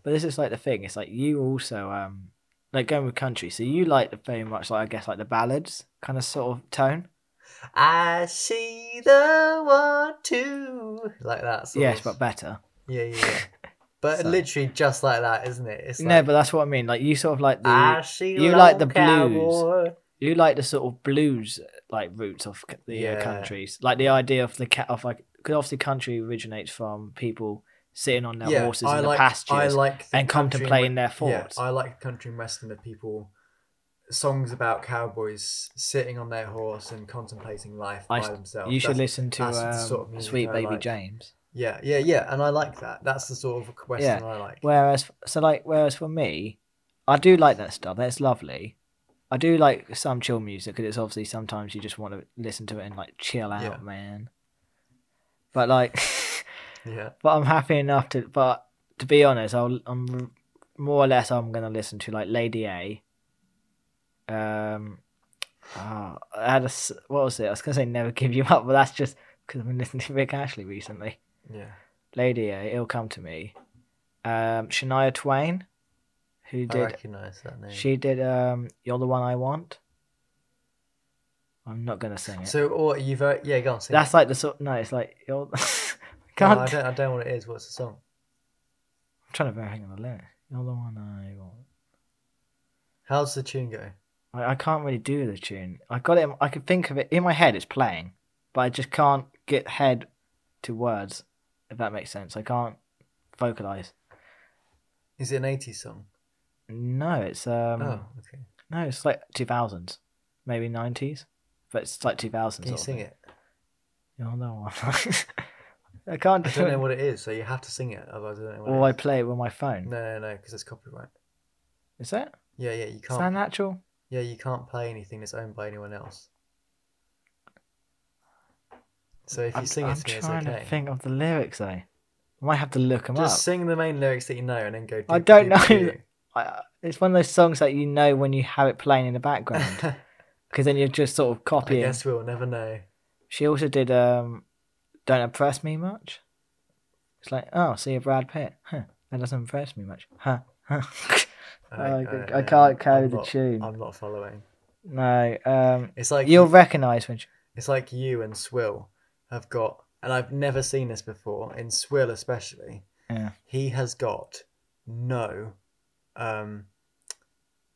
Speaker 2: But this is like the thing. It's like you also um like going with country. So you like very much like I guess like the ballads kind of sort of tone.
Speaker 1: I see the one, two. Like that. Sort
Speaker 2: yes,
Speaker 1: of.
Speaker 2: but better.
Speaker 1: Yeah, yeah, yeah. But
Speaker 2: So-
Speaker 1: literally just like that, isn't it? It's
Speaker 2: no,
Speaker 1: like, "Ah,
Speaker 2: but that's what I mean. Like you sort of like the
Speaker 1: I see
Speaker 2: you like the
Speaker 1: lone
Speaker 2: blues.
Speaker 1: cowboy.
Speaker 2: you like the sort of blues like roots of c- the
Speaker 1: Yeah.
Speaker 2: uh, countries, like the idea of the cat of like because obviously country originates from people sitting on their horses in the pastures
Speaker 1: I like the
Speaker 2: and
Speaker 1: country
Speaker 2: contemplating their
Speaker 1: we- Yeah,
Speaker 2: thoughts.
Speaker 1: I like country and western of people. Songs about cowboys sitting on their horse and contemplating life
Speaker 2: I
Speaker 1: by
Speaker 2: s-
Speaker 1: themselves.
Speaker 2: you should
Speaker 1: That's-
Speaker 2: listen to
Speaker 1: that's the
Speaker 2: um,
Speaker 1: sort of music
Speaker 2: Sweet
Speaker 1: I
Speaker 2: Baby
Speaker 1: like.
Speaker 2: James.
Speaker 1: Yeah, yeah, yeah, and I like that. That's the sort of western I like.
Speaker 2: Whereas, so like, whereas for me, I do like that stuff. That's lovely. I do like some chill music because it's obviously sometimes you just want to listen to it and like chill out,
Speaker 1: Yeah.
Speaker 2: man. But like, <laughs>
Speaker 1: yeah,
Speaker 2: but I'm happy enough to. But to be honest, I'll, I'm more or less I'm gonna listen to like Lady A. Um, ah, I had a s- what was it? I was gonna say Never Give You Up, but that's just because I've been listening to Rick Ashley recently.
Speaker 1: yeah.
Speaker 2: Lady A, it'll come to me. Um, Shania Twain, who
Speaker 1: I
Speaker 2: did
Speaker 1: recognise that name.
Speaker 2: she did um, "You're the One I Want." I'm not gonna sing it.
Speaker 1: So, or you've uh, yeah, go on. Sing.
Speaker 2: That's like the sort. No, it's like you're. <laughs>
Speaker 1: No,
Speaker 2: I can't.
Speaker 1: I don't. I don't know what it is. What's the song?
Speaker 2: I'm trying to remember hang on the lyrics. You're the one I want.
Speaker 1: How's the tune go?
Speaker 2: I, I can't really do the tune. I got it. in- I can think of it in my head. It's playing, but I just can't get head to words. If that makes sense, I can't vocalize.
Speaker 1: Is it an '80s song?
Speaker 2: No, it's um.
Speaker 1: oh, okay.
Speaker 2: No, it's like 2000s, maybe 90s, but it's like 2000s.
Speaker 1: Can you sing it?
Speaker 2: Oh, <laughs> no, I can't
Speaker 1: I
Speaker 2: do
Speaker 1: don't know
Speaker 2: it.
Speaker 1: what it is, so you have to sing it. Otherwise, I don't know. What
Speaker 2: Or I
Speaker 1: it is.
Speaker 2: play it with my phone.
Speaker 1: No, no, no, because it's copyright.
Speaker 2: Is that?
Speaker 1: Yeah, yeah, you
Speaker 2: Is
Speaker 1: can't.
Speaker 2: that natural?
Speaker 1: Yeah, you can't play anything that's owned by anyone else. So if you
Speaker 2: I'm,
Speaker 1: sing
Speaker 2: I'm
Speaker 1: it to me, it's
Speaker 2: trying
Speaker 1: okay.
Speaker 2: to think of the lyrics, though. I might have to look them
Speaker 1: Just
Speaker 2: up.
Speaker 1: sing the main lyrics that you know, and then go.
Speaker 2: I
Speaker 1: do-
Speaker 2: don't
Speaker 1: do-
Speaker 2: know.
Speaker 1: do.
Speaker 2: I, uh, it's one of those songs that you know when you have it playing in
Speaker 1: <laughs>
Speaker 2: the background, because then you're just sort of
Speaker 1: I
Speaker 2: copying.
Speaker 1: guess we'll never know.
Speaker 2: She also did um, "Don't Impress Me Much." It's like, oh, see a Brad Pitt. Huh, that doesn't impress me much. Huh. huh. <laughs> I- I can't carry
Speaker 1: I'm
Speaker 2: the
Speaker 1: not-
Speaker 2: tune.
Speaker 1: I'm not following.
Speaker 2: no, um,
Speaker 1: It's like
Speaker 2: you'll recognise when. She,
Speaker 1: It's like you and Swill have got, and I've never seen this before, in Swill especially,
Speaker 2: Yeah.
Speaker 1: he has got no, um,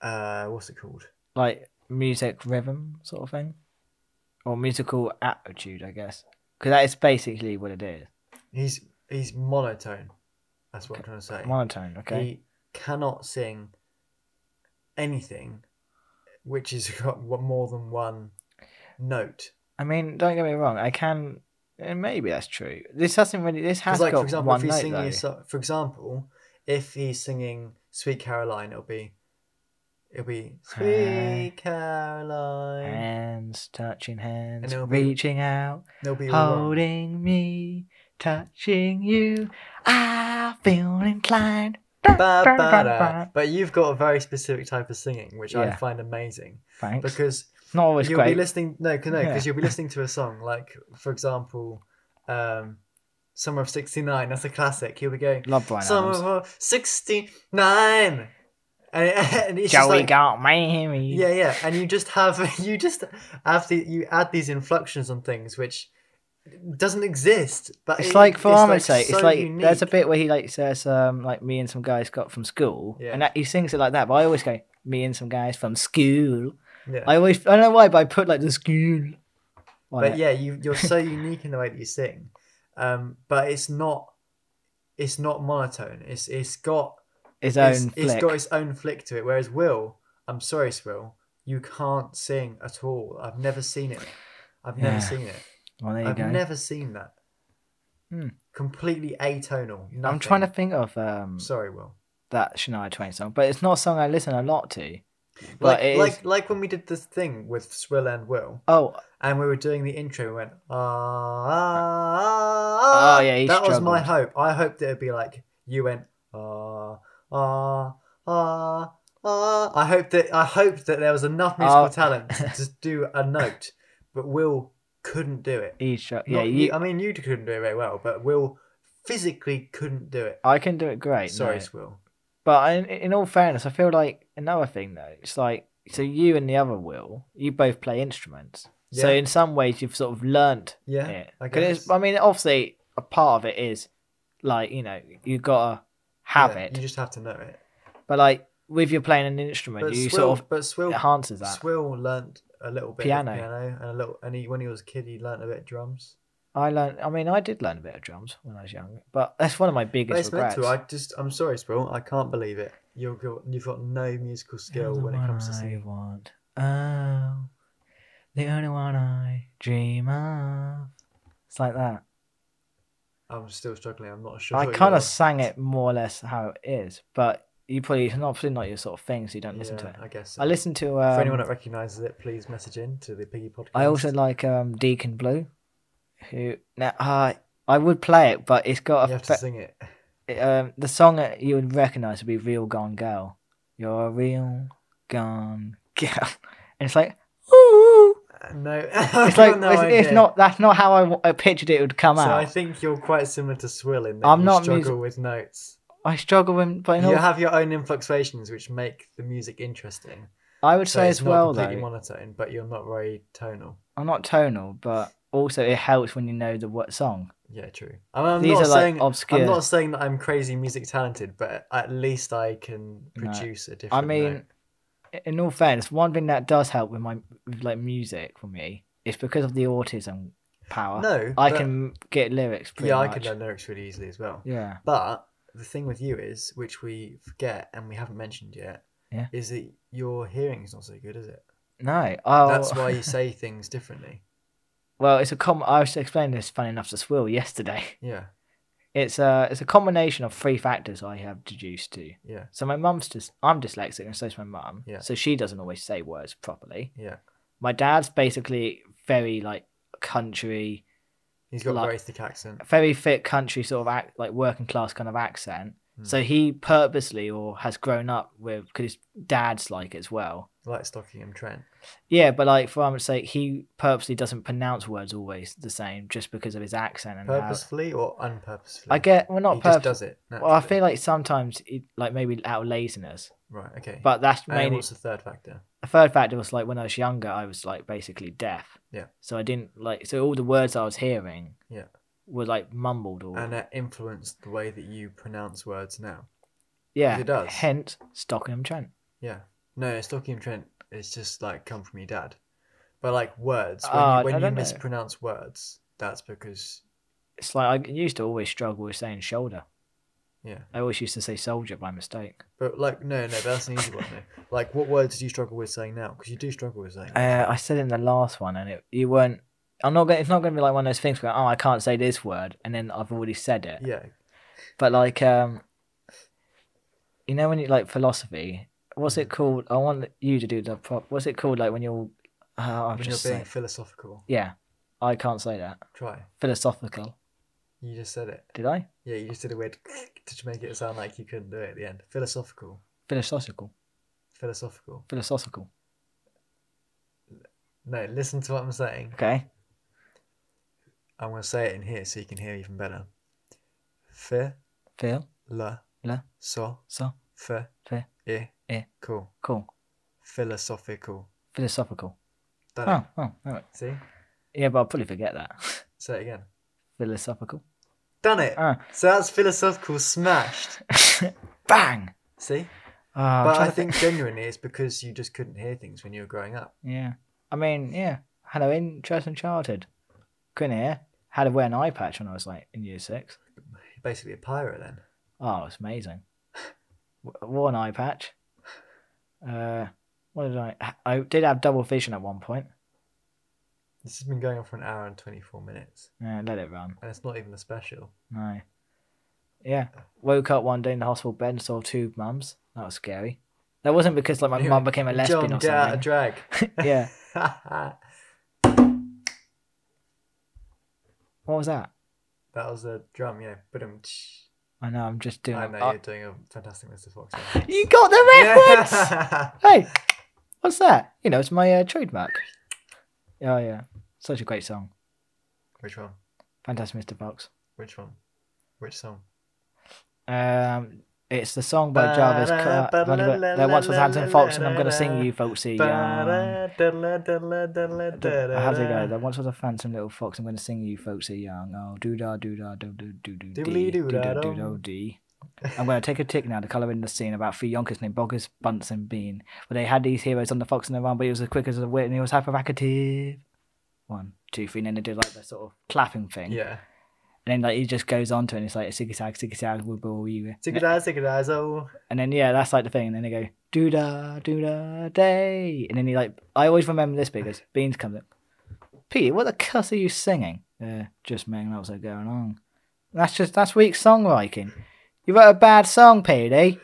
Speaker 1: uh, what's it called?
Speaker 2: like music rhythm sort of thing, or musical attitude, I guess, because that is basically what it is.
Speaker 1: He's he's monotone. That's what I'm trying to say.
Speaker 2: Monotone, okay.
Speaker 1: He cannot sing anything which has <laughs> got wa- more than one note.
Speaker 2: I mean, don't get me wrong. I can, and maybe that's true. This hasn't really. This has
Speaker 1: Because, like
Speaker 2: got
Speaker 1: for example,
Speaker 2: one
Speaker 1: if he's
Speaker 2: note
Speaker 1: singing,
Speaker 2: though.
Speaker 1: a so- for example, if he's singing "Sweet Caroline," it'll be, it'll be "Sweet Caroline."
Speaker 2: Hands touching hands,
Speaker 1: it'll be-
Speaker 2: reaching out,
Speaker 1: It'll be all wrong.
Speaker 2: holding me, touching you. I feel inclined. Ba,
Speaker 1: Ba,
Speaker 2: ba,
Speaker 1: ba,
Speaker 2: ba,
Speaker 1: da.
Speaker 2: ba.
Speaker 1: But you've got a very specific type of singing, which I
Speaker 2: Yeah.
Speaker 1: find amazing
Speaker 2: Thanks.
Speaker 1: because
Speaker 2: It's not always
Speaker 1: you'll
Speaker 2: great.
Speaker 1: be listening. No, because no, 'cause
Speaker 2: Yeah.
Speaker 1: you'll
Speaker 2: <laughs>
Speaker 1: be listening to a song like, for example, um, "Summer of '69." That's a classic. You'll be going
Speaker 2: Love Brian
Speaker 1: "Summer
Speaker 2: Adams.
Speaker 1: of '69," and, <laughs> and it's just
Speaker 2: Joey
Speaker 1: like,
Speaker 2: got married.
Speaker 1: Yeah, yeah, and you just have <laughs> you just have the you add these inflections on things which doesn't exist. But
Speaker 2: It's
Speaker 1: it-
Speaker 2: like for
Speaker 1: like,
Speaker 2: Armand's sake.
Speaker 1: so
Speaker 2: it's like there's a
Speaker 1: unique.
Speaker 2: bit where he like says, um, like me and some guys got from school,
Speaker 1: Yeah.
Speaker 2: and that, he sings it like that. But I always go, me and some guys from school.
Speaker 1: Yeah.
Speaker 2: I always, I don't know why, but I put like the school. On
Speaker 1: but
Speaker 2: it.
Speaker 1: yeah, you you're so unique in the way that you sing, um, but it's not it's not monotone. It's it's got
Speaker 2: his own
Speaker 1: it's,
Speaker 2: flick.
Speaker 1: it's got its own flick to it. Whereas Will, I'm sorry, Will, you can't sing at all. I've never seen it. I've
Speaker 2: Yeah.
Speaker 1: never seen it.
Speaker 2: well, there you
Speaker 1: I've
Speaker 2: go.
Speaker 1: never seen that.
Speaker 2: Hmm.
Speaker 1: Completely atonal.
Speaker 2: I'm
Speaker 1: nothing.
Speaker 2: trying to think of um
Speaker 1: Sorry, Will.
Speaker 2: that Shania Twain song, but it's not a song I listen a lot to. But
Speaker 1: like
Speaker 2: it is.
Speaker 1: like like when we did this thing with Swill and Will,
Speaker 2: Oh,
Speaker 1: and we were doing the intro. We went ah ah
Speaker 2: Oh, yeah, he
Speaker 1: that was my
Speaker 2: struggled.
Speaker 1: hope. I hoped it would be like you went ah ah ah Ah, I hope that I hope that there was enough musical
Speaker 2: Oh.
Speaker 1: talent
Speaker 2: <laughs>
Speaker 1: to just do a note, but Will couldn't do it.
Speaker 2: E sharp.
Speaker 1: Not
Speaker 2: Yeah,
Speaker 1: you,
Speaker 2: you,
Speaker 1: I mean, you couldn't do it very well, but Will physically couldn't do it.
Speaker 2: I can do it great.
Speaker 1: Sorry,
Speaker 2: no.
Speaker 1: Will.
Speaker 2: But I, in all fairness, I feel like another thing though. It's like so you and the other Will, you both play instruments. So
Speaker 1: Yeah.
Speaker 2: in some ways, you've sort of learnt
Speaker 1: Yeah,
Speaker 2: it.
Speaker 1: I
Speaker 2: 'Cause it's- um,
Speaker 1: guess.
Speaker 2: I mean, obviously, a part of it is like you know you gotta have
Speaker 1: Yeah,
Speaker 2: it,
Speaker 1: You just have to know it.
Speaker 2: but like with you playing an instrument,
Speaker 1: But
Speaker 2: you
Speaker 1: Swill,
Speaker 2: sort of
Speaker 1: but Swill,
Speaker 2: enhances that.
Speaker 1: Swill learnt a little bit
Speaker 2: Piano.
Speaker 1: of piano and a little, and he, when he was a kid, he learnt a bit of drums.
Speaker 2: I learned. I mean, I did learn a bit of drums when I was young, but that's one of my
Speaker 1: But
Speaker 2: biggest
Speaker 1: it's meant to.
Speaker 2: regrets.
Speaker 1: I just, I'm sorry, Swill. I can't believe it. You've got, you've got no musical
Speaker 2: The
Speaker 1: skill
Speaker 2: only
Speaker 1: when it
Speaker 2: one
Speaker 1: comes to
Speaker 2: I
Speaker 1: singing.
Speaker 2: want. Oh, the only one I dream of. It's like that.
Speaker 1: I'm still struggling. I'm not sure.
Speaker 2: I
Speaker 1: what
Speaker 2: kind
Speaker 1: you're-
Speaker 2: of sang it more or less how it is, but you probably it's not probably not your sort of thing, so you don't listen to
Speaker 1: Yeah,
Speaker 2: it.
Speaker 1: I guess. So.
Speaker 2: I listen to. Um,
Speaker 1: For anyone that recognises it, please message in to the Piggy Podcast.
Speaker 2: I also like um, Deacon Blue, who now uh, I would play it, but it's got
Speaker 1: you
Speaker 2: a
Speaker 1: have to
Speaker 2: fe-
Speaker 1: sing it. <laughs>
Speaker 2: um, the song that you would recognise would be "Real Gone Girl." You're a real gone <laughs> girl, and it's like, ooh,
Speaker 1: No, <laughs>
Speaker 2: it's like it's, it's not. That's not how I, w- I pictured it would come
Speaker 1: So
Speaker 2: out.
Speaker 1: I think you're quite similar to Swill in that
Speaker 2: I'm
Speaker 1: you
Speaker 2: not
Speaker 1: struggle
Speaker 2: music-
Speaker 1: with notes.
Speaker 2: I struggle when playing.
Speaker 1: You
Speaker 2: all-
Speaker 1: have your own influxations, which make the music interesting.
Speaker 2: I would
Speaker 1: So
Speaker 2: say
Speaker 1: it's
Speaker 2: as well
Speaker 1: not completely
Speaker 2: though.
Speaker 1: monotone, but you're not very tonal.
Speaker 2: I'm not tonal, but also it helps when you know the what song.
Speaker 1: Yeah, true. And I'm
Speaker 2: These
Speaker 1: not
Speaker 2: are
Speaker 1: saying
Speaker 2: like obscure.
Speaker 1: I'm not saying that I'm crazy music talented, but at least I can
Speaker 2: No.
Speaker 1: produce a
Speaker 2: I
Speaker 1: different.
Speaker 2: mean, in all fairness, one thing that does help with my with like music for me is because of the autism power.
Speaker 1: note. no,
Speaker 2: I
Speaker 1: but-
Speaker 2: can get lyrics. Pretty
Speaker 1: Yeah, I
Speaker 2: much.
Speaker 1: could learn lyrics really easily as well.
Speaker 2: Yeah,
Speaker 1: But the thing with you is, which we forget and we haven't mentioned yet,
Speaker 2: Yeah.
Speaker 1: is that your hearing's not so good, is it?
Speaker 2: no. Oh,
Speaker 1: That's why
Speaker 2: <laughs>
Speaker 1: you say things differently.
Speaker 2: well, it's a com. I was explaining this funny enough to Swill yesterday. <laughs>
Speaker 1: Yeah,
Speaker 2: It's a it's a combination of three factors I have deduced to.
Speaker 1: yeah,
Speaker 2: So my mum's just I'm dyslexic and so's my mum.
Speaker 1: Yeah.
Speaker 2: So she doesn't always say words properly.
Speaker 1: yeah.
Speaker 2: My dad's basically very like country,
Speaker 1: He's got
Speaker 2: Like-
Speaker 1: a very thick accent.
Speaker 2: very fit country sort of act like working class kind of accent.
Speaker 1: Hmm.
Speaker 2: So he purposely or has grown up with because his dad's like it as well.
Speaker 1: like Stockingham Trent.
Speaker 2: Yeah, but like for argument's sake, he purposely doesn't pronounce words always the same just because of his accent and how,
Speaker 1: Purposefully or unpurposefully?
Speaker 2: I get well
Speaker 1: he
Speaker 2: not
Speaker 1: just
Speaker 2: purpose.
Speaker 1: does it.
Speaker 2: Well, I
Speaker 1: naturally.
Speaker 2: feel like sometimes it, like maybe out of laziness,
Speaker 1: right. Okay.
Speaker 2: but that's
Speaker 1: and then
Speaker 2: mainly
Speaker 1: what's the third factor?
Speaker 2: a third factor was like when I was younger, I was like basically deaf.
Speaker 1: Yeah.
Speaker 2: So I didn't like so all the words I was hearing.
Speaker 1: Yeah.
Speaker 2: Were like mumbled or
Speaker 1: And that influenced the way that you pronounce words now.
Speaker 2: yeah.
Speaker 1: it does.
Speaker 2: Hence Stockholm Trent.
Speaker 1: Yeah. No, Stockingham Trent is just like come from your dad, but like words when
Speaker 2: Ah,
Speaker 1: you, when
Speaker 2: I
Speaker 1: you
Speaker 2: don't know.
Speaker 1: mispronounce words, that's because
Speaker 2: It's like I used to always struggle with saying shoulder.
Speaker 1: yeah.
Speaker 2: I always used to say soldier by mistake.
Speaker 1: But like no, no, but that's an easy one. Though. Like what words do you struggle with saying now? Because you do struggle with saying.
Speaker 2: Uh, I said it in the last one, and it you weren't. I'm not going. It's not going to be like one of those things where oh I can't say this word, and then I've already said it.
Speaker 1: yeah.
Speaker 2: But like um, you know when you like philosophy, what's
Speaker 1: Mm.
Speaker 2: it called? I want you to do the prop. What's it called? Like when you're. Oh, I'm
Speaker 1: When you're
Speaker 2: just
Speaker 1: being
Speaker 2: saying.
Speaker 1: philosophical,
Speaker 2: Yeah, I can't say that.
Speaker 1: try.
Speaker 2: Philosophical.
Speaker 1: You just said it.
Speaker 2: Did I?
Speaker 1: Yeah, you just did a weird <laughs> to make it sound like you couldn't do it at the end. Philosophical.
Speaker 2: Philosophical.
Speaker 1: Philosophical.
Speaker 2: Philosophical.
Speaker 1: No, listen to what I'm saying.
Speaker 2: Okay.
Speaker 1: I'm going to say it in here so you can hear even better.
Speaker 2: Phil. Le.
Speaker 1: Philosophical.
Speaker 2: So. Fe. E.
Speaker 1: Cool.
Speaker 2: Cool.
Speaker 1: Philosophical.
Speaker 2: Philosophical.
Speaker 1: Done
Speaker 2: Oh. Oh. All right.
Speaker 1: it. See?
Speaker 2: Yeah, but I'll probably forget that. <laughs>
Speaker 1: Say it again.
Speaker 2: Philosophical.
Speaker 1: Done it.
Speaker 2: Ah. <laughs>
Speaker 1: So that's philosophical smashed.
Speaker 2: Bang.
Speaker 1: See?
Speaker 2: Oh, I'm
Speaker 1: but
Speaker 2: trying
Speaker 1: I
Speaker 2: to <laughs>
Speaker 1: think genuinely it's because you just couldn't hear things when you were growing up.
Speaker 2: Yeah. I mean, yeah. Had an interesting childhood. Couldn't hear. Had to wear an eye patch when I was like in year six.
Speaker 1: You're basically a pirate then.
Speaker 2: Oh, it's amazing. W- Wore an eye patch. Uh, what did I? I did have double vision at one point.
Speaker 1: This has been going on for an hour and 24 minutes.
Speaker 2: Yeah, let it run.
Speaker 1: And it's not even a special.
Speaker 2: No. Yeah. Woke up one day in the hospital bed and saw two mums. That was scary. That wasn't because like my
Speaker 1: Anyway,
Speaker 2: mum became a lesbian
Speaker 1: John,
Speaker 2: or
Speaker 1: get out of drag.
Speaker 2: something. <laughs>
Speaker 1: <laughs>
Speaker 2: yeah. What was that?
Speaker 1: That was a drum, yeah. But um,
Speaker 2: I know. I'm just doing.
Speaker 1: I
Speaker 2: it.
Speaker 1: know
Speaker 2: Uh,
Speaker 1: you're doing a fantastic Mr.
Speaker 2: <laughs>
Speaker 1: Fox.
Speaker 2: you got the reference.
Speaker 1: Yeah.
Speaker 2: hey, what's that? You know, it's my uh, trademark. Oh yeah, such a great song.
Speaker 1: <laughs> Which one?
Speaker 2: Fantastic Mr. Fox.
Speaker 1: Which one? Which song?
Speaker 2: Um, it's the song by Jarvis. Cocker. There once was Hampton Fox, and I'm gonna sing you, folksy. Um, How's it go? There once was a phantom little fox. I'm going to sing you folks a young. Oh, doo da doo da doo doo doo doo dee,
Speaker 1: Doodly
Speaker 2: doo da doo
Speaker 1: doo-da-dum.
Speaker 2: doo dee. I'm going to take a tick now to colour in the scene about three yonkers named Bogus, Bunce, and Bean. But they had these heroes on the fox and the run, but he was as quick as a wit and he was hyperactive. One, two, three, and then they did like the sort of clapping thing.
Speaker 1: Yeah.
Speaker 2: And then like he just goes on to it and it's like a ziggy sag, ziggy sag, wibble, wee.
Speaker 1: Tickadazo, tickadazo.
Speaker 2: And then yeah, that's like the thing. And then they go doo da doo da day. And then he like, I always remember this because Beans comes up. Pete, what the cuss are you singing? Yeah, just man, that was going on. That's just that's weak songwriting. You wrote a bad song, Petey.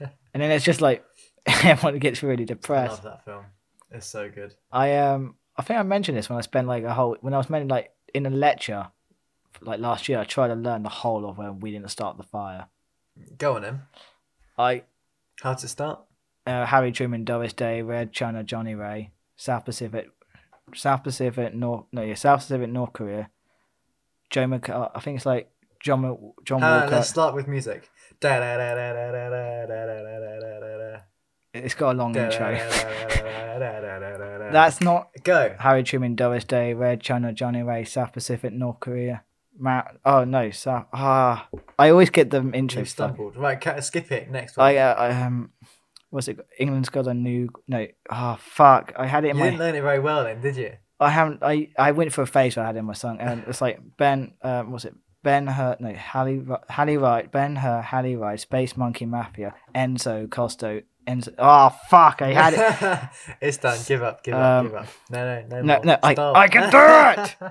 Speaker 2: and then it's just like <laughs> everyone gets really
Speaker 1: I
Speaker 2: depressed.
Speaker 1: love that film. It's so good.
Speaker 2: I um I think I mentioned this when I spent like a whole when I was meant like in a lecture like last year. I tried to learn the whole of when we didn't start the fire.
Speaker 1: Go on, him.
Speaker 2: I
Speaker 1: How does it start?
Speaker 2: uh, Harry Truman, Doris Day, Red China, Johnny Ray, South Pacific, South Pacific North, no, yeah, South Pacific North Korea, Joe Mc, uh, I think it's like John Mc- John
Speaker 1: Ah,
Speaker 2: Walker.
Speaker 1: let's start with music. Da-da-da-da-da-da-da-da-da-da-da-da.
Speaker 2: It's got a long intro.
Speaker 1: Da-da-da-da-da-da-da-da-da-da.
Speaker 2: That's not
Speaker 1: Go.
Speaker 2: Harry Truman, Doris Day, Red China, Johnny Ray, South Pacific North Korea. Matt, oh no, South. Ah, I always get them intro.
Speaker 1: You stumbled. Right, ca- skip it. Next one.
Speaker 2: I, uh, I um, what's it? England's got a new no. Ah, fuck! I had it in
Speaker 1: you
Speaker 2: my
Speaker 1: didn't learn it very well then, did you?
Speaker 2: I haven't. I, I went for a phase where I had in my song, and it's like Ben. Um, what's it? Ben Hur. No, Hallie. Ri- Hallie Wright. Ben Hur. Hallie Wright. Space Monkey Mafia. Enzo Costo. Enzo. Oh fuck!
Speaker 1: <laughs>
Speaker 2: I had it.
Speaker 1: it's done. Give up. Give up.
Speaker 2: Um,
Speaker 1: Give up. No, no, no.
Speaker 2: no,
Speaker 1: more.
Speaker 2: no, I-
Speaker 1: Stop.
Speaker 2: I can
Speaker 1: <laughs>
Speaker 2: do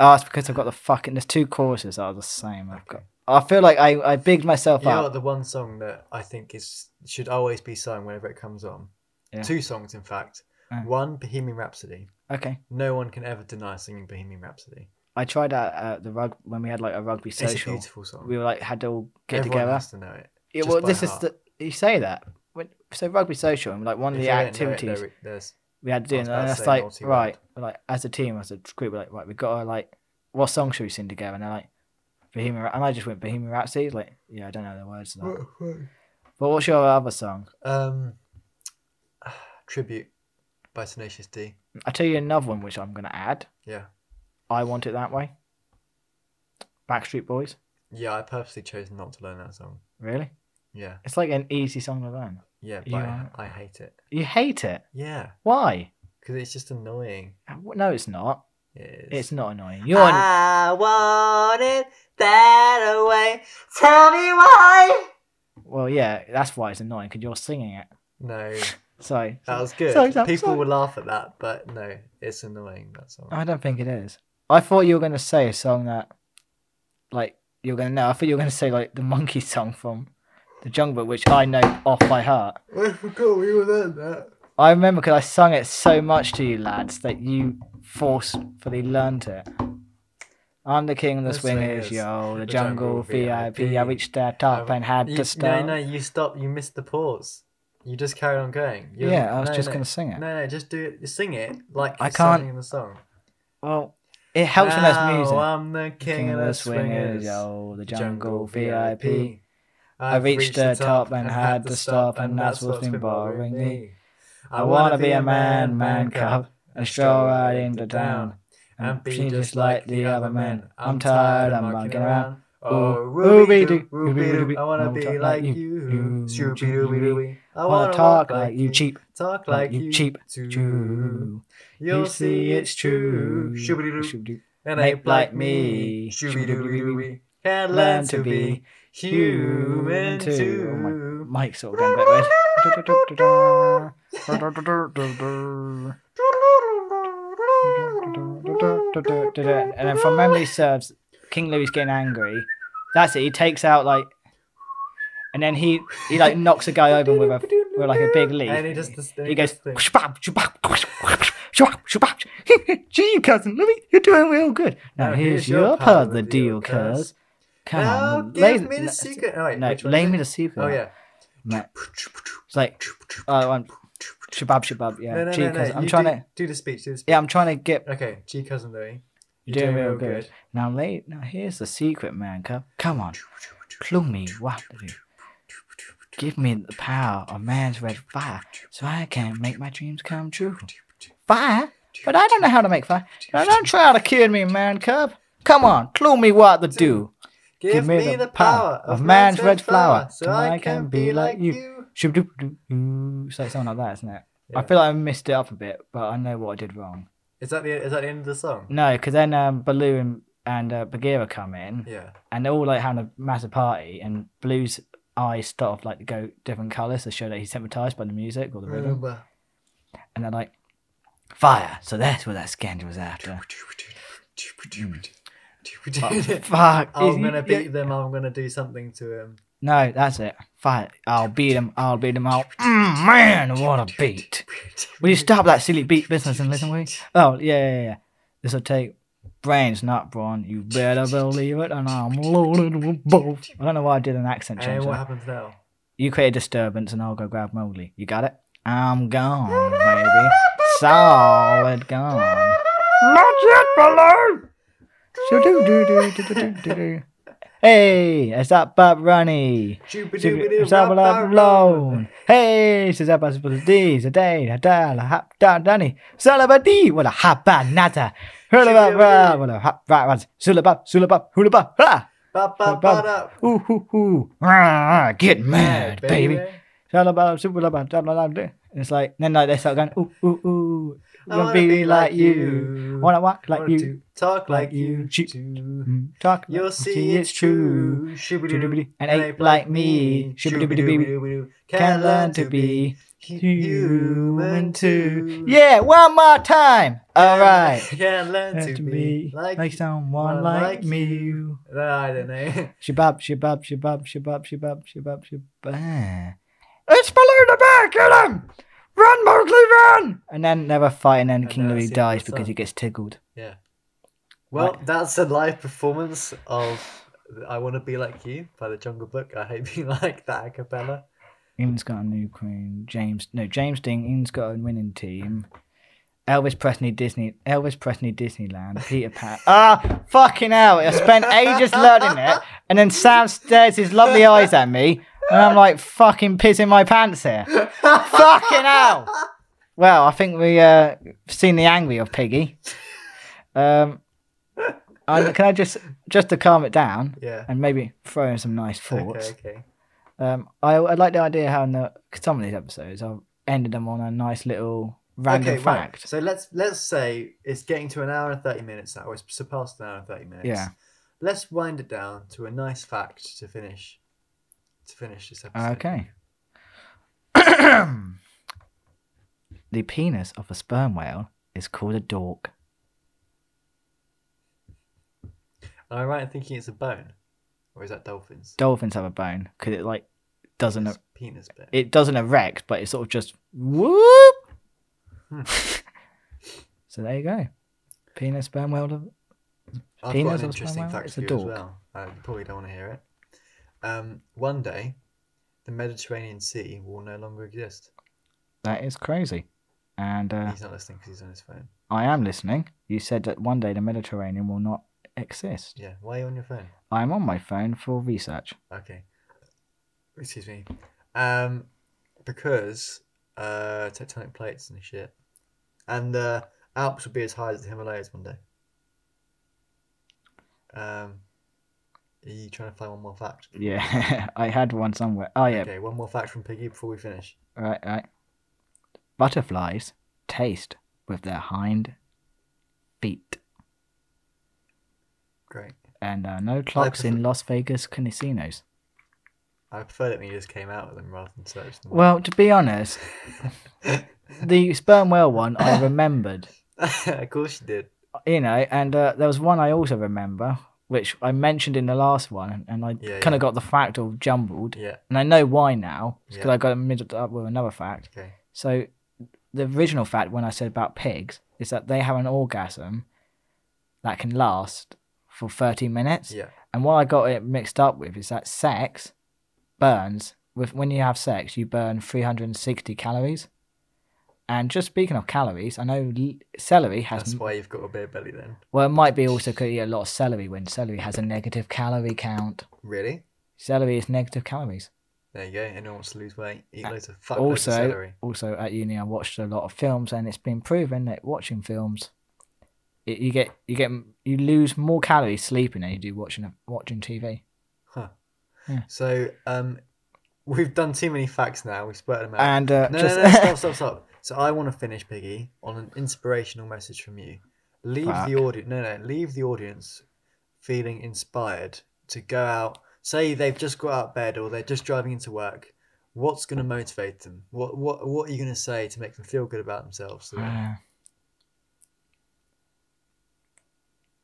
Speaker 2: Oh, it's because I've got the fucking. There's two choruses that are the same. I've got. I feel like I I bigged myself
Speaker 1: you know
Speaker 2: up.
Speaker 1: what? The one song that I think is should always be sung whenever it comes on.
Speaker 2: Yeah.
Speaker 1: Two songs, in fact.
Speaker 2: Uh.
Speaker 1: One, Bohemian Rhapsody.
Speaker 2: Okay.
Speaker 1: No one can ever deny singing Bohemian Rhapsody.
Speaker 2: I tried out uh, the rug when we had like a rugby
Speaker 1: It's a
Speaker 2: social.
Speaker 1: beautiful song.
Speaker 2: We were like had to all get
Speaker 1: Everyone
Speaker 2: together.
Speaker 1: has to know it.
Speaker 2: Yeah,
Speaker 1: just
Speaker 2: well,
Speaker 1: by
Speaker 2: this
Speaker 1: heart.
Speaker 2: is the you say that. When, so rugby social and like one of
Speaker 1: If
Speaker 2: the
Speaker 1: you don't know it,
Speaker 2: activities.
Speaker 1: there- there's
Speaker 2: we had to do,
Speaker 1: I
Speaker 2: and
Speaker 1: was about to
Speaker 2: that's
Speaker 1: say
Speaker 2: like
Speaker 1: multi-round.
Speaker 2: right, we're like as a team, as a group, we're like right, we gotta like, what song should we sing together? And they're like, Bohemian, Rhap- and I just went Bohemian Rhapsody. Like, yeah, I don't know the words. To that. But what's your other song?
Speaker 1: um, tribute by Tenacious D.
Speaker 2: I tell you another one which I'm gonna add.
Speaker 1: Yeah,
Speaker 2: I want it that way. Backstreet Boys.
Speaker 1: yeah. I purposely chose not to learn that song.
Speaker 2: Really?
Speaker 1: Yeah,
Speaker 2: It's like an easy song to learn.
Speaker 1: yeah.
Speaker 2: You
Speaker 1: But I,
Speaker 2: are-
Speaker 1: I hate it.
Speaker 2: You hate it.
Speaker 1: Yeah,
Speaker 2: Why?
Speaker 1: because it's just annoying.
Speaker 2: No, it's not.
Speaker 1: It is.
Speaker 2: It's not annoying. You're. an-
Speaker 1: I want it that way. Tell me why.
Speaker 2: Well, yeah, that's why it's annoying because you're singing it.
Speaker 1: No,
Speaker 2: <laughs> Sorry.
Speaker 1: that was good.
Speaker 2: Sorry, sorry,
Speaker 1: People
Speaker 2: sorry.
Speaker 1: will laugh at that, but no, it's annoying. That's all.
Speaker 2: I don't think it is. I thought you were going to say a song that, like, you're going to know. I thought you were going to say, like, the monkey song from The Jungle Book, which I know off by heart.
Speaker 1: I forgot we were learning that.
Speaker 2: I remember because I sung it so much to you lads that you forcefully learned it. I'm the king of the
Speaker 1: The
Speaker 2: swingers,
Speaker 1: swingers,
Speaker 2: yo, the,
Speaker 1: the jungle
Speaker 2: jungle, VIP. I
Speaker 1: VIP.
Speaker 2: reached the top
Speaker 1: Um,
Speaker 2: and had
Speaker 1: You,
Speaker 2: to stop.
Speaker 1: No, no, you stop. You missed the pause. You just carried on going. You-
Speaker 2: yeah, I was
Speaker 1: no,
Speaker 2: just
Speaker 1: no.
Speaker 2: going to sing it.
Speaker 1: No, no, just do it. Sing it like
Speaker 2: I
Speaker 1: I can't
Speaker 2: can't.
Speaker 1: in the song.
Speaker 2: Well, it helps when there's
Speaker 1: Now
Speaker 2: music.
Speaker 1: I'm the king, of the swingers.
Speaker 2: yo, the jungle, VIP.
Speaker 1: I've
Speaker 2: reached the top and had to stop, and that's what's been bothering me. I wanna be a man, man cub, and stroll right into town. And be just like the other men. I'm tired, I'm mucking around.
Speaker 1: Oh,
Speaker 2: Oh,
Speaker 1: Ruby
Speaker 2: Ruby-Doo,
Speaker 1: Doo, Ruby Doo,
Speaker 2: Ruby-Doo,
Speaker 1: I wanna be like
Speaker 2: you.
Speaker 1: you. Shooby Dooby Dooby. I
Speaker 2: I wanna talk like you cheap,
Speaker 1: Talk
Speaker 2: like you cheap,
Speaker 1: too.
Speaker 2: chew.
Speaker 1: You'll see it's true. Shooby Doo.
Speaker 2: Shooby-doo.
Speaker 1: An
Speaker 2: Make
Speaker 1: ape like
Speaker 2: like
Speaker 1: me,
Speaker 2: me.
Speaker 1: shooby dooby
Speaker 2: Shooby-dooby-dooby.
Speaker 1: dooby, can learn to be human
Speaker 2: Oh,
Speaker 1: too.
Speaker 2: my mic's sort of going backwards. And then
Speaker 1: <laughs>
Speaker 2: from memory serves, King Louis getting angry. That's it. He takes out like, and then he he like knocks a guy over with a with like a big leaf.
Speaker 1: And he just just-
Speaker 2: he goes.
Speaker 1: just thinks,
Speaker 2: "Shbab, shbab, shbab, shbab, <laughs> shbab." Gee, cousin Louis, you're doing real good. Now here's your part of the deal, cuz. Come
Speaker 1: now
Speaker 2: on.
Speaker 1: give
Speaker 2: lay-
Speaker 1: me the
Speaker 2: no,
Speaker 1: secret. Oh, wait,
Speaker 2: No,
Speaker 1: which one
Speaker 2: lay
Speaker 1: is
Speaker 2: me
Speaker 1: it?
Speaker 2: the secret.
Speaker 1: Oh yeah.
Speaker 2: Mate. It's like, oh, I want shabab shabab. Yeah,
Speaker 1: No, no,
Speaker 2: Gee,
Speaker 1: no, no.
Speaker 2: cousin. I'm
Speaker 1: you
Speaker 2: trying
Speaker 1: do,
Speaker 2: to.
Speaker 1: do the speech. Do the speech.
Speaker 2: Yeah, I'm trying to get.
Speaker 1: Okay, G cousin Louis.
Speaker 2: You're doing real good. Now, late. Now, here's the secret, man. Come, come on. Clung me. What? Give me the power of man's red fire so I can make my dreams come true. Fire? But I don't know how to make fire. Now, don't try to kid me, man cub. Come on, clue me what to do.
Speaker 1: Give, me, the, power of man's red flower, so I can be like you.
Speaker 2: Shoo-ba-doo-ba-doo. It's like something like that, isn't it? I
Speaker 1: Yeah.
Speaker 2: feel like I missed it up a bit, but I know what I did wrong.
Speaker 1: Is that the is that the end of the song?
Speaker 2: No, because then um, Baloo and, and uh, Bagheera come in,
Speaker 1: Yeah.
Speaker 2: and they're all like having a massive party, and Baloo's eyes start off like to go different colours to show that he's hypnotised by the music or the rhythm,
Speaker 1: Remember.
Speaker 2: and they're like, "Fire!" So that's what that scandal
Speaker 1: <laughs>
Speaker 2: was after. Oh, Fuck!
Speaker 1: <laughs> I'm
Speaker 2: Is-
Speaker 1: gonna
Speaker 2: yeah.
Speaker 1: beat them. I'm gonna do something to
Speaker 2: <laughs>
Speaker 1: him.
Speaker 2: No, that's it. Fire! I'll beat him. I'll beat
Speaker 1: <laughs>
Speaker 2: him. I'll. Mm, man, what a beat! Will you stop that silly beat business and listen, will you? Oh, yeah, yeah, yeah. This'll take brains, not brawn. You better believe it, and I'm loaded with both. I don't know why I did an accent
Speaker 1: And
Speaker 2: change.
Speaker 1: what
Speaker 2: there.
Speaker 1: happens now?
Speaker 2: You create a disturbance, and I'll go grab Mowgli. You got it? I'm gone, baby. Solid gone. Not yet, Baloo! Shoo-doo-doo-doo-doo-doo-doo-doo. Hey, is that Bob Ronnie? Is that what I'm blown? Hey, is that possible to do? Is day, a day, a hap, down, danny, salabadi, what a hap, nata, hulabab, rah, what a hap, rah, rah, sulabab, sulabab, hulabab, ha, ooh, hoo, hoo, rah, rah, get mad, baby. Salabab, sulabab, salabab, da. It's like, then like they start going, ooh, ooh, ooh,
Speaker 1: I
Speaker 2: wanna be like you, wanna walk like
Speaker 1: Wanna
Speaker 2: you,
Speaker 1: do- talk like
Speaker 2: like you,
Speaker 1: you.
Speaker 2: cheat.
Speaker 1: too.
Speaker 2: Mm, talk
Speaker 1: You'll
Speaker 2: like-
Speaker 1: see it's true. Shibbity
Speaker 2: Shibbity-doobity, an ape like me.
Speaker 1: Shibbity
Speaker 2: Shibbity-doobity-doobity,
Speaker 1: Can learn to be human too.
Speaker 2: Yeah, one more time. All right.
Speaker 1: <laughs> Can learn to be like.
Speaker 2: like someone
Speaker 1: like
Speaker 2: like me.
Speaker 1: No, I don't know.
Speaker 2: Shabab, shabab, shabab, shabab, shabab, shabab, shabab. It's Baloo the bear, kill him! Run, Mowgli, run! And then they have a fight, and then
Speaker 1: And
Speaker 2: King
Speaker 1: that's
Speaker 2: Louis
Speaker 1: it,
Speaker 2: dies
Speaker 1: that's
Speaker 2: because
Speaker 1: that.
Speaker 2: he gets tickled.
Speaker 1: Yeah. <laughs> Well,
Speaker 2: <laughs> Right.
Speaker 1: that's a live performance of "I Want to Be Like You" by the Jungle Book. I hope you <laughs> like that a cappella.
Speaker 2: England's got a new queen. James, no, James Dean. England's got a winning team. Elvis Presley Disney, Elvis Presley Disneyland, Peter Pan. Ah, fucking hell! I spent ages learning it, and then Sam stares his lovely eyes at me, and I'm like fucking pissing my pants here. fucking hell! Well, I think we uh seen the angry of Piggy. Um, I, can I just just to calm it down
Speaker 1: <laughs> Yeah.
Speaker 2: and maybe throw in some nice thoughts?
Speaker 1: Okay. Okay.
Speaker 2: Um, I I like the idea how in the some of these episodes I've ended them on a nice little random
Speaker 1: okay,
Speaker 2: fact.
Speaker 1: Right. So let's let's say it's getting to an hour and thirty minutes now. It's surpassed an hour and thirty minutes.
Speaker 2: Yeah.
Speaker 1: Let's wind it down to a nice fact to finish. To finish this episode.
Speaker 2: Okay. <clears throat> the penis of a sperm whale is called a dork.
Speaker 1: Am I right in thinking it's a bone, or is that dolphins?
Speaker 2: Dolphins have a bone because it like doesn't
Speaker 1: It's penis bit.
Speaker 2: it doesn't erect, but it sort of just whoop.
Speaker 1: Hmm.
Speaker 2: <laughs> so there you go. Penis sperm whale. of-
Speaker 1: I've
Speaker 2: penis
Speaker 1: got an
Speaker 2: or
Speaker 1: interesting
Speaker 2: something?
Speaker 1: fact
Speaker 2: It's
Speaker 1: for
Speaker 2: a
Speaker 1: you as
Speaker 2: dork.
Speaker 1: well. I probably don't want to hear it. Um, one day, the Mediterranean Sea will no longer exist.
Speaker 2: That is crazy. And uh,
Speaker 1: He's not listening because he's on his phone.
Speaker 2: I am listening. You said that one day the Mediterranean will not exist.
Speaker 1: Yeah. Why are you on your phone?
Speaker 2: I'm on my phone for research.
Speaker 1: Okay. Excuse me. Um, because uh, tectonic plates and shit, and the Alps will be as high as the Himalayas one day. Um, are you trying to find one more fact?
Speaker 2: Yeah, <laughs> I had one somewhere. Oh, yeah.
Speaker 1: Okay, one more fact from Piggy before we finish.
Speaker 2: Right, right. Butterflies taste with their hind feet.
Speaker 1: Great.
Speaker 2: And uh, no clocks in Las Vegas casinos.
Speaker 1: I preferred it when you just came out with them rather than searched them.
Speaker 2: Well, to be honest, the sperm whale one
Speaker 1: <laughs>
Speaker 2: I remembered,
Speaker 1: <laughs> of course you did.
Speaker 2: you know, and uh, there was one I also remember, which I mentioned in the last one, and I
Speaker 1: Yeah,
Speaker 2: kind
Speaker 1: yeah.
Speaker 2: of got the fact all jumbled.
Speaker 1: Yeah.
Speaker 2: And I know why now, because
Speaker 1: Yeah.
Speaker 2: I got mixed up with another fact.
Speaker 1: Okay.
Speaker 2: So, the original fact when I said about pigs is that they have an orgasm that can last for 30 minutes,
Speaker 1: Yeah.
Speaker 2: And what I got it mixed up with is that sex burns with when you have sex, you burn 360 calories. And just speaking of calories, I know l- celery has
Speaker 1: That's why you've got a beer belly then.
Speaker 2: well, it might be also could eat a lot of celery when celery has a negative calorie count.
Speaker 1: Really?
Speaker 2: Celery is negative calories.
Speaker 1: There you go. Anyone wants to lose weight, eat
Speaker 2: Uh,
Speaker 1: loads of fuck loads
Speaker 2: also,
Speaker 1: of celery.
Speaker 2: also at uni, I watched a lot of films, and it's been proven that watching films, it, you get you get you lose more calories sleeping than you do watching watching TV.
Speaker 1: So um, we've done too many facts now. We've spurted them out.
Speaker 2: And uh,
Speaker 1: no,
Speaker 2: just <laughs>
Speaker 1: no, no, stop, stop, stop. So I want to finish, Piggy, on an inspirational message from you. Leave the
Speaker 2: Fuck.
Speaker 1: audience. No, no, leave the audience feeling inspired to go out. Say they've just got out of bed or they're just driving into work. What's going to motivate them? What what what are you going to say to make them feel good about
Speaker 2: <sighs>
Speaker 1: themselves? today?
Speaker 2: Uh,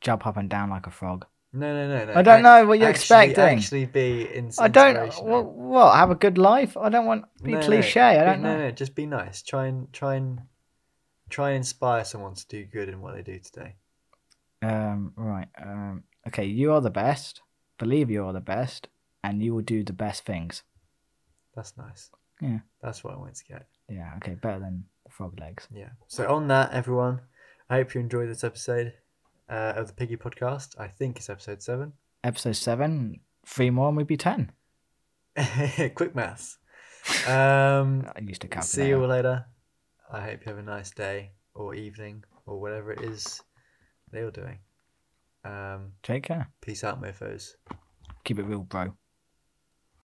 Speaker 2: jump up and down like a frog.
Speaker 1: No, no, no, no.
Speaker 2: I don't know what you're
Speaker 1: actually,
Speaker 2: expecting.
Speaker 1: Actually, be ins-
Speaker 2: I don't. uh,
Speaker 1: inspirational.
Speaker 2: What, what? Have a good life. I don't want to be
Speaker 1: No, no,
Speaker 2: cliche. I
Speaker 1: be-
Speaker 2: don't
Speaker 1: no,
Speaker 2: know.
Speaker 1: No, just be nice. Try and try and try and inspire someone to do good in what they do today.
Speaker 2: Um, right. Um, okay, you are the best. Believe you are the best, and you will do the best things.
Speaker 1: That's nice.
Speaker 2: Yeah.
Speaker 1: That's what I wanted to get.
Speaker 2: Yeah. Okay. Better than the frog legs.
Speaker 1: Yeah. So on that, everyone, I hope you enjoyed this episode uh, of the Piggy Podcast. I think it's episode seven. <laughs>
Speaker 2: Episode seven. Three more, and we'd be ten.
Speaker 1: Quick maths. Um,
Speaker 2: <laughs> I used to calculate.
Speaker 1: see you all later. I hope you have a nice day or evening or whatever it is that you're doing. Um,
Speaker 2: Take care.
Speaker 1: peace out, mofos.
Speaker 2: Keep it real, bro.